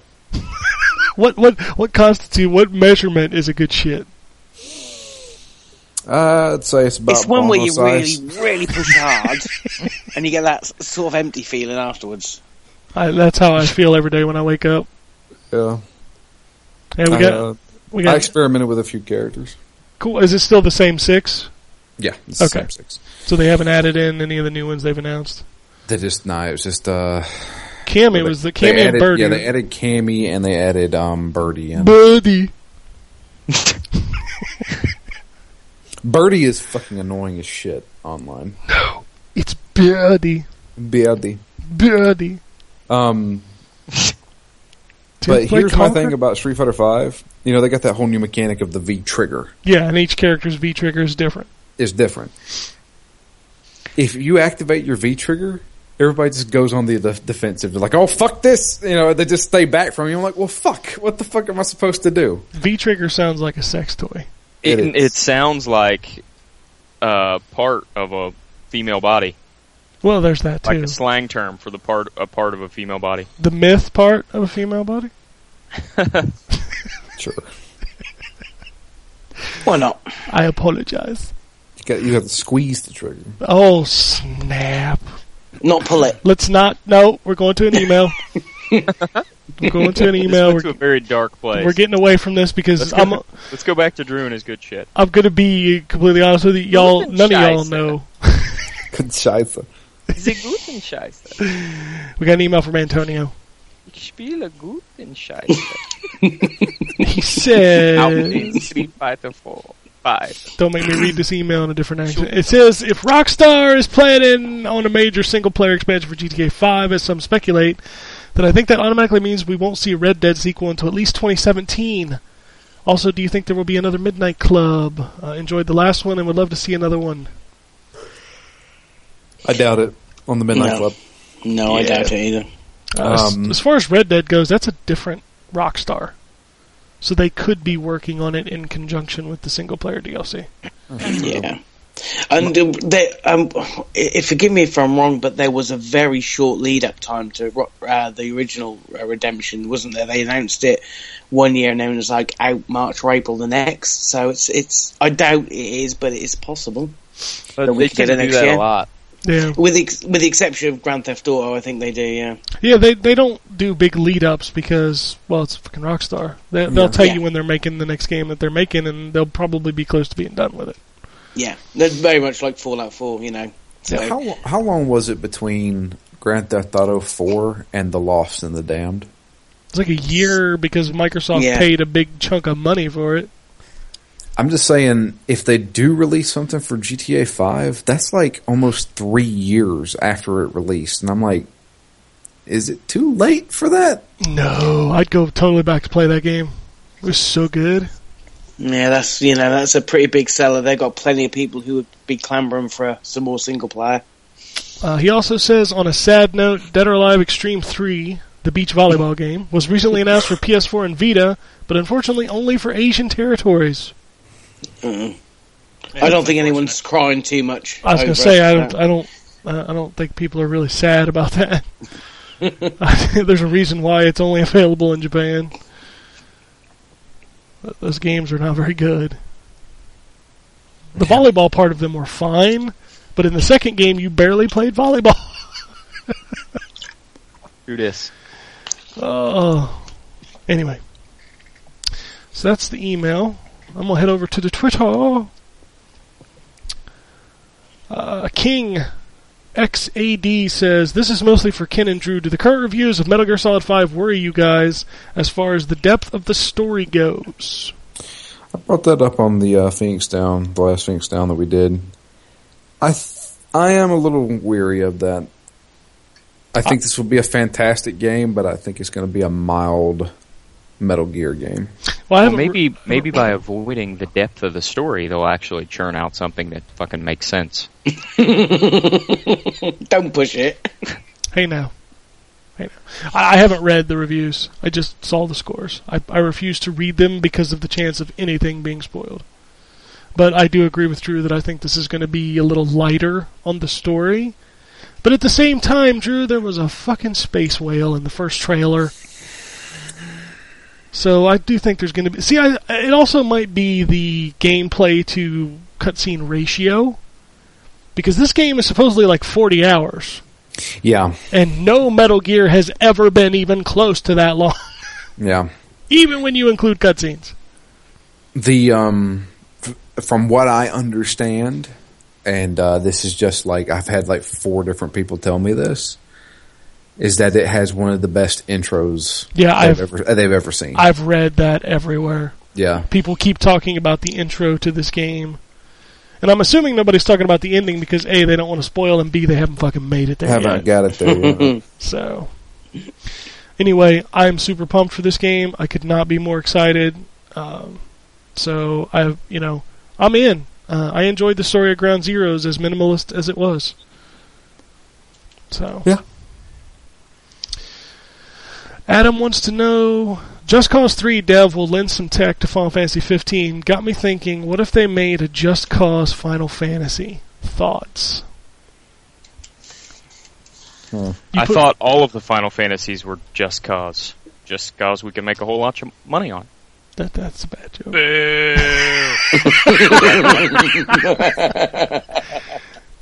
C: What what what constitute what measurement is a good shit?
G: Uh, I'd say it's about
F: It's one where
G: Bono
F: you
G: size.
F: really, really push hard, and you get that s- sort of empty feeling afterwards.
C: I, that's how I feel every day when I wake up.
G: Yeah.
C: And we
G: I,
C: got
G: uh,
C: we
G: I
C: got
G: experimented with a few characters.
C: cool. Is it still the same six?
G: Yeah. it's the
C: Okay.
G: same six.
C: So they haven't added in any of the new ones they've announced.
G: They just no, it was just uh.
C: Cammy was the
G: they
C: Cammy
G: added,
C: and Birdie.
G: Yeah, they added Cammy and they added um Birdie. And
C: Birdie.
G: Birdie is fucking annoying as shit online.
C: It's Birdie.
G: Birdie.
C: Birdie.
G: Um, But
C: play
G: here's my
C: Conker?
G: thing about Street Fighter Five. You know, they got that whole new mechanic of the V trigger
C: Yeah, and each character's V trigger is different.
G: is different. If you activate your V trigger, everybody just goes on the, the defensive. They're like, "Oh fuck this!" You know, they just stay back from you. I'm like, "Well, fuck! What the fuck am I supposed to do?"
C: V trigger sounds like a sex toy.
D: It, it, sounds like uh, part of a female body,
C: Well, there's that
D: like
C: too.
D: a slang term for the part a part of a female body.
C: the myth part of a female body.
G: Sure.
F: Why not?
C: I apologize.
G: You, got, you have to squeeze the trigger.
C: Oh snap!
F: Not pull it.
C: Let's not. No, we're going to an email. we're going to an
D: This
C: email.
D: went to
C: We're,
D: a very dark place.
C: we're getting away from this because
D: Let's
C: I'm
D: go, let's go back to Drew and his good shit.
C: I'm gonna be completely honest with you. Y'all,
D: Guten
C: none of y'all
D: Scheiße.
C: know.
G: Good scheiße.
D: Is it guten scheiße?
C: We got an email from Antonio.
D: Ich spiele guten scheiße.
C: He says,
D: Street Fighter 4. 5.
C: "Don't make me read this email in a different accent." It says, "If Rockstar is planning on a major single-player expansion for GTA 5, as some speculate, then I think that automatically means we won't see a Red Dead sequel until at least 2017." Also, do you think there will be another Midnight Club? Uh, enjoyed the last one and would love to see another one.
G: I doubt it on the Midnight
F: No.
G: Club.
F: No, I doubt it either.
C: Uh,
G: Um,
C: as, as far as Red Dead goes, that's a different Rockstar. So they could be working on it in conjunction with the single player DLC.
F: Yeah. And uh, they, um, i- forgive me if I'm wrong, but there was a very short lead up time to ro- uh, the original uh, Redemption, wasn't there? They announced it one year, and then it was like out March or April the next. So it's it's. I doubt it is, but it is possible.
D: But
F: Then we
D: they
F: can get
D: tend
F: it
D: to do
F: next
D: that
F: year.
D: a lot.
C: Yeah.
F: With the, ex- with the exception of Grand Theft Auto, I think they do. Yeah.
C: Yeah, they they don't do big lead ups because well, it's fucking Rockstar. They, they'll tell
F: Yeah.
C: you when they're making the next game that they're making, and they'll probably be close to being done with it.
F: Yeah, they're very much like Fallout 4, you know. So,
G: How, lo- how long was it between Grand Theft Auto 4 and The Lost and the Damned?
C: It's like a year because Microsoft
F: Yeah.
C: paid a big chunk of money for it.
G: I'm just saying, if they do release something for GTA 5, that's like almost three years after it released. And I'm like, is it too late for that?
C: No, I'd go totally back to play that game. It was so good.
F: yeah, that's you know that's a pretty big seller. They've got plenty of people who would be clamoring for some more single player.
C: Uh, he also says, on a sad note, Dead or Alive Extreme 3, the beach volleyball game, was recently announced for PS4 and Vita, but unfortunately only for Asian territories.
F: Mm-mm. I don't think anyone's crying too much.
C: I was going
F: over
C: to say,
F: it.
C: I don't, I don't, uh, I don't think people are really sad about that. There's a reason why it's only available in Japan. But Those games are not very good. The volleyball part of them were fine, but in the second game, you barely played volleyball.
D: Do this.
C: Oh. Anyway. So that's the email. I'm going to head over to the Twitter. Uh, King XAD says, This is mostly for Ken and Drew. Do the current reviews of Metal Gear Solid 5 worry you guys as far as the depth of the story goes?
G: I brought that up on the uh, Phoenix Down, the last Phoenix Down that we did. I th- I am a little weary of that. I think this will be a fantastic game, but I think it's going to be a mild Metal Gear game.
C: Well, I
D: Well,
C: haven't re-
D: maybe maybe by avoiding the depth of the story, they'll actually churn out something that fucking makes sense.
F: Don't push it.
C: Hey now. Hey now. I, I haven't read the reviews. I just saw the scores. I, I refuse to read them because of the chance of anything being spoiled. But I do agree with Drew that I think this is going to be a little lighter on the story. But at the same time, Drew, there was a fucking space whale in the first trailer. So I do think there's going to be. See, I, it also might be the gameplay to cutscene ratio. Because this game is supposedly like 40 hours
G: Yeah,
C: and no Metal Gear has ever been even close to that long,
G: yeah.
C: even when you include cutscenes.
G: The um, f- from what I understand, and uh, this is just like I've had like four different people tell me this, is that it has one of the best intros
C: Yeah,
G: they've
C: I've
G: ever they've ever seen.
C: I've read that everywhere.
G: yeah,
C: People keep talking about the intro to this game, and I'm assuming nobody's talking about the ending because a they don't want to spoil, and b they haven't fucking made it there
G: haven't
C: yet.
G: got it there. yet.
C: So, Anyway, I'm super pumped for this game. I could not be more excited. Um, so I, you know, I'm in. Uh, I enjoyed the story of Ground Zeroes as minimalist as it was. So
J: yeah.
C: Adam wants to know Just Cause 3 dev will lend some tech to Final Fantasy 15. Got me thinking, what if they made a Just Cause Final Fantasy? Thoughts? You
D: Hmm. I
C: put-
D: thought all of the Final Fantasies were just cause. Just cause we can make a whole lot of money on.
C: That that's a bad joke.
G: I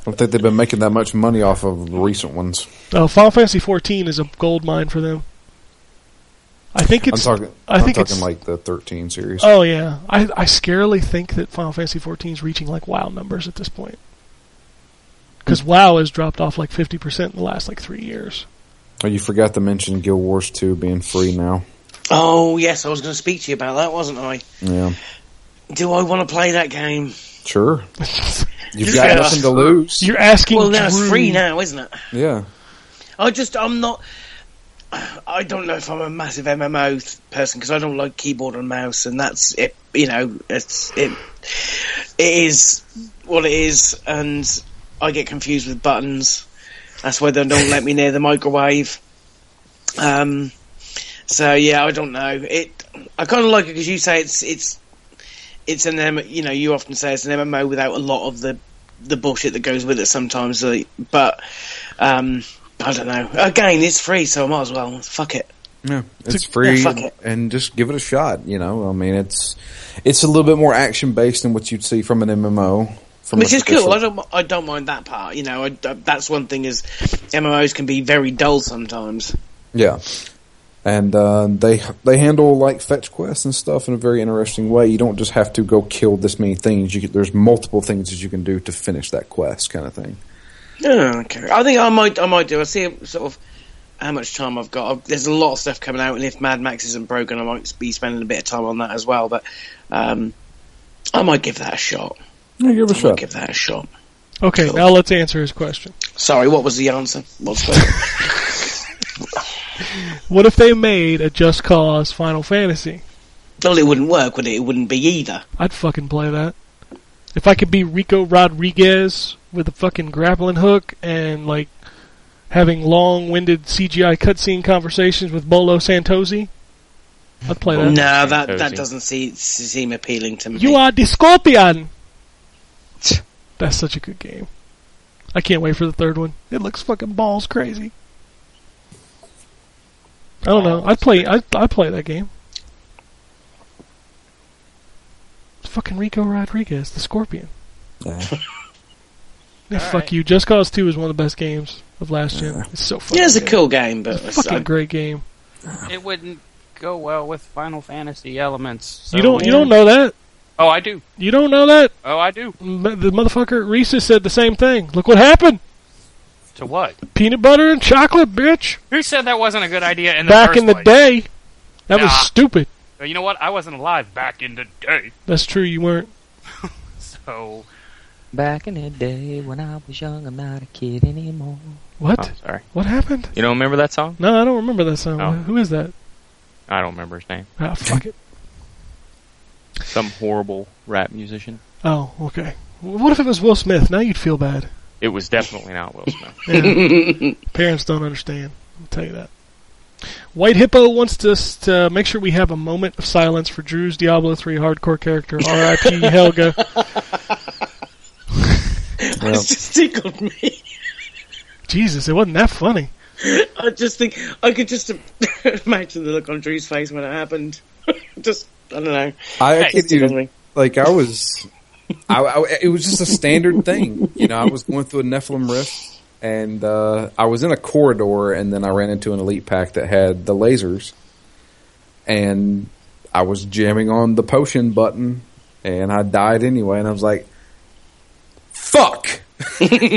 G: don't think they've been making that much money off of the recent ones.
C: Uh, Final Fantasy 14 is a gold mine for them. I think it's.
G: I'm talking.
C: I think
G: am
C: it's.
G: talking like the 13 series.
C: oh yeah, I I scarily think that Final Fantasy 14 is reaching like WoW numbers at this point. Because WoW has dropped off like 50% in the last like three years.
G: Oh, you forgot to mention Guild Wars 2 being free now.
F: Oh yes, I was going to speak to you about that, wasn't I?
G: Yeah,
F: Do I want to play that game?
G: sure. You've got
F: Yeah.
G: nothing to lose.
C: You're asking.
F: well, now it's
C: Drew-
F: free now, isn't it?
G: Yeah,
F: I just, I'm not. I don't know if I'm a massive MMO th- person because I don't like keyboard and mouse, and that's it. You know, it's it. It is what it is, and I get confused with buttons. That's why they don't let me near the microwave. Um. So yeah, I don't know. It. I kind of like it because you say it's it's it's an M. You know, you often say it's an MMO without a lot of the the bullshit that goes with it sometimes. like, But um. I don't know. Again, it's free, so I might as well. Fuck it.
G: yeah. It's
F: Yeah,
G: free,
F: fuck it.
G: and just give it a shot. You know, I mean, it's it's a little bit more action based than what you'd see from an MMO. From
F: Which
G: a
F: is cool. I
G: traditional-
F: don't. I don't mind that part. You know, I, uh, that's one thing is MMOs can be very dull sometimes.
G: Yeah, and uh, they they handle like fetch quests and stuff in a very interesting way. You don't just have to go kill this many things. You can, there's multiple things that you can do to finish that quest, kind of thing.
F: Yeah, okay. I think I might. I might do. I see sort of how much time I've got. I've, there's a lot of stuff coming out, and if Mad Max isn't broken, I might be spending a bit of time on that as well. But um, I might give that a shot.
G: Yeah, give it
F: I
G: a
F: might
G: shot.
F: give that a shot.
C: Okay, now let's answer his question.
F: Sorry, what was the answer? What's the
C: What if they made a Just Cause Final Fantasy?
F: well, it wouldn't work, would it? It wouldn't be either.
C: I'd fucking play that. If I could be Rico Rodriguez with a fucking grappling hook and like having long-winded CGI cutscene conversations with Bolo Santosi, I'd play that.
F: no, that that
D: Cozy.
F: doesn't see, seem appealing to me.
C: You are the Scorpion. That's such a good game. I can't wait for the third one. It looks fucking balls crazy. I don't know. I'd play. I I play that game. It's fucking Rico Rodriguez, the Scorpion.
G: Yeah.
C: Yeah, fuck you. Just Cause Two is one of the best games of last gen. It's so fucking.
F: Yeah, it's a
C: good.
F: cool game, but uh,
C: It's a fucking great game.
E: It wouldn't go well with Final Fantasy elements. so-
C: you don't. You don't know that.
E: Oh, I do.
C: You don't know that.
E: Oh, I do.
C: M- The motherfucker Reese's said the same thing. Look what happened.
E: To what?
C: Peanut butter and chocolate, bitch.
E: Who said that wasn't a good idea in the
C: back
E: first
C: in the
E: place?
C: day. That was
E: Nah.
C: stupid.
E: You know what? I wasn't alive back in the day,
C: That's true. You weren't.
E: so
B: Back in the day when I was young, I'm not a kid anymore.
C: What?
D: Oh, sorry.
C: What happened?
D: You don't remember that song?
C: No, I don't remember that song.
D: Oh.
C: Who is that?
D: I don't remember his name.
C: Ah, fuck it.
D: Some horrible rap musician.
C: Oh, okay. W- What if it was Will Smith? Now you'd feel bad.
D: It was definitely not Will Smith.
C: Yeah. Parents don't understand. I'll tell you that. White Hippo wants us to make sure we have a moment of silence for Drew's Diablo 3 hardcore character, R.I.P. Helga.
G: Well,
F: It's just tickled me.
C: Jesus, it wasn't that funny.
F: I just think I could just imagine the look on Drew's face when it happened. just I don't know.
G: I
F: It's
G: kid you
F: tickled me.
G: like I was, I, I- it was just a standard thing. You know, I was going through a Nephilim rift, and uh, I was in a corridor, and then I ran into an elite pack that had the lasers, and I was jamming on the potion button, and I died anyway, and I was like, "Fuck!" and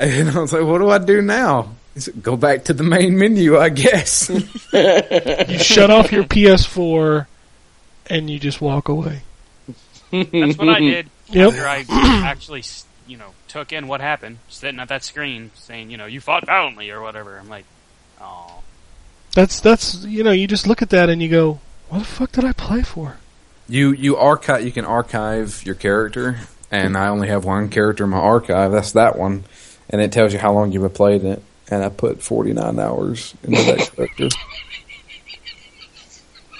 G: I was like, "What do I do now?" He said, Go back to the main menu, I guess.
C: You shut off your PS4 and you just walk away.
E: that's what I did.
C: Yep.
E: After I actually, s- you know, took in what happened, sitting at that screen, saying, you know, you fought valiantly or whatever. I'm like, Oh,
C: That's that's you know you just look at that and you go, what the fuck did I play for?
G: You you archive you can archive your character, and I only have one character in my archive. That's that one, and it tells you how long you've been playing it. And I put forty nine hours into that character.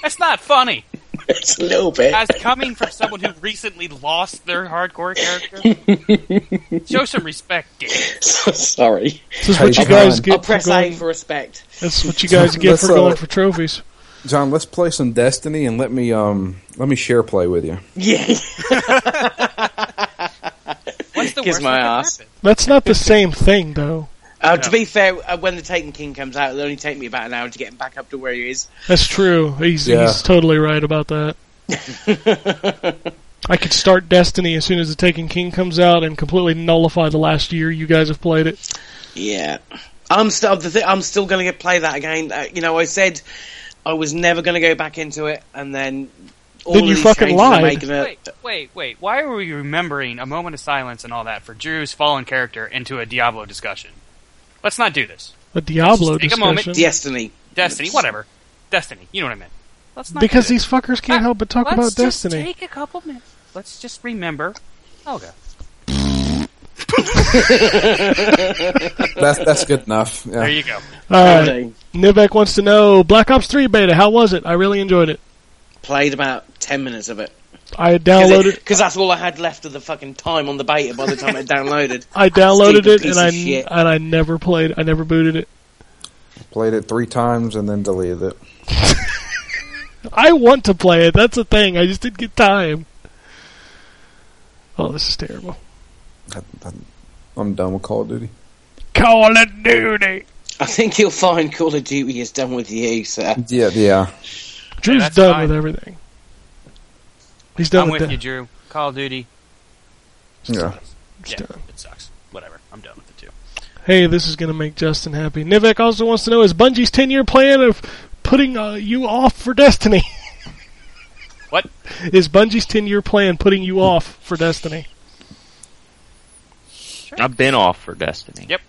E: that's not funny.
F: It's a little bit.
E: As coming from someone who recently lost their hardcore character, show some respect, Gabe.
F: Sorry.
C: This is what you guys get
F: I'll press
C: for
F: A
C: going.
F: for respect.
C: That's what you guys get for
G: Let's, uh,
C: going for trophies.
G: John, let's play some Destiny and let me um let me share play with you.
F: Yeah.
E: What's the
F: Kiss
E: worst
F: my
E: that could
F: ass.
E: happen?
C: That's not the same thing though.
F: Uh, To be fair, uh, when the Taken King comes out, it'll only take me about an hour to get him back up to where he is.
C: That's true. He's
G: Yeah.
C: he's totally right about that. I could start Destiny as soon as the Taken King comes out and completely nullify the last year you guys have played it.
F: Yeah, I'm still the th- I'm still going to play that again. Uh, you know, I said I was never going to go back into it, and then all
C: Then
F: of
C: you
F: these
C: fucking
F: changes are
C: lied.
F: making it.
E: Wait, wait, wait. Why are we remembering a moment of silence and all that for Drew's fallen character into a Diablo discussion? Let's not do this.
C: A
E: Just
C: Diablo
E: take a
C: discussion.
E: moment.
F: Destiny.
E: Destiny, whatever. Destiny, you know what I meant. Let's not
C: because
E: do
C: these fuckers can't help but talk
E: Uh, Let's
C: about
E: just
C: Destiny.
E: Take a couple minutes. Let's just remember. Olga.
G: That's that's good enough. Yeah.
E: There you go.
C: All right.
F: Everything.
C: Nivek wants to know Black Ops 3 beta. How was it? I really enjoyed it.
F: Played about ten minutes of it
C: I downloaded.
F: because that's all I had left of the fucking time on the beta by the time it downloaded.
C: I downloaded
F: Stupid
C: it
F: piece
C: and
F: of
C: I
F: shit.
C: and I never played. it. I never booted it.
G: Played it three times and then deleted it.
C: I want to play it. That's the thing. I just didn't get time. Oh, this is terrible.
G: I- I- I'm done with Call of Duty.
C: Call of Duty.
F: I think you'll find Call of Duty is done with you, sir.
G: Yeah, yeah.
C: Drew's
E: that's
C: done
E: fine.
C: with everything. He's done
E: I'm
C: with
E: with
C: the-
E: you, Drew. Call of Duty.
G: Yeah.
E: Yeah,
C: done.
E: it sucks. Whatever. I'm done with it too.
C: Hey, this is going to make Justin happy. Nivek also wants to know is Bungie's 10 year plan of putting uh, you off for Destiny?
E: What?
C: Is Bungie's 10 year plan putting you off for Destiny?
D: I've been off for Destiny.
E: Yep.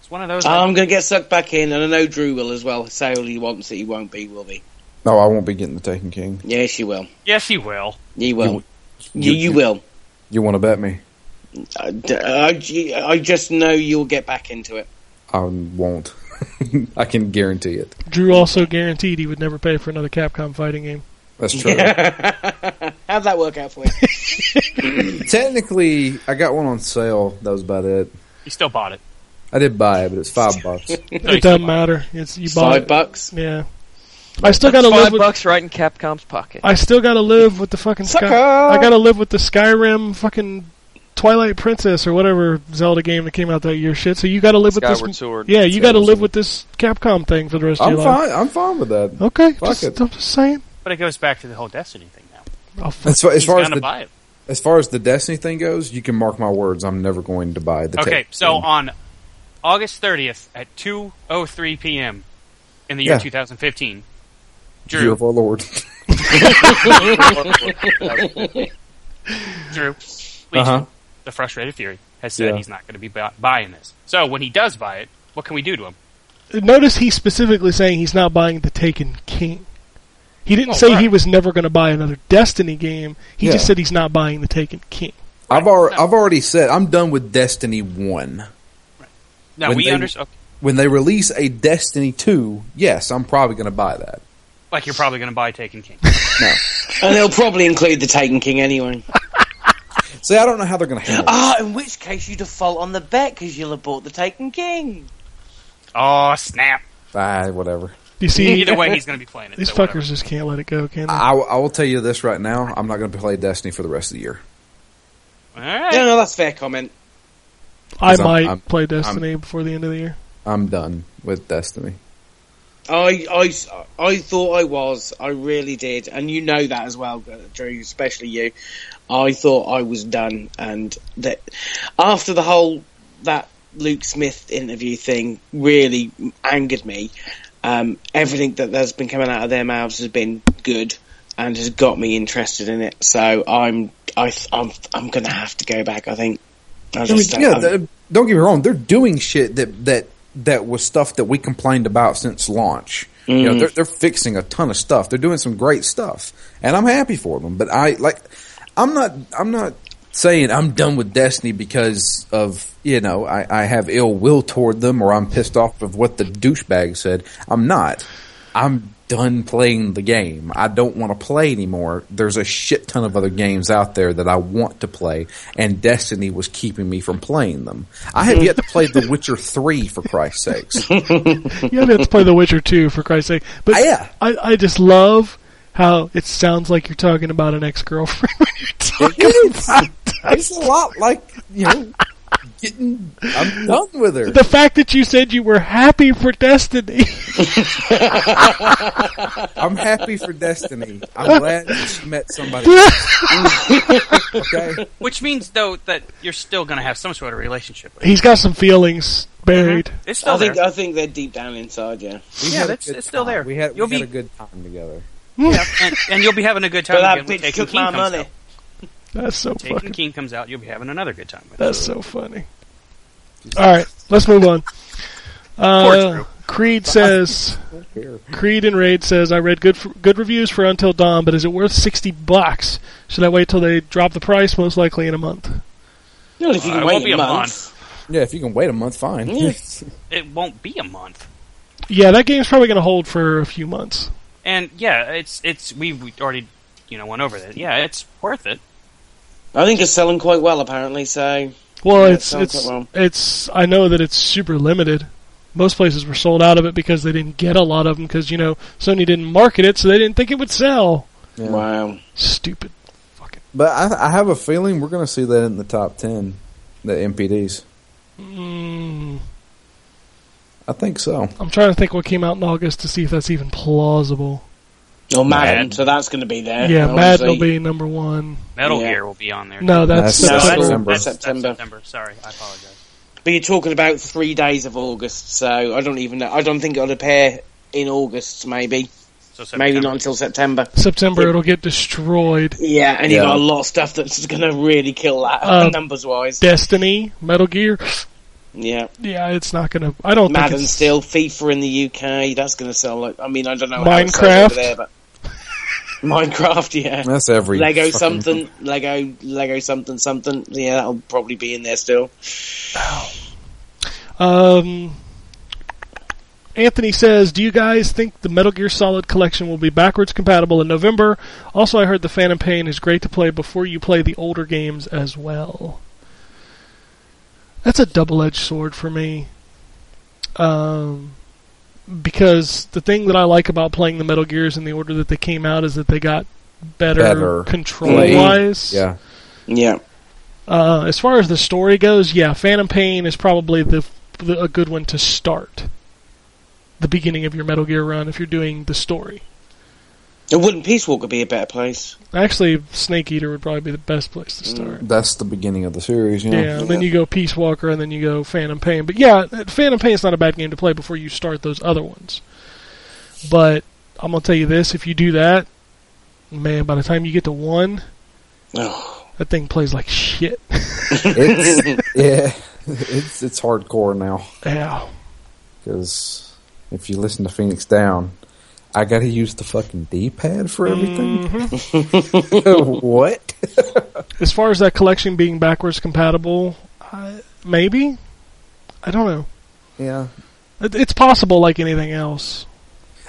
E: It's one of those.
F: I'm going to get sucked back in, and I know Drew will as well. Say all he wants that he won't be, will he?
G: No, I won't be getting the Taken King.
F: Yes, you will.
E: yes, he will.
F: You will. You,
G: You-
F: you will.
G: You want to bet me?
F: I, I- I just know you'll get back into it.
G: I won't. I can guarantee it.
C: Drew also guaranteed he would never pay for another Capcom fighting game.
G: That's true.
F: How'd that work out for you?
G: Technically, I got one on sale. That was about it.
E: He still bought it.
G: I did buy it, but it's five bucks.
E: No, he
C: it
E: still
C: doesn't
E: bought
C: matter. It's you bought
F: Five
C: it.
F: bucks?
C: Yeah. I still got to
D: That's
C: live
D: five
C: with.
D: bucks right in Capcom's pocket.
C: I still got to live with the fucking Sky-
F: Sucker!
C: I got to live with the Skyrim fucking Twilight Princess or whatever Zelda game that came out that year shit. So you got to live with
D: Skyward
C: this
D: Sword.
C: Yeah, you got to live
G: Skyward Sword.
C: with this Capcom thing for the rest of
G: I'm
C: your life.
G: fine. I'm fine with that.
C: Okay,
G: Fuck
C: just,
G: it.
C: I'm just saying.
E: But it goes back to the whole Destiny thing now.
C: I'll fuck-
G: As far, as
E: He's
G: far as
E: gonna
G: the
E: buy it.
G: as far as the Destiny thing goes, you can mark my words. I'm never going to buy the.
E: Okay,
G: Taken
E: so
G: King.
E: on August 30th at 2:03 p.m. in the year
G: Yeah.
E: 2015,
G: View
E: Drew,
G: of our Lord.
E: Drew, please,
G: Uh-huh.
E: the frustrated Fury has said
G: Yeah.
E: he's not going to be bu- buying this. So when he does buy it, what can we do to him?
C: Notice he's specifically saying he's not buying the Taken King. He didn't say he
E: right.
C: was never going to buy another Destiny game. He just
G: Oh, Yeah.
C: said he's not buying the Taken King.
G: I've already I've already said I'm done with Destiny one.
E: Now
G: When
E: we
G: they-
E: understand.
G: When they release a Destiny two, yes, I'm probably going to buy that.
E: Like you're probably going to buy Taken King.
F: And they'll probably include the Taken King anyway.
G: See, I don't know how they're going to handle. it.
F: Ah, in which case you default on the bet because you'll have bought the Taken King.
E: oh snap!
G: Ah, whatever.
C: You see,
E: Either way, he's going to be playing it.
C: these
E: so
C: fuckers
E: whatever.
C: just can't let it go, can they?
G: I, I will tell you this right now. I'm not going to play Destiny for the rest of the year.
E: All right.
F: No, no, that's a fair comment.
C: I
G: 'Cause I'm-
C: might
G: I'm-
C: play Destiny before the end of the year.
G: I'm done with Destiny.
F: I, I, I thought I was. I really did. And you know that as well, Drew, especially you. I thought I was done. And that after the whole, that Luke Smith interview thing really angered me. Um, everything that has been coming out of their mouths has been good and has got me interested in it. So I'm, I, th- I'm, I'm going to have to go back, I think. I
G: I mean,
F: just,
G: yeah,
F: I'm-
G: th- don't get me wrong. They're doing shit that that that was stuff that we complained about since launch. You know,
F: Mm.
G: they're, they're fixing a ton of stuff. They're doing some great stuff, and I'm happy for them. But I like, I'm not, I'm not saying I'm done with Destiny because of you know I, I have ill will toward them or I'm pissed off of what the douchebag said. I'm not. I'm done playing the game. I don't want to play anymore. There's a shit ton of other games out there that I want to play, and Destiny was keeping me from playing them. I have yet to play The Witcher Three for Christ's sakes.
C: yeah, let's play The Witcher 2 for Christ's sake. But yeah. I, I just love how it sounds like you're talking about an ex girlfriend.
G: It's, it's a lot like you know. Getting, I'm done with her.
C: the fact that you said you were happy for Destiny.
G: I'm happy for Destiny. I'm glad that she met somebody. else. okay.
E: Which means though that you're still going to have some sort of relationship. with
C: He's got some feelings buried.
E: it. It's still
F: I think
E: there.
F: I think they're deep down inside. Yeah,
E: Yeah, it's, it's still there.
G: We had, we
E: You'll
G: had
E: be
G: a good time together.
E: yeah, and, and you'll be having a good time
F: But that
E: again when
F: bitch
E: Taken
F: took
E: King
F: my
E: comes
F: money.
E: out.
C: That's so
E: Taken
C: fucking.
E: King comes out, you'll be having another good time with
C: That's so funny. All right, let's move on. Uh, Creed says. Creed and Raid says I read good good reviews for Until Dawn, but is it worth sixty bucks? Should I wait till they drop the price? Most likely in a month.
F: You know, if you
E: Uh,
F: can
E: it
F: wait
E: won't be
F: a
E: a
F: month.
G: Yeah, if you can wait a month, fine.
F: Yeah.
E: It won't be a month.
C: Yeah, that game's probably going to hold for a few months.
E: And yeah, it's it's we've we already you know went over that. Yeah, it's worth it.
F: I think it's selling quite well apparently. So
C: Well,
F: Yeah, it
C: it's
F: sounds
C: it's
F: like one.
C: it's. I know that it's super limited. Most places were sold out of it because they didn't get a lot of them because you know Sony didn't market it, so they didn't think it would sell.
G: Yeah.
F: wow,
C: Stupid.
G: But I, I have a feeling we're going to see that in the top ten, the MPDs.
C: Mm,
G: I think so.
C: I'm trying to think what came out in August to see if that's even plausible.
F: or Madden.
E: Madden.
F: So that's going to be there.
C: yeah, Madden will be
F: obviously.
C: number one.
E: Metal
F: Yeah.
E: Gear will be on there.
C: No,
E: too.
C: that's,
G: That's-
F: No, that's
C: September.
F: September.
G: September.
E: that's, that's September. Sorry, I apologize.
F: But you're talking about three days of August, so I don't even know. I don't think it'll appear in August. Maybe,
E: So
F: maybe
E: September.
F: not until September.
C: September it'll get destroyed.
F: Yeah, and you
G: Yeah.
F: got a lot of stuff that's going to really kill that
C: Um,
F: numbers wise.
C: Destiny, Metal Gear.
F: Yeah,
C: Yeah, it's not gonna. I don't think
F: Madden
C: it's
F: still FIFA in the UK. That's going to sell. Like, I mean, I don't know how it sells
C: Minecraft.
F: over there, but Minecraft. Yeah,
G: That's every
F: Lego
G: fucking-
F: something, Lego Lego something something. Yeah, that'll probably be in there still.
C: Um, Anthony says, "Do you guys think the Metal Gear Solid collection will be backwards compatible in November?" Also, I heard the Phantom Pain is great to play before you play the older games as well. That's a double-edged sword for me. Um, because the thing that I like about playing the Metal Gears in the order that they came out is that they got better,
G: Better.
C: control-wise.
G: Yeah,
F: Yeah,
C: Uh, as far as the story goes, yeah, Phantom Pain is probably the, the a good one to start the beginning of your Metal Gear run if you're doing the story.
F: and wouldn't Peace Walker be a better place?
C: Actually, Snake Eater would probably be the best place to start.
G: that's the beginning of the series. You
C: Yeah,
G: know?
C: and then you go Peace Walker, and then you go Phantom Pain. But yeah, Phantom Pain is not a bad game to play before you start those other ones. But I'm gonna tell you this: if you do that, man, by the time you get to one,
F: Oh,
C: that thing plays like shit.
G: It's, yeah, it's it's hardcore now
C: yeah,
G: because if you listen to Phoenix Down, I got to use the fucking D pad for everything. what?
C: as far as that collection being backwards compatible, I, maybe. I don't know.
G: Yeah,
C: It, it's possible, like anything else.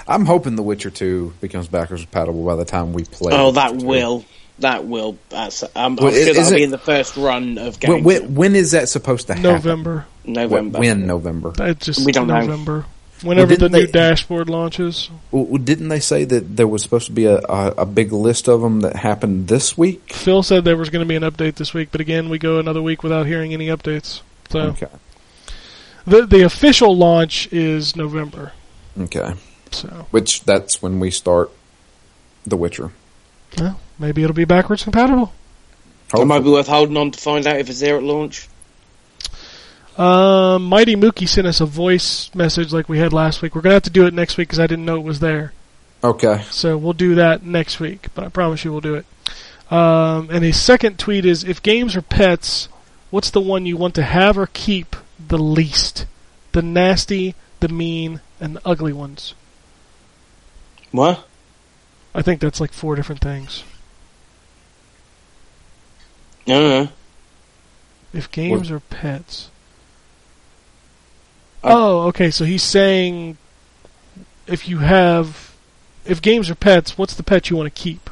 G: I'm hoping The Witcher Two becomes backwards compatible by the time we play.
F: oh,
G: The
F: that
G: Witcher 2.
F: will. That will. That's. Um,
G: Well,
F: I'm sure
G: is
F: that'll
G: it-
F: be in the first run of games.
G: When, when, when is that supposed to happen?
C: November.
F: November.
G: When November?
C: It just
F: We don't know.
C: November. Whenever the
G: didn't
C: new
G: they-
C: dashboard launches.
G: Well, well, didn't they say that there was supposed to be a, a, a big list of them that happened this week?
C: Phil said there was going to be an update this week, but again, we go another week without hearing any updates. So
G: Okay.
C: the the official launch is November.
G: Okay.
C: So
G: Which that's when we start The Witcher.
C: well, maybe it'll be backwards compatible.
F: It might be worth holding on to find out if it's there at launch.
C: Um, Mighty Mookie sent us a voice message like we had last week. We're going to have to do it next week because I didn't know it was there.
G: Okay.
C: So we'll do that next week, but I promise you we'll do it. Um, and his second tweet is if games are pets, what's the one you want to have or keep the least? the nasty, the mean, and the ugly ones.
F: What?
C: I think that's like four different things.
F: No, no.
C: If games are pets. oh, okay. So he's saying if you have if games are pets, what's the pet you want to keep?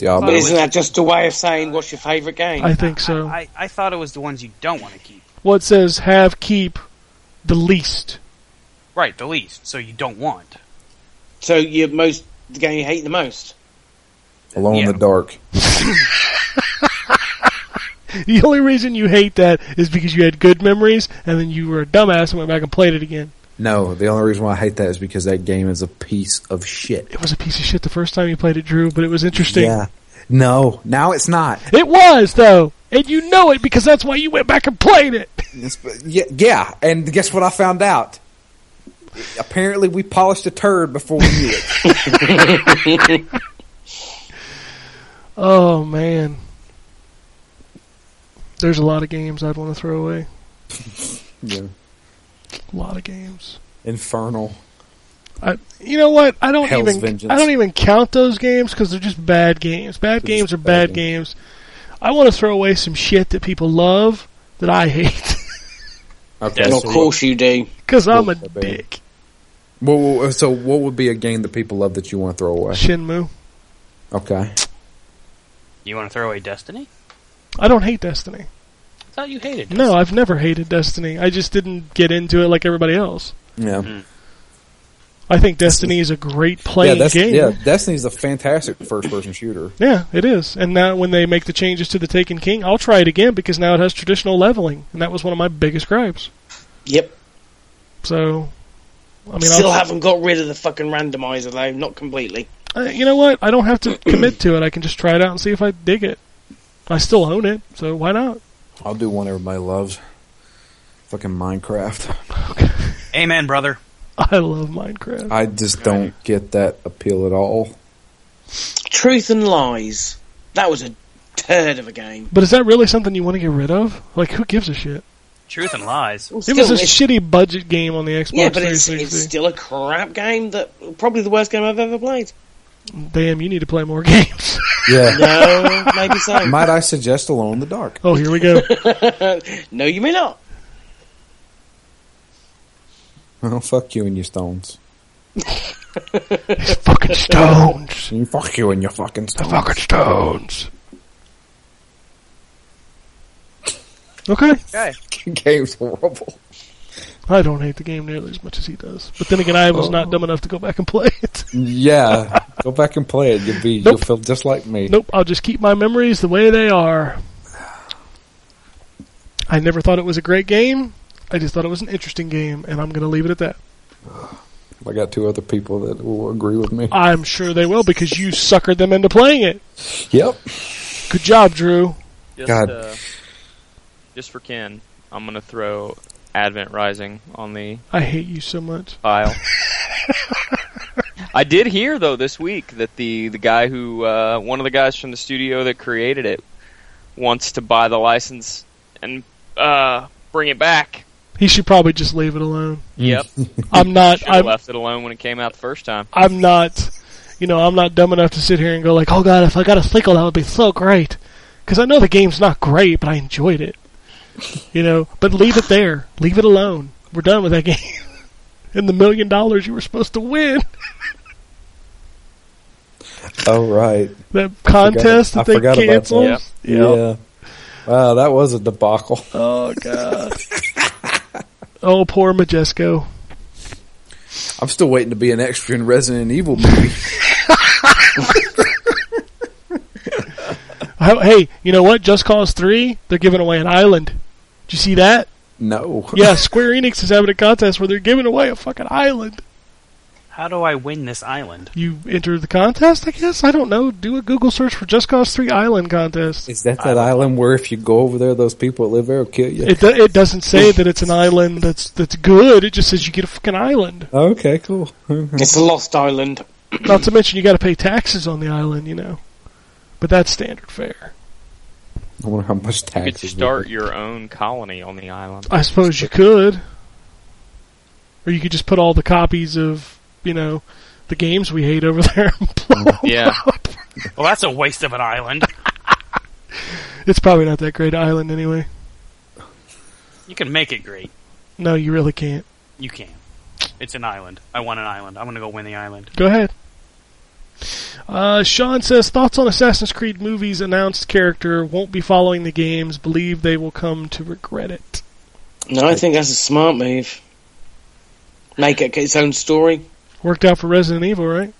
F: But isn't that just a way of saying what's your favourite game?
C: I think so.
E: I, I thought it was the ones you don't want to keep.
C: Well, it says have keep the least.
E: Right, the least. So you don't want.
F: So your most the game you hate the most.
G: Alone in the dark.
C: The only reason you hate that is because you had good memories and then you were a dumbass and went back and played it again.
G: No, the only reason why I hate that is because that game is a piece of shit.
C: It was a piece of shit the first time you played it, Drew, but it was interesting.
G: Yeah. No, now it's not.
C: It was though, and you know it because that's why you went back and played it.
G: yeah, yeah, and guess what I found out? Apparently, we polished a turd before we knew it.
C: Oh man, there's a lot of games I'd want to throw away.
G: yeah.
C: A lot of games.
G: Infernal.
C: I, you know what? I don't
G: Hell's
C: even
G: Vengeance.
C: I don't even count those games because they're just bad games. Bad games are bad games. I want to throw away some shit that people love that I hate
G: Okay.
F: And of course you do.
C: because I'm a dick.
G: Well, well, so what would be a game that people love that you want to throw away?
C: Shinmu.
G: Okay.
E: You want to throw away Destiny?
C: I don't hate Destiny.
E: I thought you hated.
C: No, I've never hated Destiny. I just didn't get into it like everybody else.
G: Yeah.
C: I think Destiny is a great playing
G: yeah, that's,
C: game.
G: Yeah, Destiny's a fantastic first-person shooter.
C: Yeah, it is. And now when they make the changes to the Taken King, I'll try it again because now it has traditional leveling, and that was one of my biggest gripes.
F: Yep.
C: So, I mean,
F: Still
C: I'll,
F: haven't got rid of the fucking randomizer though, not completely.
C: Uh, you know what? I don't have to commit to it. I can just try it out and see if I dig it. I still own it, so why not?
G: I'll do one everybody loves. Fucking Minecraft.
E: Amen, brother.
C: I love Minecraft.
G: I just don't get that appeal at all.
F: Truth and Lies. That was a turd of a game.
C: But is that really something you want to get rid of? Like, who gives a shit?
E: Truth and lies.
C: It was a shitty budget game on the Xbox
F: Yeah, but it's,
C: 360.
F: it's still a crap game that probably the worst game I've ever played.
C: Damn, you need to play more games.
G: Yeah.
F: No, maybe so.
G: Might I suggest Alone in the Dark?
C: oh, here we go.
F: no, you may not.
G: Well, Oh, fuck you and your stones.
C: fucking stones.
G: You fuck you and your fucking stones.
C: fucking stones. Okay.
E: Okay.
G: Game's horrible.
C: I don't hate the game nearly as much as he does. But then again, I was not dumb enough to go back and play it.
G: Yeah, go back and play it. You'll be
C: Nope.
G: you'll feel just like me.
C: nope, I'll just keep my memories the way they are. I never thought it was a great game. I just thought it was an interesting game, and I'm going to leave it at that.
G: I got two other people that will agree with me.
C: I'm sure they will because you suckered them into playing it.
G: Yep.
C: Good job, Drew.
D: Just,
G: God.
D: Uh, just for Ken, I'm gonna throw Advent Rising on the
C: I hate you so much.
D: aisle. I did hear though this week that the the guy who uh, one of the guys from the studio that created it wants to buy the license and uh, bring it back.
C: He should probably just leave it alone.
D: Yep,
C: I'm not.
D: should have
C: I'm,
D: left it alone when it came out the first time.
C: I'm not. You know, I'm not dumb enough to sit here and go like, "Oh God, if I got a sequel, that would be so great." Because I know the game's not great, but I enjoyed it. You know, but leave it there. Leave it alone. We're done with that game. and the million dollars you were supposed to win.
G: Oh right.
C: That contest
G: I
C: that they
G: forgot about
C: canceled.
G: that.
C: Yeah.
G: Yeah. Wow, that was a debacle.
C: Oh God. oh poor Majesco.
G: I'm still waiting to be an extra in Resident Evil movie.
C: How- Hey, you know what? Just Cause Three. They're giving away an island. Did you see that?
G: no.
C: Yeah, Square Enix is having a contest where they're giving away a fucking island.
E: How do I win this island?
C: you enter the contest, I guess. I don't know. Do a Google search for Just Cause 3 Island contest.
G: Is that that island where if you go over there, those people that live there will kill you?
C: It, do- it doesn't say that it's an island that's that's good. It just says you get a fucking island.
G: okay, cool.
F: It's a lost island.
C: Not to mention you got to pay taxes on the island, you know. But that's standard fare.
G: I wonder how much
D: You could
G: taxes. we
D: start your own colony on the island.
C: I suppose you could. Or you could just put all the copies of, you know, the games we hate over there. and blow 'em
E: Yeah.
C: up.
E: Well, that's a waste of an island.
C: It's probably not that great island anyway.
E: You can make it great.
C: No, you really can't.
E: You can. It's an island. I want an island. I'm gonna go win the island.
C: Go ahead. Uh, Sean says thoughts on Assassin's Creed movies announced character won't be following the games. Believe they will come to regret it.
F: No, I think that's a smart move. Make it its own story.
C: Worked out for Resident Evil, right?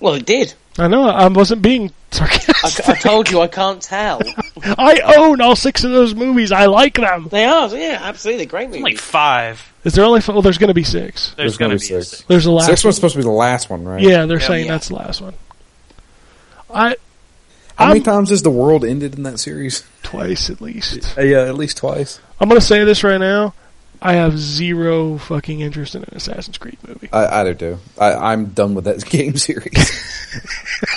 F: Well, it did.
C: I know. I wasn't being sarcastic.
F: I, I told you I can't tell.
C: I own all six of those movies. I like them.
F: They are, yeah, absolutely great movie.
E: Like five.
C: Is there only? F- well, there's going to be six.
E: There's,
G: gonna
E: gonna,
G: be
E: be.
G: six.
C: There's the last
G: Six
C: one.
G: was supposed to be the last one, right?
C: Yeah, they're
F: Yeah.
C: saying
F: Yeah.
C: that's the last one. I
G: How many
C: I'm-
G: times has the world ended in that series?
C: twice at least.
G: Yeah, at least twice.
C: I'm going to say this right now. I have zero fucking interest in an Assassin's Creed movie.
G: I, I do too. I, I'm done with that game series.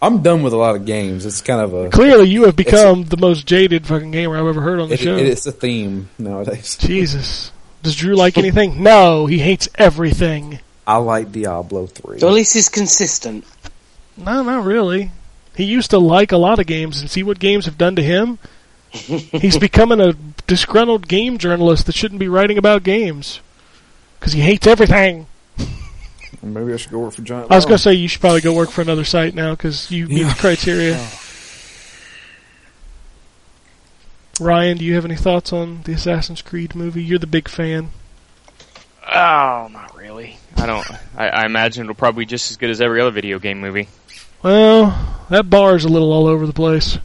G: I'm done with a lot of games. It's kind of a
C: Clearly, you have become the most jaded fucking gamer I've ever heard on the
G: it,
C: show.
G: it is a theme nowadays.
C: Jesus. Does Drew like anything? No, he hates everything.
G: I like Diablo three.
F: So at least it's consistent.
C: No, not really. He used to like a lot of games and see what games have done to him. He's becoming a disgruntled game journalist that shouldn't be writing about games because he hates everything.
G: Maybe I should go work for Giant.
C: I was going
G: Bomb.
C: to say you should probably go work for another site now because you meet the criteria.
G: Oh.
C: Ryan, do you have any thoughts on the Assassin's Creed movie? You're the big fan.
D: Oh, not really. I don't. I, I imagine it'll probably be just as good as every other video game movie.
C: Well, that bar is a little all over the place.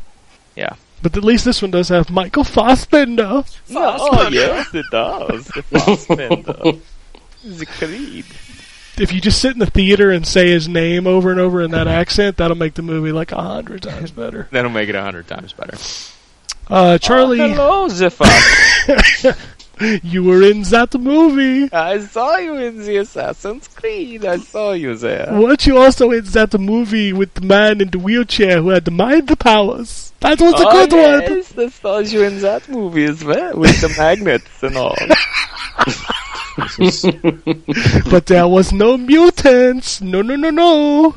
D: Yeah.
C: But at least this one does have Michael Fassbender.
D: Oh yes, it does. The Fassbender. The Creed.
C: If you just sit in the theater and say his name over and over in that accent, that'll make the movie like a hundred times better.
D: That'll make it a hundred times better.
C: Uh, Charlie,
D: Oh, Hello, Zephyr.
C: you were in that movie.
D: I saw you in the Assassin's Creed. I saw you there.
C: Weren't you also in that movie with the man in the wheelchair who had the mind powers? That was a good
D: Oh,
C: one.
D: I saw you in that movie as well, with the magnets and all.
C: But there was no mutants. No, no, no, no.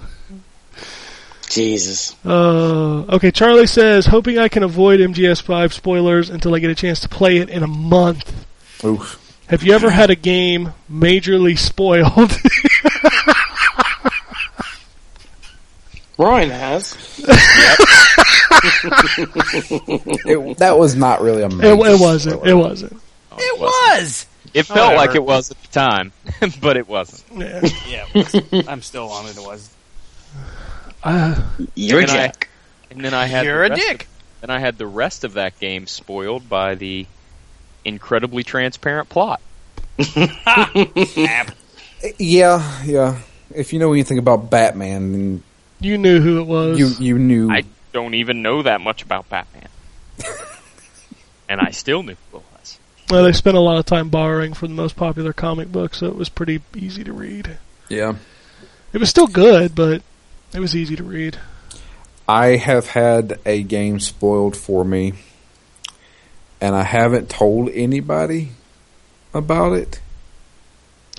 F: Jesus.
C: Uh, okay, Charlie says, hoping I can avoid MGS5 spoilers until I get a chance to play it in a month.
G: Oof.
C: Have you ever had a game majorly spoiled?
F: Ryan has.
G: It- that was not really a.
C: it, it wasn't. It wasn't.
E: It was.
D: It felt like
E: Whatever.
D: it was at the time, but it wasn't.
C: Yeah.
E: Yeah. it was. I'm still on it. It was.
C: Uh,
F: You're a
D: And I-
F: dick.
D: And then I had
E: You're
D: the
E: a
D: rest
E: dick.
D: Of, then I had the rest of that game spoiled by the incredibly transparent plot.
G: Yeah, yeah. If you know anything about Batman, then
C: you knew who it was.
G: you you knew.
D: I don't even know that much about Batman, and I still knew who it was.
C: well, Uh, they spent a lot of time borrowing from the most popular comic book, so it was pretty easy to read.
G: yeah.
C: It was still good, but it was easy to read.
G: I have had a game spoiled for me, and I haven't told anybody about it.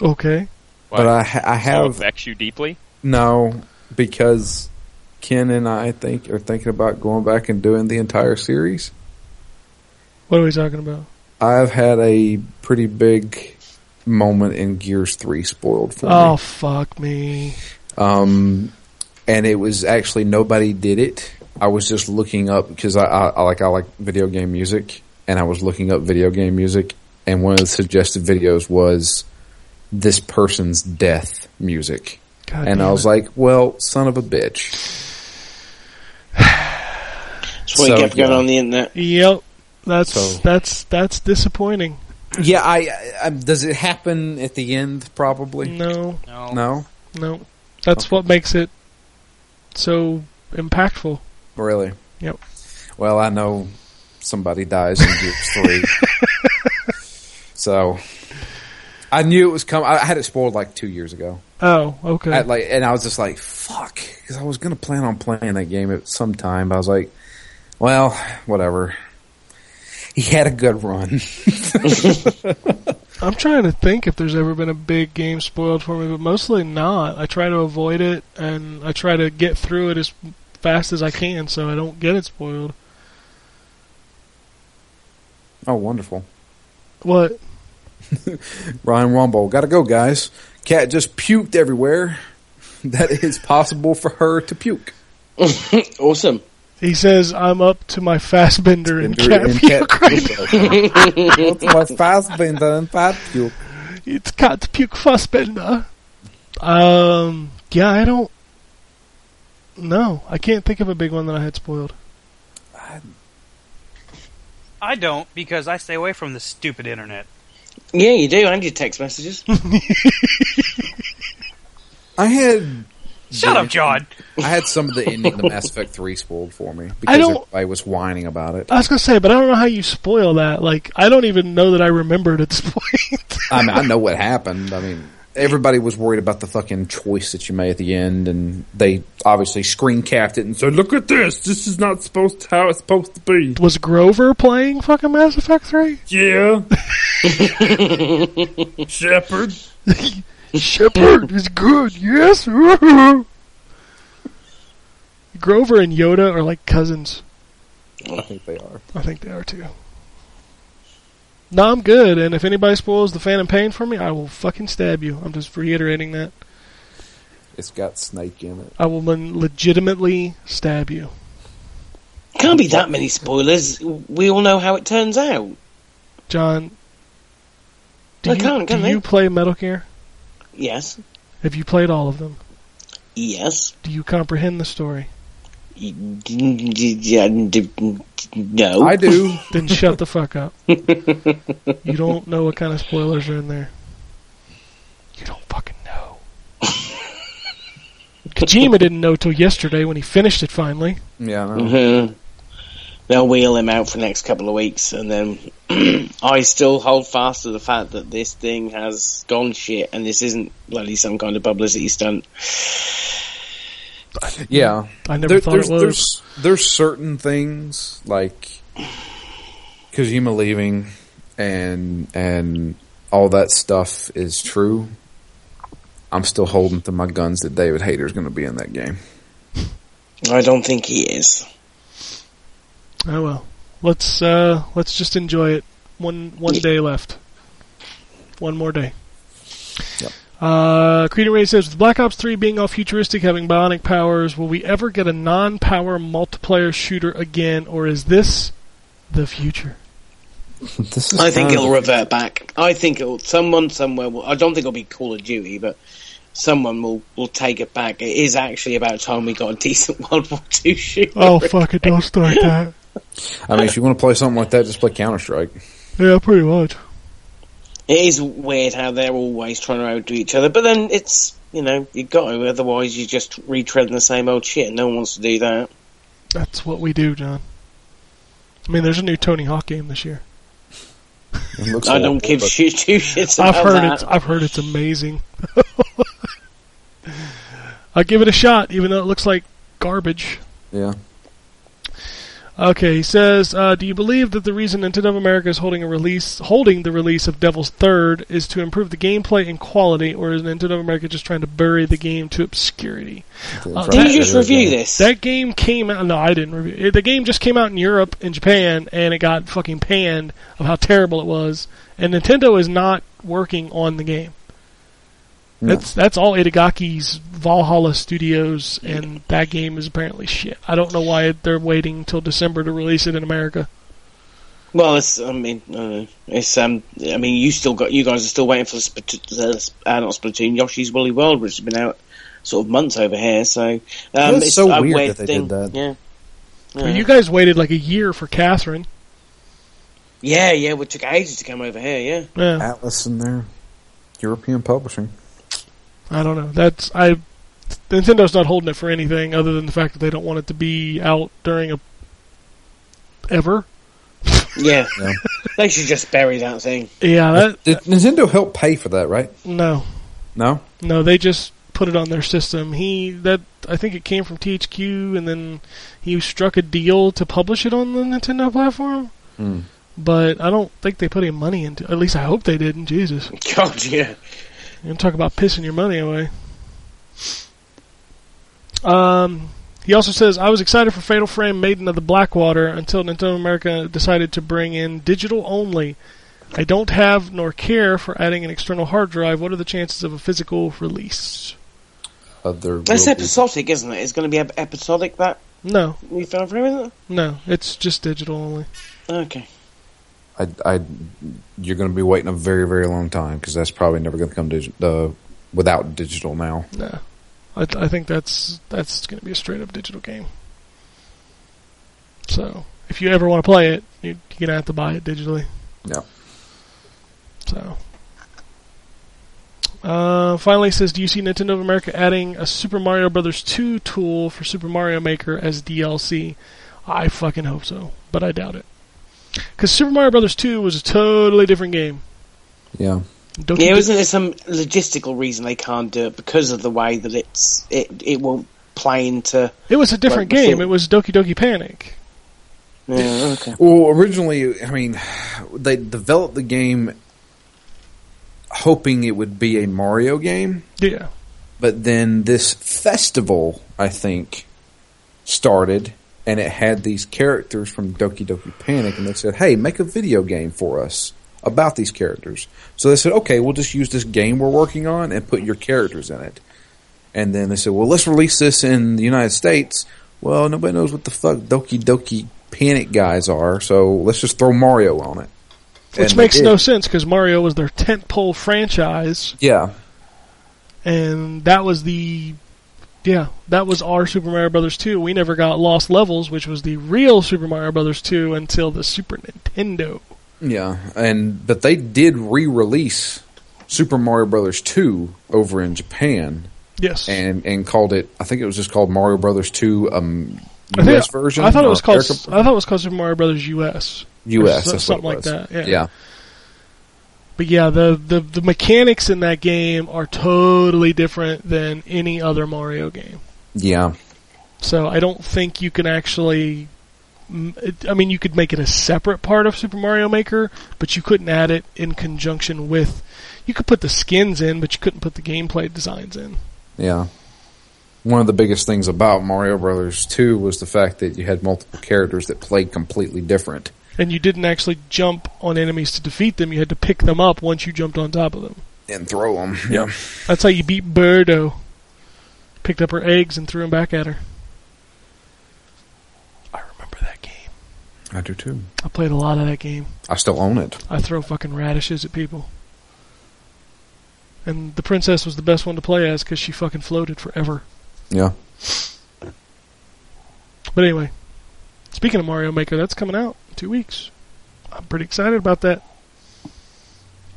C: Okay.
G: But I, ha- I
D: So it
G: have
D: affects you deeply.
G: no because Ken and I I think are thinking about going back and doing the entire series.
C: What are we talking about?
G: I've had a pretty big moment in Gears Three spoiled for
C: Oh,
G: me,
C: fuck me.
G: um, and it was actually nobody did it. I was just looking up because I, I, I like I like video game music, and I was looking up video game music, and one of the suggested videos was this person's death music,
C: God
G: and
C: damn
G: I was
C: it.
G: like, "Well, son of a bitch."
F: That's what
G: So,
F: you kept going
G: yeah.
F: on the internet.
C: Yep. That's
G: So-
C: that's that's disappointing.
G: Yeah, I, I, I does it happen at the end? Probably
C: No,
E: No.
G: no,
C: no. That's what makes it so impactful.
G: really.
C: Yep.
G: Well, I know somebody dies in Gears 3. so I knew it was coming. I had it spoiled like two years ago.
C: Oh, okay.
G: I, like, and I was just like, fuck. Because I was going to plan on playing that game at some time, but I was like, Well, whatever. He had a good run.
C: I'm trying to think if there's ever been a big game spoiled for me, but mostly not. I try to avoid it and I try to get through it as fast as I can so I don't get it spoiled.
G: oh, wonderful.
C: What?
G: Ryan Rumble, gotta go, guys. Cat just puked everywhere. That it's possible for her to puke.
F: awesome.
C: He says I'm up to my fastbender and cat
G: And
C: puke.
G: cat puke. My Fassbender and fat puke.
C: It's cat puke fastbender. Um, yeah, I don't. No, I can't think of a big one that I had spoiled.
E: I don't because I stay away from the stupid internet.
F: Yeah, you do, and your text messages.
G: I had.
E: Shut up, John.
G: I had some of the ending of Mass Effect 3 spoiled for me because
C: I don't-
G: everybody was whining about it.
C: I was gonna say, but I don't know how you spoil that. Like, I don't even know that I remembered at this point.
G: I mean, I know what happened. I mean, everybody was worried about the fucking choice that you made at the end, and they obviously screen capped it and said, "Look at this! This is not supposed to how it's supposed to be."
C: Was Grover playing fucking Mass Effect Three?
G: Yeah,
C: Shepard. Shepard is good. Yes. Grover and Yoda are like cousins.
G: I think they are.
C: I think they are too. No, I'm good. And if anybody spoils the Phantom Pain for me, I will fucking stab you. I'm just reiterating that.
G: It's got Snake in it.
C: I will mon- legitimately stab you.
F: Can't be that many spoilers. We all know how it turns out.
C: John, do
F: I
C: you,
F: can't,
C: do
F: can I?
C: you play Metal Gear?
F: Yes,
C: Have you played all of them?
F: yes.
C: Do you comprehend the story?
F: No,
G: I do.
C: Then shut the fuck up. You don't know what kind of spoilers are in there. You don't fucking know. Kojima didn't know till yesterday when he finished it finally.
G: Yeah, I know.
F: Mhm. They'll wheel him out for the next couple of weeks, and then I still hold fast to the fact that this thing has gone shit, and this isn't bloody some kind of publicity stunt.
G: yeah.
C: I never
G: There-
C: thought
G: there's,
C: it was.
G: There's, there's certain things like Kojima leaving and and all that stuff is true. I'm still holding to my guns that David Hayter's going to be in that game.
F: I don't think he is.
C: Oh well. Let's uh let's just enjoy it. One one
F: Yeah.
C: day left. One more day.
G: Yep.
C: Uh, Creator Ray says, with Black Ops 3 being all futuristic, having bionic powers, will we ever get a non-power multiplayer shooter again, or is this the future?
G: This is
F: I think
G: kind
F: it'll
G: of-
F: revert back. I think it'll someone somewhere. Will, I don't think it'll be Call of Duty, but someone will will take it back. It is actually about time we got a decent World War Two shooter.
C: Oh, fuck it, don't start that.
G: I mean, if you want to play something like that, just play Counter Strike.
C: Yeah, pretty much.
F: It is weird how they're always trying to outdo each other, but then it's you know you got to. Otherwise, you're just retreading the same old shit. and No one wants to do that.
C: That's what we do, John. I mean, there's a new Tony Hawk game this year.
G: It looks
F: I
G: horrible,
F: don't give
G: but
F: shit two shits about
C: I've heard
F: that.
C: it's I've heard it's amazing. I'll give it a shot, even though it looks like garbage.
G: Yeah,
C: Okay, he says, uh, "Do you believe that the reason Nintendo of America is holding a release, holding the release of Devil's Third, is to improve the gameplay and quality, or is Nintendo of America just trying to bury the game to obscurity?" Uh,
G: Right.
F: Did
C: that-
F: you just review this?
C: That game came out. No, I didn't review. It, the game just came out in Europe and Japan, and it got fucking panned of how terrible it was. And Nintendo is not working on the game.
G: No.
C: That's that's all Itagaki's Valhalla Studios, and that game is apparently shit. I don't know why they're waiting till December to release it in America.
F: Well, it's, I mean, I don't know. it's um, I mean, you still got you guys are still waiting for the Splat- uh, not Splatoon, Yoshi's Woolly World, which has been out sort of months over here. So um,
G: That's
F: it's
G: so
F: a
G: weird
F: weird
G: that they
F: thing.
G: did that.
F: Yeah.
C: I mean,
F: Yeah.
C: you guys waited like a year for Catherine.
F: yeah, yeah, it took ages to come over here.
C: Yeah,
G: Atlas in there, European publishing.
C: I don't know. That's I. Nintendo's not holding it for anything other than the fact that they don't want it to be out during a ever.
F: Yeah, yeah.
G: Yeah.
F: they should just bury that thing.
C: Yeah, that
G: Did Nintendo help pay for that? Right?
C: no,
G: No.
C: no. They just put it on their system. He that I think it came from THQ, and then he struck a deal to publish it on the Nintendo platform.
G: Mm.
C: But I don't think they put any money into. At least I hope they didn't. Jesus,
F: God, yeah.
C: and talk about pissing your money away. Um, he also says, I was excited for Fatal Frame Maiden of the Blackwater until Nintendo America decided to bring in digital only. I don't have nor care for adding an external hard drive. What are the chances of a physical release? Uh,
G: Other
F: That's
G: will be-
F: episodic, isn't it? It's going to be ep- episodic, that
C: No,
F: new film frame, isn't
C: no, it's just digital only.
F: it? Okay.
G: I, I, you're going to be waiting a very, very long time because that's probably never going to come digi- uh, without digital now.
C: No, I, I think that's that's going to be a straight up digital game. So if you ever want to play it, you, you're going to have to buy it digitally.
G: Yeah.
C: So. Uh, finally, it says, do you see Nintendo of America adding a Super Mario Brothers 2 tool for Super Mario Maker as DLC? I fucking hope so, but I doubt it. Because Super Mario Brothers 2 was a totally different game.
G: Yeah.
C: Don't you
F: Yeah,
C: thi-
F: isn't there some logistical reason they can't do it because of the way that it's it it won't play into?
C: it was a different
F: Well,
C: game.
F: so-
C: It was Doki Doki Panic.
F: Yeah, okay.
G: Well, originally, I mean, they developed the game hoping it would be a Mario game,
C: Yeah.
G: but then this festival, I think, started and it had these characters from Doki Doki Panic, and they said, "Hey, make a video game for us." About these characters, so they said, "Okay, we'll just use this game we're working on and put your characters in it." And then they said, "Well, let's release this in the United States." Well, nobody knows what the fuck Doki Doki Panic guys are, so let's just throw Mario on it. And
C: Which
G: they
C: makes
G: did.
C: no sense because Mario was their tentpole franchise,
G: Yeah,
C: and that was the. Yeah, that was our Super Mario Brothers 2. We never got Lost Levels, which was the real Super Mario Brothers 2 until the Super Nintendo.
G: yeah, and but they did re-release Super Mario Brothers two over in Japan,
C: Yes.
G: and and called it. I think it was just called Mario Brothers Two um,
C: I
G: U.S.
C: think-
G: version.
C: I thought it
G: or
C: was called.
G: America-
C: I thought it was called Super Mario Brothers U.S.
G: U.S.
C: so-
G: that's
C: something
G: what
C: like
G: it was.
C: that, yeah.
G: yeah,
C: But yeah, the, the the mechanics in that game are totally different than any other Mario game.
G: yeah.
C: So I don't think you can actually. m- it- I mean, you could make it a separate part of Super Mario Maker, but you couldn't add it in conjunction with. You could put the skins in, but you couldn't put the gameplay designs in.
G: Yeah. One of the biggest things about Mario Brothers 2 was the fact that you had multiple characters that played completely different.
C: And you didn't actually jump on enemies to defeat them. You had to pick them up once you jumped on top of them.
G: And throw them. Yeah.
C: That's how you beat Birdo. Picked up her eggs and threw them back at her. I remember that game.
G: I do too.
C: I played a lot of that game.
G: I still own it.
C: I throw fucking radishes at people. And the princess was the best one to play as because she fucking floated forever.
G: Yeah.
C: But anyway, speaking of Mario Maker, that's coming out in two weeks. I'm pretty excited about that.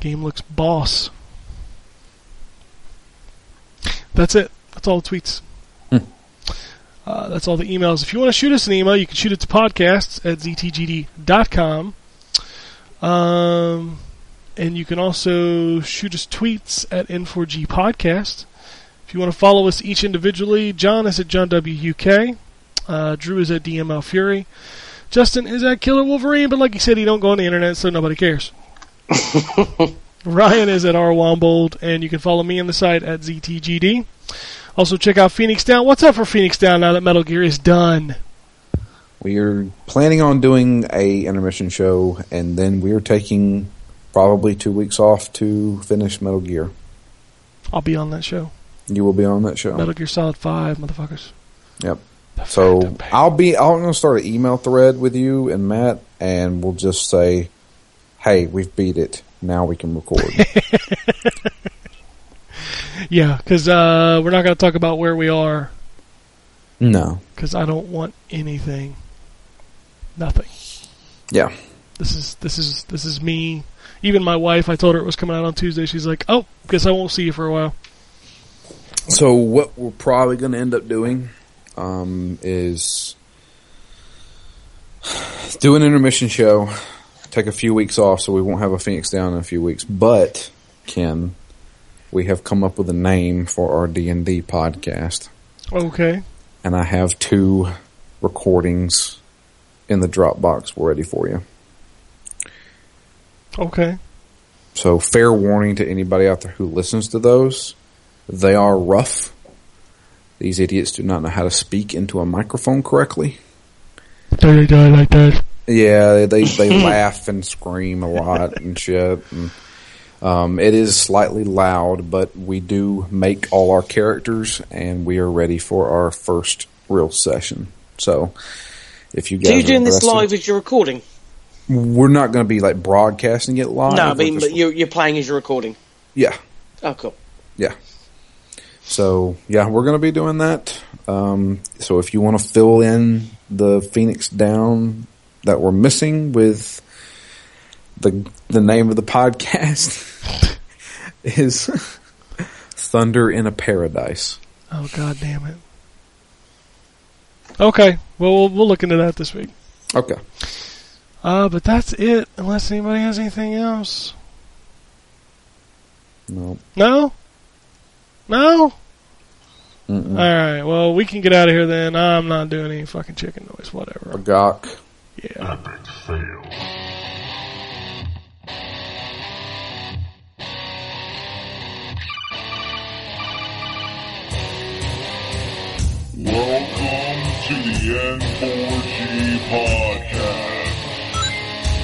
C: Game looks boss. That's it. That's all the tweets.
G: Hmm.
C: Uh, that's all the emails. If you want to shoot us an email, you can shoot it to podcasts at ztgd.com. Um, and you can also shoot us tweets at N4G Podcast. If you want to follow us each individually, John is at John W UK. Uh, Drew is at DML Fury. Justin is at Killer Wolverine, but like he said, he don't go on the internet, so nobody cares. Ryan is at R Wombold, and you can follow me on the site at ZTGD. Also, check out Phoenix Down. What's up for Phoenix Down now that Metal Gear is done?
G: We are planning on doing a intermission show and then we are taking probably 2 weeks off to finish Metal Gear.
C: I'll be on that show.
G: You will be on that show.
C: Metal Gear Solid 5, motherfuckers.
G: Yep.
C: The Phantom
G: So
C: Pain.
G: I'll be I'm gonna start an email thread with you and Matt and we'll just say, Hey, we've beat it. Now we can record.
C: Yeah, because uh, we're not going to talk about where we are,
G: no.
C: because I don't want anything. Nothing.
G: Yeah.
C: this is this is this is me. Even my wife, I told her it was coming out on Tuesday. She's like, "Oh, guess I won't see you for a while."
G: So what we're probably going to end up doing um, is do an intermission show, take a few weeks off, so we won't have a Phoenix down in a few weeks. But Ken, we have come up with a name for our D and D podcast.
C: Okay.
G: and I have two recordings in the Dropbox ready for you.
C: Okay.
G: So fair warning to anybody out there who listens to those. They are rough. These idiots do not know how to speak into a microphone correctly.
C: They die like that.
G: Yeah, they they laugh and scream a lot and shit. And, um, it is slightly loud, but we do make all our characters, and we are ready for our first real session. So, if you guys
F: So you're
G: are
F: doing this
G: interested-
F: live as you're recording?
G: We're not going to be like broadcasting it live.
F: no, I
G: We're
F: mean,
G: just-
F: but you're, you're playing as you're recording.
G: yeah,
F: Oh, cool.
G: yeah. So yeah, we're going to be doing that. Um, so if you want to fill in the Phoenix Down that we're missing with the the name of the podcast is Thunder in a Paradise.
C: Oh god damn it. Okay. Well, we'll we'll look into that this week.
G: Okay.
C: Uh, but that's it. Unless anybody has anything else.
G: No.
C: No. No. All
G: Mm-mm.
C: right. Well, we can get out of here then. I'm not doing any fucking chicken noise. Whatever.
G: Bagok.
C: Yeah.
K: Welcome to the N4G Podcast.